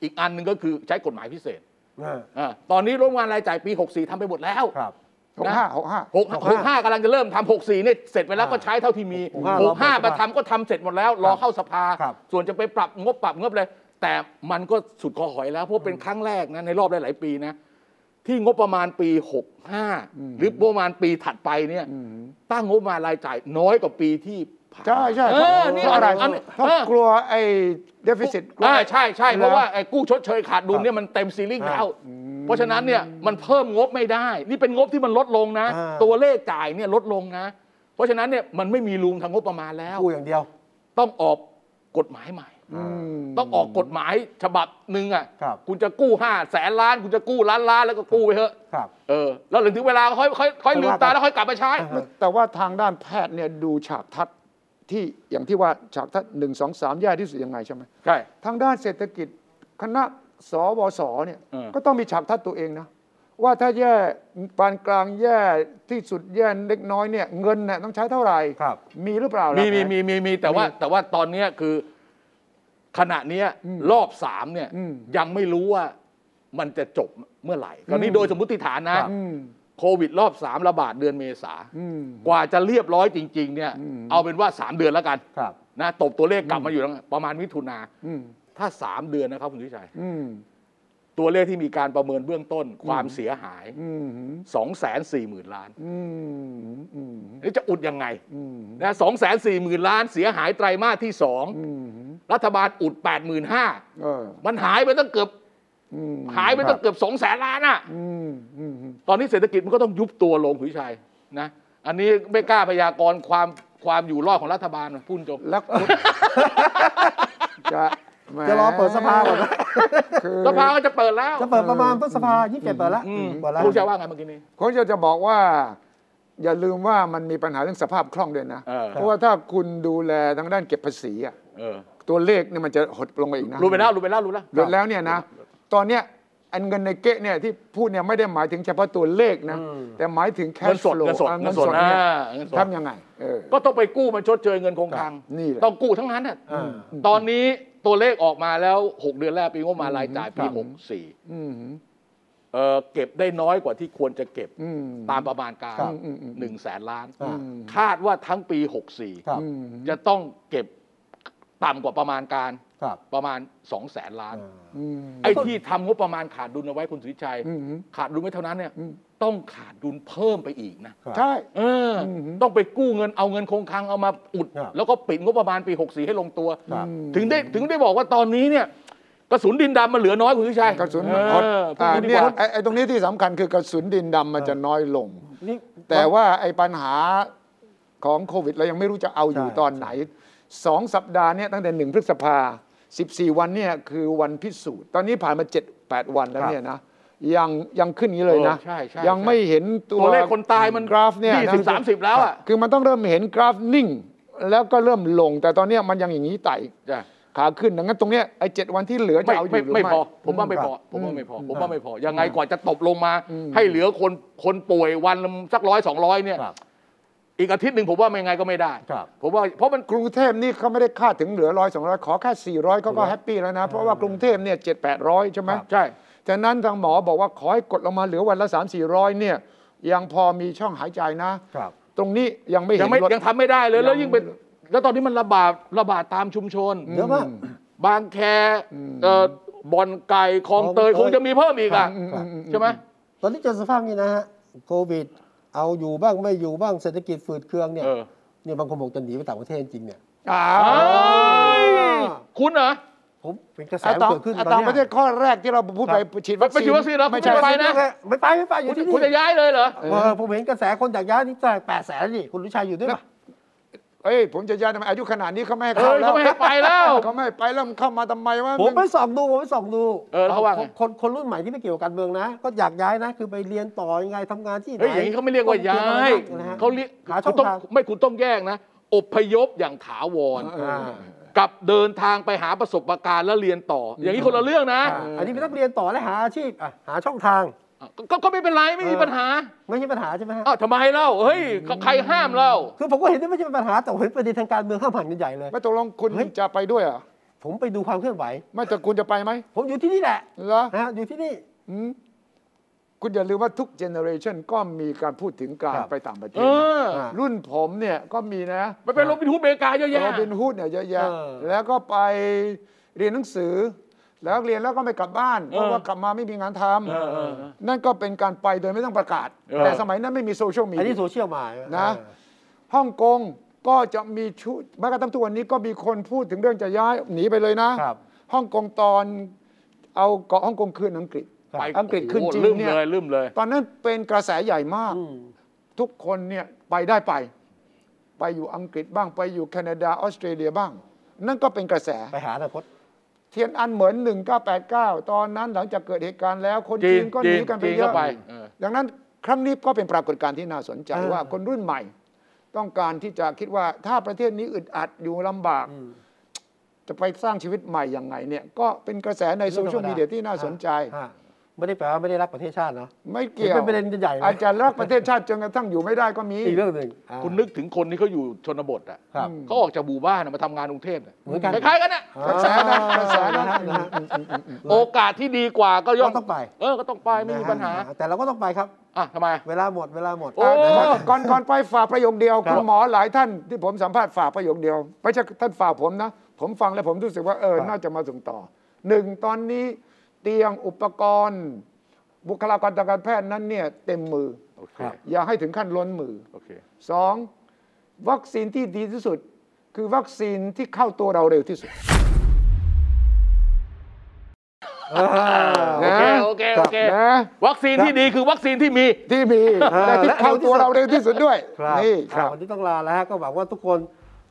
[SPEAKER 3] อีกอันหนึ่งก็คือใช้กฎหมายพิเศษ
[SPEAKER 1] อ่า
[SPEAKER 3] อาตอนนี้งบประมาณรายจ่ายปี 64ทำไปหมดแล้ว
[SPEAKER 1] ครับ
[SPEAKER 2] หกห้าหกห้า
[SPEAKER 3] 6 65กำลังจะเริ่มทำ64เนี่ยเสร็จไปแล้วก็ใช้เท่าที่มี
[SPEAKER 1] 65
[SPEAKER 3] 65มาทำก็ทำเสร็จหมดแล้วรอเข้าสภา
[SPEAKER 1] ครับ
[SPEAKER 3] ส่วนจะไปปรับงบปรับงบอะไรแต่มันก็สุดคอหอยแล้วเพราะเป็นครั้งแรกนะในรอบหลายๆปีนะที่งบประมาณปี 65 หรืองบประมาณปีถัดไปเนี่ยตั้งงบประมาณรายจ่ายน้อยกว่าปีที่ผ่าน
[SPEAKER 2] ใช่ใช่
[SPEAKER 3] เอ
[SPEAKER 2] เพราะ
[SPEAKER 3] อนี่
[SPEAKER 2] เพราะอะไร
[SPEAKER 3] อันนี้
[SPEAKER 2] เพราะ
[SPEAKER 3] เออ
[SPEAKER 2] กลัวไอ้ deficit กลัว
[SPEAKER 3] อ่าใช่ใช่เพ
[SPEAKER 2] แล้
[SPEAKER 3] ราะ
[SPEAKER 2] ว
[SPEAKER 3] ว่าไอ้กู้ชดเชยขาดดุลเนี่ยมันเต็มซีลิงแล้ว เพราะฉะนั้นเนี่ยมันเพิ่มงบไม่ได้ นี่เป็นงบที่มันลดลงนะ
[SPEAKER 1] อ่า
[SPEAKER 3] ตัวเลขจ่ายเนี่ยลดลงนะ เพราะฉะนั้นเนี่ยมันไม่มีลุงทางงบประมาณแล้ว
[SPEAKER 1] กู้อย่างเดียว
[SPEAKER 3] ต้องออกกฎหมายใหม่
[SPEAKER 2] อืม
[SPEAKER 3] ต้องออกกฎหมายฉบับหนึ่งอ่ะ
[SPEAKER 1] ครับ
[SPEAKER 3] ณจะกู้ห้าแสนล้าน คุณจะกู้ล้านล้านแล้วก็กู้ไปเถอะ
[SPEAKER 1] ครับ
[SPEAKER 3] เออแล้วถึงเวลาค่อยค่อยค่อยลืมตาแล้วค่อยกลับมาใช้
[SPEAKER 1] อ่า
[SPEAKER 2] แต่ว่าทางด้านแพทย์เนี่ยดูฉากทัศน์ที่อย่างที่ว่าฉากทัศน์หนึ่งสองสามแย่ที่สุดยังไงใช่ไหม
[SPEAKER 3] ใช่
[SPEAKER 2] ทางด้านเศรษฐกิจคณะสวสเนี่ย
[SPEAKER 3] เออ
[SPEAKER 2] ก็ต้องมีฉากทัศน์ตัวเองนะ ว่าถ้าแย่ปานกลางแย่ที่สุดแย่เล็กน้อยเนี่ยเงินเนี่ยต้องใช้เท่าไหร่
[SPEAKER 1] ครับ
[SPEAKER 2] มีหรือเปล่าล่ะ
[SPEAKER 3] มีมี
[SPEAKER 2] แพทย์
[SPEAKER 3] มีมีมีแต่ว่าแต่ว่าตอนเนี้ยคือขณะเนี้ยรอบสามเนี่ย
[SPEAKER 2] อืม
[SPEAKER 3] ยังไม่รู้ว่ามันจะจบเมื่อไหร่ตอนนี้โดยสมมติฐานนะ
[SPEAKER 2] อืม
[SPEAKER 3] โควิดรอบสามระบาดเดือนเมษา
[SPEAKER 2] อืม
[SPEAKER 3] กว่าจะเรียบร้อยจริง ๆ เนี่ย เอาเป็นว่า 3 เดือนแล้วกัน
[SPEAKER 1] ครับ
[SPEAKER 3] นะตบตัวเลขกลับมาอยู่แล้วประมาณมิถุนา
[SPEAKER 2] อืม
[SPEAKER 3] ถ้า 3 เดือนนะครับคุณวิชัย
[SPEAKER 2] อืม
[SPEAKER 3] ตัวเลขที่มีการประเมินเบื้องต้นความเสียหาย
[SPEAKER 2] อืม
[SPEAKER 3] 2 4 0 0 0 0 ล้าน
[SPEAKER 2] อืมอืม
[SPEAKER 3] นี่จะอุดยังไง
[SPEAKER 2] อืม
[SPEAKER 3] นะสองแสนสี่หมื่นล้านเสียหายไตรมาสที่สอง
[SPEAKER 2] อืม
[SPEAKER 3] รัฐบาลอุด 8 5 0 0
[SPEAKER 2] เออ
[SPEAKER 3] 0 มันหายไปตั้งเกือบ
[SPEAKER 2] อืม
[SPEAKER 3] หายไปตั้งเกือบ2แสนล้านอ่ะ
[SPEAKER 2] อืมอืม
[SPEAKER 3] ตอนนี้เศรษฐกิจมันก็ต้องยุบตัวลงคุณวิชัยนะ อันนี้ไม่กล้าพยากรณ์ความความอยู่รอดของรัฐบาลนะพูดจบ
[SPEAKER 2] แล้วคุณ จะแหม
[SPEAKER 1] จะรอเปิดสภาก่อนนะ
[SPEAKER 2] คือ
[SPEAKER 3] สภาก็จะเปิดแล้ว
[SPEAKER 1] จะเปิดประมาณพฤษภายี่สิบเจ็ดเปิดละ
[SPEAKER 3] อืม
[SPEAKER 1] เปิดละ
[SPEAKER 3] คุณวิชัยว่าไงเมื่อกี้นี้
[SPEAKER 2] ผมจะจะบอกว่า อย่าลืมว่ามันมีปัญหาเรื่องสภาพคล่องด้วยนะ
[SPEAKER 3] เออ
[SPEAKER 2] เพราะว่าถ้าคุณดูแลทางด้านเก็บภาษีอะ
[SPEAKER 3] เออ
[SPEAKER 2] ตัวเลขเนี่ยมันจะหดลงไปอีกนะ
[SPEAKER 3] รู้ไปแล้วรู้ไปแล้วรู้แล้ว
[SPEAKER 2] หลุดแล้วเนี่ยนะ ตอนเนี้ย อันเงินในเก๊ะเนี่ยที่พูดเนี่ยไม่ได้หมายถึงเฉพาะตัวเลขนะ แต่หมายถึงแคช
[SPEAKER 3] เงินสด
[SPEAKER 2] โฟล
[SPEAKER 3] เงินสด
[SPEAKER 2] เงิน
[SPEAKER 3] เงิน
[SPEAKER 2] ส
[SPEAKER 3] ส
[SPEAKER 2] ด
[SPEAKER 3] ด
[SPEAKER 2] เนี่ย
[SPEAKER 3] อ่าเงินสด
[SPEAKER 2] ทำยังไงเออ
[SPEAKER 3] ก็ต้องไปกู้มาชดเชยเงินคง
[SPEAKER 2] ครับ
[SPEAKER 3] คลัง
[SPEAKER 2] นี่แหละ
[SPEAKER 3] ต้องกู้ทั้งนั้นน่ะ
[SPEAKER 1] อ่า
[SPEAKER 3] ตอนนี้ตัวเลขออกมาแล้ว 6 เดือนแรกปีงบประมาณรายจ่ายปี
[SPEAKER 2] ครับ
[SPEAKER 3] 64
[SPEAKER 2] อืมหืม
[SPEAKER 3] เอ่อเก็บได้น้อยกว่าที่ควรจะเก็บ
[SPEAKER 2] อืม
[SPEAKER 3] ตามประมาณการ
[SPEAKER 1] ครับ
[SPEAKER 3] หนึ่งแสนล้าน
[SPEAKER 1] อ่า
[SPEAKER 3] คาดว่าทั้งปี 64
[SPEAKER 1] ครับ
[SPEAKER 2] อืม
[SPEAKER 3] จะต้องเก็บต่ำกว่าประมาณการ
[SPEAKER 1] ครับ
[SPEAKER 3] ประมาณ2แสนล้าน
[SPEAKER 1] อ่า
[SPEAKER 2] อืม
[SPEAKER 3] ไอ้ที่ทำงบประมาณขาดดุลเอาไว้คุณสุริชัย
[SPEAKER 2] อืม
[SPEAKER 3] ขาดดุลไม่เท่านั้นเนี่ยต้องขาดดุลเพิ่มไปอีกนะ
[SPEAKER 1] ครับ
[SPEAKER 2] ใช่
[SPEAKER 3] เอออ
[SPEAKER 2] ม
[SPEAKER 3] ต้องไปกู้เงินเอาเงินคงคลังเอามาอุด
[SPEAKER 1] ครับ
[SPEAKER 3] แล้วก็ปิดงบประมาณปี 64 ให้ลงตัว
[SPEAKER 1] ครับ
[SPEAKER 3] ถึงได้ถึงได้บอกว่าตอนนี้เนี่ยกระสุนดินดำมันเหลือน้อยคุณวิชัย
[SPEAKER 2] กระสุน
[SPEAKER 3] เ
[SPEAKER 2] มันฮอต
[SPEAKER 3] ออพูด
[SPEAKER 2] อ่า
[SPEAKER 3] อย่างนี้ดี
[SPEAKER 2] เนี่ย
[SPEAKER 3] กว่า
[SPEAKER 2] ไอ้ไอ้ตรงนี้ที่สำคัญคือกระสุนดินดำมันจะน้อยลง
[SPEAKER 1] นี่
[SPEAKER 2] แต่ว่าไอ้ปัญหาของโควิดเรายังไม่รู้จะเอาอยู่
[SPEAKER 1] ใช่
[SPEAKER 2] ตอนไหนสองสัปดาห์เนี่ยตั้งแต่หนึ่งพฤษภา 14 วันเนี่ยคือวันพิสูจน์ ตอนนี้ผ่านมา 7 8 วันแล้วเนี่ยนะยังยังขึ้นอย่างนี้เลยนะ
[SPEAKER 3] เออใช่ใช่
[SPEAKER 2] ยัง
[SPEAKER 3] ใช่
[SPEAKER 2] ไม่เห็นตัว
[SPEAKER 3] ตัวเลขคนตายมัน
[SPEAKER 2] กราฟเนี่ย
[SPEAKER 3] ยี่
[SPEAKER 2] นะ
[SPEAKER 3] สิบสามสิบแล้วอ่ะ
[SPEAKER 2] คือมันต้องเริ่มเห็นกราฟนิ่ง แล้วก็เริ่มลง แต่ตอนเนี้ยมันยังอย่างนี้ไต่
[SPEAKER 3] จ้ะ
[SPEAKER 2] ขาขึ้นดังนั้นตรงเนี้ยไอ้เจ็ดวันที่เหลือจะ
[SPEAKER 3] ไม่
[SPEAKER 2] เอาอยู่
[SPEAKER 3] ไม่
[SPEAKER 2] หรือ
[SPEAKER 3] ไม่
[SPEAKER 2] ไม่
[SPEAKER 3] พอ ผมว่าไม่พอ ผมว่าไม่พอ ผมว่าไม่พอ ยังไงกว่าจะตบลงมา ให้เหลือคนคนป่วยวันละสักร้อยสองร้อยเนี่ย
[SPEAKER 1] ครับ
[SPEAKER 3] อีกอาทิตย์หนึ่งผมว่าไม่ยังไงก็ไม่ได้
[SPEAKER 1] ครับ
[SPEAKER 3] ผมว่าเพราะมัน
[SPEAKER 2] กรุงเทพนี่เขาไม่ได้คาดถึงเหลือร้อยสองร้อยขอแค่สี่ร้อยเขาก็แฮปปี้แล้วนะ เพราะว่ากรุงเทพเนี่ยเจ็ดแปดร้อยใช่ไหม
[SPEAKER 3] ใช่
[SPEAKER 2] ฉะนั้นทางหมอบอกว่าขอให้กดลงมาเหลือวันละสามสี่ร้อยเนี่ยยังพอมีช่องหายใจนะ
[SPEAKER 1] ครับ
[SPEAKER 2] ตรงนี้ยังไม่เห็
[SPEAKER 3] ยั
[SPEAKER 2] น
[SPEAKER 3] งไม่
[SPEAKER 2] ลด
[SPEAKER 3] ยังทำไม่ได้เลย แล้ว
[SPEAKER 2] ยัง
[SPEAKER 3] ยิ่งเป็น แล้วตอนนี้มันระบาดระบาดตามชุมชน
[SPEAKER 1] เยอะมาก
[SPEAKER 3] บางแคเอ่อบ่อนไก่คลองเตย
[SPEAKER 1] คลองเตย
[SPEAKER 3] คงจะมีเพิ่มอีกอ่ะ
[SPEAKER 1] อืมอืมอืม
[SPEAKER 3] ใช่ไหม
[SPEAKER 1] ตอนนี้เจอสภาพนี้นะฮะโควิด เอาอยู่บ้างไม่อยู่บ้างเศรษฐกิจฝืดเคืองเนี่ย
[SPEAKER 3] เออ
[SPEAKER 1] เนี่ยบางคนบอกจะหนีไปต่างประเทศจริงเนี่ย
[SPEAKER 2] อ่า
[SPEAKER 3] เอ้ยคุณเหรอ
[SPEAKER 1] ผมเป็นกระแส
[SPEAKER 2] อ่าต่าง
[SPEAKER 1] เกิดขึ้น
[SPEAKER 2] อ่าต่างประเทศข้อแรกที่เราพูดไป
[SPEAKER 1] ครับ
[SPEAKER 2] ฉีดวัค
[SPEAKER 3] ไป
[SPEAKER 2] ซีน
[SPEAKER 3] ฉีดวัคซีนเหรอ
[SPEAKER 2] ไม่ใช่
[SPEAKER 3] คุณไป นะ
[SPEAKER 1] ไม่ไปไม่ไปอ
[SPEAKER 3] คุณ
[SPEAKER 1] ยู่ที่
[SPEAKER 3] คุณจะ
[SPEAKER 1] นี่
[SPEAKER 3] ย้ายเลยเหรอ
[SPEAKER 1] เออผมเห็นกระแสคนอยากย้ายนี่แตกแปดแสนนี่คุณลุชัยอยู่ด้วยป่ะ
[SPEAKER 2] เอ้ยผมจะย้ายทำไมอายุขนาดนี้เขาไม่ให้
[SPEAKER 3] เอ
[SPEAKER 2] เข้า
[SPEAKER 3] อ
[SPEAKER 2] แล้ว
[SPEAKER 3] เขาไม่ให้ไปแล้ว
[SPEAKER 2] เขาไม่ให้ไปแล้วมันเข้ามาทำไมวะ
[SPEAKER 1] ผมไปส่องดูผมไปส่องดู
[SPEAKER 3] เออแล้วเขาว่าไง
[SPEAKER 1] คนคนคนรุ่นใหม่ที่ไม่เกี่ยวกับการเมืองนะ ก็อยากย้ายนะ คือไปเรียนต่อยังไงทำงานที่ไหน
[SPEAKER 3] เฮ้ยอย่างนี้เขาไม่เรียกว่าย้าย
[SPEAKER 1] ต้องรีนอะไรบ้งนะฮะ
[SPEAKER 3] เขาเรียก
[SPEAKER 1] หาช่
[SPEAKER 3] คุ
[SPEAKER 1] อ
[SPEAKER 3] ณ
[SPEAKER 1] ง
[SPEAKER 3] ต้อง
[SPEAKER 1] ทาง
[SPEAKER 3] ไม่คุณต้องแยกนะ อพยพอย่างถาวร
[SPEAKER 1] อ่า
[SPEAKER 3] กับเดินทางไปหาประสบการณ์แล้วเรียนต่อ อย่างนี้คนละเรื่องนะ
[SPEAKER 1] อ่าอันนี้เป็นนักเรียนต่อและหาอาชีพอ่ะหาช่องทาง
[SPEAKER 3] ก็ก็ก็ไม่เป็นไรไม่มี
[SPEAKER 1] เออ
[SPEAKER 3] ปัญหา
[SPEAKER 1] ไม่ใช่ปัญหาใช่ไหมฮะ
[SPEAKER 3] อ้าวทำไมเล่าเฮ้ยใครห้ามเล่า
[SPEAKER 1] คือผมก็เห็นว่าไม่ใช่ปัญหาแต่ผมเห็นประเด็นทางการเมืองข้ามผ่านกันใหญ่เลย
[SPEAKER 2] ไม่ตกลงคุณ
[SPEAKER 1] เฮ้ย
[SPEAKER 2] จะไปด้วยเหรอ่ะ
[SPEAKER 1] ผมไปดูความเคลื่อนไหว
[SPEAKER 2] ไม่แต่คุณจะไปไหม
[SPEAKER 1] ผมอยู่ที่นี่แหละ
[SPEAKER 2] เหรอ
[SPEAKER 1] นะฮะอยู่ที่นี่
[SPEAKER 2] อืมคุณอย่าลืมว่าทุกเจเนอเรชันก็มีการพูดถึงการ
[SPEAKER 1] ครับ
[SPEAKER 2] ไปต่างประเทศ
[SPEAKER 3] เอ
[SPEAKER 2] นะ
[SPEAKER 3] อ
[SPEAKER 1] อ่า
[SPEAKER 2] รุ่นผมเนี่ยก็มีนะ
[SPEAKER 3] มันเป็นโรบินฮูดอเมริกาเยอะแยะ
[SPEAKER 2] โรบินฮูดเนี่ยเยอะแยะ
[SPEAKER 1] เออ
[SPEAKER 2] แล้วก็ไปเรียนหนังสือ แล้วเรียนแล้วก็ไม่กลับบ้าน เพราะว่ากลับมาไม่มีงานท
[SPEAKER 3] เออเออ
[SPEAKER 2] ำนั่นก็เป็นการไปโดยไม่ต้องประกาศ
[SPEAKER 3] เออ
[SPEAKER 2] แต่สมัยนั้นไม่มีโซเชียลมี
[SPEAKER 1] อัน
[SPEAKER 2] เดี
[SPEAKER 1] นี้
[SPEAKER 2] ย
[SPEAKER 1] โซเชียลมา
[SPEAKER 2] นะ ฮ่องกงก็จะมีชุดแม้กระทั่งทุกวันนี้ก็มีคนพูดถึงเรื่องจะย้ายหนีไปเลยนะ
[SPEAKER 1] ครับ
[SPEAKER 2] ฮ่องกงตอนเอาเกาะฮ่องกงคืนอังกฤษ
[SPEAKER 1] ครับ
[SPEAKER 3] ไป
[SPEAKER 2] อังกฤษขึ้น
[SPEAKER 3] โโห
[SPEAKER 2] จีน
[SPEAKER 3] ลืม
[SPEAKER 2] เนี่ย
[SPEAKER 3] เลยลืมเลย
[SPEAKER 2] ตอนนั้นเป็นกระแสใหญ่มาก
[SPEAKER 1] อืม
[SPEAKER 2] ทุกคนเนี่ยไปได้ไป ไปอยู่อังกฤษบ้างไปอยู่แคนาดาออสเตรเลียบ้าง นั่นก็เป็นกระแส
[SPEAKER 1] ไปหาอนาคต
[SPEAKER 2] เทียนอันเหมือน 1989 ตอนนั้นหลังจากเกิดเหตุการณ์แล้วคน
[SPEAKER 3] จี
[SPEAKER 2] จี
[SPEAKER 3] น
[SPEAKER 2] นก็หนีกันไป
[SPEAKER 3] จีน
[SPEAKER 2] เย
[SPEAKER 3] ก็
[SPEAKER 2] อะ
[SPEAKER 3] ไปเออ
[SPEAKER 2] ดังนั้นครั้งนี้ก็เป็นปรากฏการณ์ที่น่าสนใจ
[SPEAKER 1] เออ
[SPEAKER 2] ว่าคนรุ่นใหม่ ต้องการที่จะคิดว่าถ้าประเทศนี้อึดอัดอยู่ลำบาก
[SPEAKER 1] อืม
[SPEAKER 2] จะไปสร้างชีวิตใหม่ยังไงเนี่ยก็เป็นกระแสในโซเชียลมีเดียที่น่าสนใจ
[SPEAKER 1] ฮะไม่ได้แปลว่าไม่ได้รักประเทศชาติเนาะ
[SPEAKER 2] ไม่เกี่ยว
[SPEAKER 1] เป็นประเด็นใหญ่นะ
[SPEAKER 2] อาจจะรักประเทศชาติจนกระทั่งอยู่ไม่ได้ก็มี
[SPEAKER 1] อีกเรื่องหนึ่งอ่า
[SPEAKER 3] คุณนึกถึงคนที่เขาอยู่ชนบทอ่ะ
[SPEAKER 1] ครับ
[SPEAKER 3] เขาออกจากหมู่บ้านอะมาทำงานกรุงเทพเนี่ย
[SPEAKER 1] เหมือนกัน
[SPEAKER 3] คล้ายๆกันน่ะ
[SPEAKER 2] กระแสนะกระแสนะ
[SPEAKER 1] อ่าฮ
[SPEAKER 3] โอกาสที่ดีกว่าก็ย่อม
[SPEAKER 1] ก็ต้องไป
[SPEAKER 3] เออก็ต้องไปไม่มีปัญหา
[SPEAKER 1] แต่เราก็ต้องไปครับ
[SPEAKER 3] อ่ะทำไม
[SPEAKER 1] เวลาหมดเวลาหมด
[SPEAKER 3] โอ้
[SPEAKER 2] ก่อนก่อนก่อนไปฝากประโยคเดียว
[SPEAKER 1] ครับ
[SPEAKER 2] คุณหมอหลายท่านที่ผมสัมภาษณ์ฝากประโยคเดียวไม่ใช่ท่านฝากผมนะ ผมฟังแล้วผมรู้สึกว่าเออ
[SPEAKER 1] ครับ
[SPEAKER 2] น่าจะมาส่งต่อหนึ่งตอนนี้เตียงอุปกรณ์ บุคลากรทางการแพทย์นั้นเนี่ยเต็มมือ
[SPEAKER 3] โอเค
[SPEAKER 1] ครับ
[SPEAKER 2] อย่าให้ถึงขั้นล้นมือ
[SPEAKER 3] โอเค
[SPEAKER 2] สองวัคซีนที่ดีที่สุด คือวัคซีนที่เข้าตัวเราเร็วที่สุด
[SPEAKER 1] อ่า
[SPEAKER 3] โอเคโอเคโอเค
[SPEAKER 2] นะ
[SPEAKER 3] วัคซีนที่ดีคือวัคซีนที่มี
[SPEAKER 2] ที่มี
[SPEAKER 1] เออ
[SPEAKER 2] และที่เข้าตัว
[SPEAKER 1] และ
[SPEAKER 2] เรา
[SPEAKER 1] เร็
[SPEAKER 2] เร็
[SPEAKER 1] ว
[SPEAKER 2] ว
[SPEAKER 1] ที่
[SPEAKER 2] ที่
[SPEAKER 1] สุ
[SPEAKER 2] สุ
[SPEAKER 1] ด
[SPEAKER 2] ดด้วย
[SPEAKER 1] ครับ
[SPEAKER 2] นี่ค
[SPEAKER 1] อ่า
[SPEAKER 2] รับ
[SPEAKER 1] วันนี้ต้องลาแล้วฮะก็หวังว่าทุกคน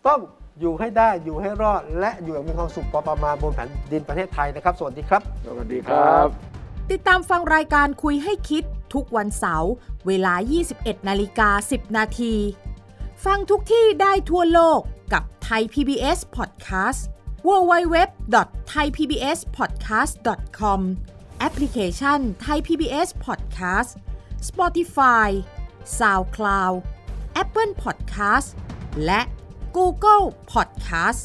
[SPEAKER 1] ต้องอยู่ให้ได้อยู่ให้รอด และอยู่อย่างมีความสุขพอประมาณบนแผ่นดินประเทศไทยนะครับ สวัสดีครับ
[SPEAKER 2] สวัสดีครับ
[SPEAKER 4] ติดตามฟังรายการคุยให้คิดทุกวันเสาร์เวลา 21นาฬิกา10 นาที ฟังทุกที่ได้ทั่วโลกกับ ไทย PBS Podcast www.thaipbspodcast.com แอปพลิเคชันไทย PBS Podcast Spotify SoundCloud Apple Podcast และ Google Podcast